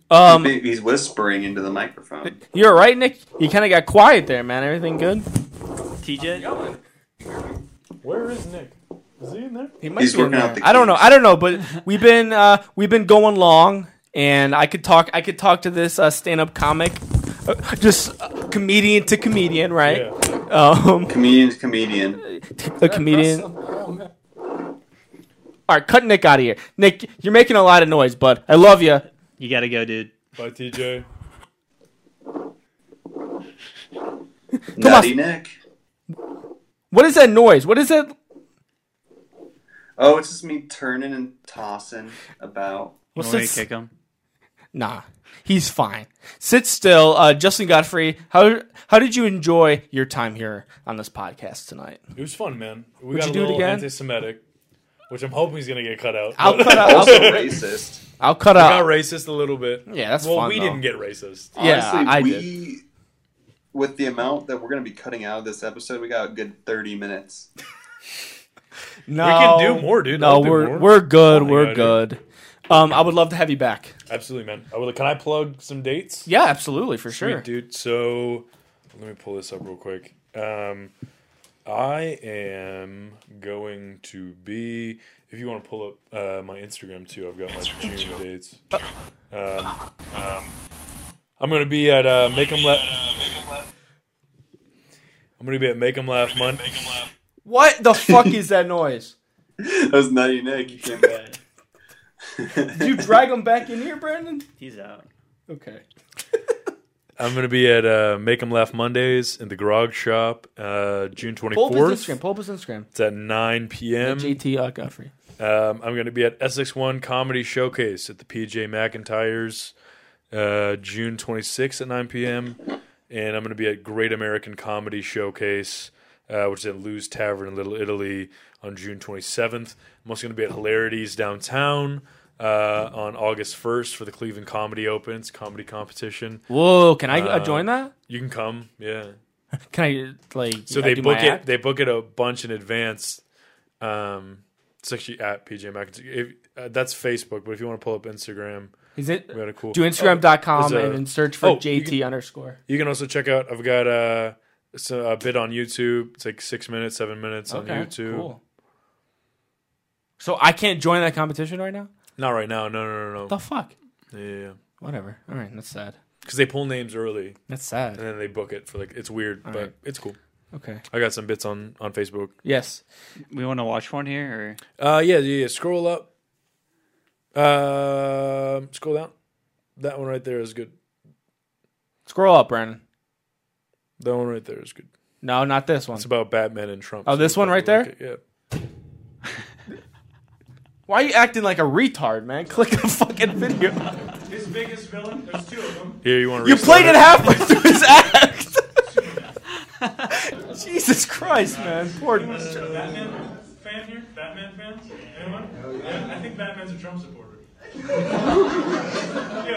S10: that?
S2: um.
S5: He- he's whispering into the microphone.
S2: You're right, Nick. You kind of got quiet there, man. Everything good?
S10: TJ?
S3: Where is Nick? Is he in there?
S2: He
S5: He's working out the.
S2: I don't know. I don't know, but we've been uh, we've been going long, and I could talk. I could talk to this uh, stand-up comic, uh, just uh, comedian to comedian, right? Um,
S5: Comedian's comedian.
S2: a comedian. All right, cut Nick out of here. Nick, you're making a lot of noise, bud. I love you.
S4: You gotta go, dude.
S3: Bye, TJ.
S5: Nutty Nick.
S2: What is that noise? What is that?
S5: Oh, it's just me turning and tossing about.
S4: You
S2: What's
S4: want me
S2: this?
S4: to kick him?
S2: Nah, he's fine. Sit still, uh, Justin Godfrey. How how did you enjoy your time here on this podcast tonight?
S3: It was fun, man. We
S2: Would
S3: got
S2: you
S3: a
S2: do it
S3: little
S2: again?
S3: anti-Semitic, which I'm hoping he's gonna get cut out.
S2: I'll
S3: but-
S2: cut out. *laughs*
S5: Also
S2: I'll,
S5: racist.
S2: I'll cut
S3: We
S2: out.
S3: *laughs* got racist a little bit.
S2: Yeah, that's
S3: well,
S2: fun,
S3: we
S2: though.
S3: didn't get racist.
S2: Yeah, I
S5: we,
S2: did.
S5: With the amount that we're going to be cutting out of this episode, we got a good 30 minutes. *laughs*
S2: No,
S3: We can do more, dude.
S2: No,
S3: I'll do
S2: we're
S3: more.
S2: we're good.
S3: Oh my
S2: we're
S3: God,
S2: good. Um, I would love to have you back.
S3: Absolutely, man. I will, can I plug some dates?
S2: Yeah, absolutely, for
S3: Sweet,
S2: sure.
S3: dude. So let me pull this up real quick. Um, I am going to be. If you want to pull up uh, my Instagram too, I've got my June dates. Um, um, I'm going to be at uh, Make 'em Laugh. I'm going to be at Make 'em Laugh Monday.
S2: What
S3: *laughs*
S2: the fuck is that noise?
S5: That was Nutty Nick. He
S2: *laughs*
S5: came back.
S2: Did you drag him back in here, Brandon?
S4: He's out.
S2: Okay.
S3: I'm going to be at uh, Make 'em Laugh Mondays in the Grog Shop, uh, June
S2: Pull up his
S3: 24th.
S2: Instagram. Pull up his Instagram.
S3: It's at 9 p.m.
S2: JT uh, Godfrey.
S3: Um, I'm going to be at Essex One Comedy Showcase at the PJ McIntyre's uh, June 26th at 9 p.m. And I'm going to be at Great American Comedy Showcase, uh, which is at Lou's Tavern in Little Italy on June 27th. I'm also going to be at Hilarities downtown uh, on August 1st for the Cleveland Comedy Open. It's a comedy competition.
S2: Whoa, can I uh,
S3: Uh,
S2: join that?
S3: You can come, yeah.
S2: Can I like?
S3: So
S2: I
S3: they
S2: do
S3: book
S2: my
S3: it.
S2: act?
S3: They book it a bunch in advance. Um, it's actually at PJ McIntyre. If, uh, that's Facebook, but if you want to pull up Instagram,
S2: Is it?
S3: we had a cool.
S2: Do Instagram.com
S3: Oh, there's a-
S2: and then search for
S3: oh,
S2: JT
S3: You can,
S2: underscore.
S3: you can also check out. I've got a, it's a, a bit on YouTube. It's like six minutes, seven minutes on YouTube.
S2: Cool. So I can't join that competition right now.
S3: Not right now. No, no, no, no.
S2: The fuck.
S3: yeah,
S2: Whatever. All right, that's sad.
S3: because they pull names early
S2: That's
S3: and
S2: sad.
S3: then they book it for like it's weird, but
S2: right.
S3: it's cool.
S2: Okay.
S3: I got some bits on on Facebook.
S2: Yes.
S4: We want to watch one here,
S3: Uh, yeah, yeah. yeah. Scroll up. Um, scroll down. That one right there is good.
S2: Scroll up, Brandon.
S3: That one right there is good.
S2: No, not this one.
S3: It's about Batman and Trump.
S2: Oh,
S3: so
S2: this
S3: you'll
S2: one right
S3: probably like it,
S2: Why are you acting like a retard, man? *laughs* Click the fucking video.
S12: His biggest villain, there's two of them.
S3: Yeah. Here, you want to
S2: You played it
S3: *laughs*
S2: halfway through his act. *laughs* Jesus Christ, man. Poor.
S12: Batman fan here? Batman fans? Anyone? Yeah, I think Batman's a Trump supporter. yeah,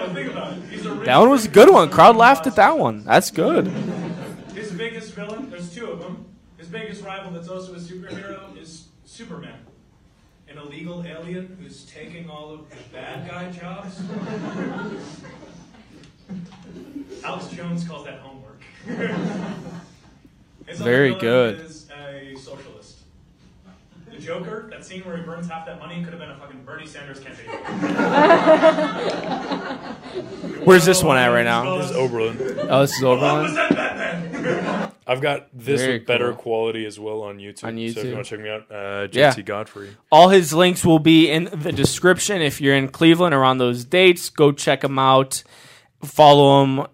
S12: well, think about it. He's a rich
S2: That one was a good one. Crowd laughed at that one. That's good.
S12: His biggest villain, there's two of them. His biggest rival that's also a superhero is Superman. an illegal alien who's taking all of the bad guy jobs. *laughs* Alex Jones calls that homework. His other
S2: Very
S12: villain
S2: good.
S12: Is a socialist. The Joker, that scene where he burns half that money, could have been a fucking Bernie Sanders campaign.
S2: Where's this one at right now?
S3: This is Oberlin.
S2: Oh, this is Oberlin.
S3: I've got this
S2: Very
S3: with better
S2: cool.
S3: quality as well on YouTube.
S2: On
S3: So if
S2: YouTube.
S3: you want to check me out, uh, JT Godfrey.
S2: All his links will be in the description. If you're in Cleveland around those dates, go check him out. Follow him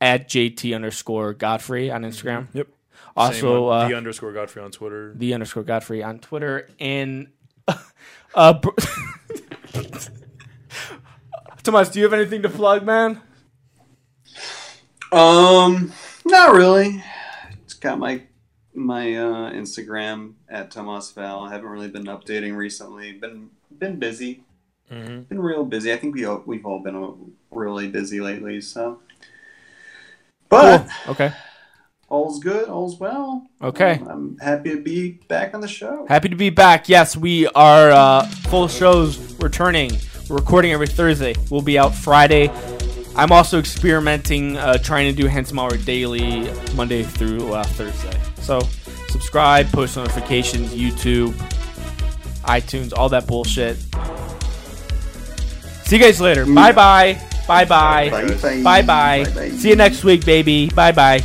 S2: at JT underscore Godfrey on Instagram.
S3: Yep.
S2: Also,
S3: Same
S2: uh,
S3: on the underscore Godfrey on Twitter.
S2: the underscore Godfrey on Twitter and uh, br- *laughs* Tomas, do you have anything to plug, man?
S5: Um, not really. It's got my my uh, Instagram at Tomas Val. I haven't really been updating recently. Been been busy.
S3: Mhm.
S5: Been real busy. I think we all, we've all been uh, really busy lately. So, but
S2: Okay.
S5: all's good. All's well.
S2: Okay.
S5: I'm, I'm happy to be back on the show.
S2: Happy to be back. Yes, we are uh, full shows returning. We're recording every Thursday. We'll be out Friday. I'm also experimenting, uh, trying to do Handsome Hour daily, Monday through uh, Thursday. So subscribe, post notifications, YouTube, iTunes, all that bullshit. See you guys later. Bye bye. Bye bye.
S5: Bye, guys.
S2: Bye bye. See you next week, baby. Bye bye.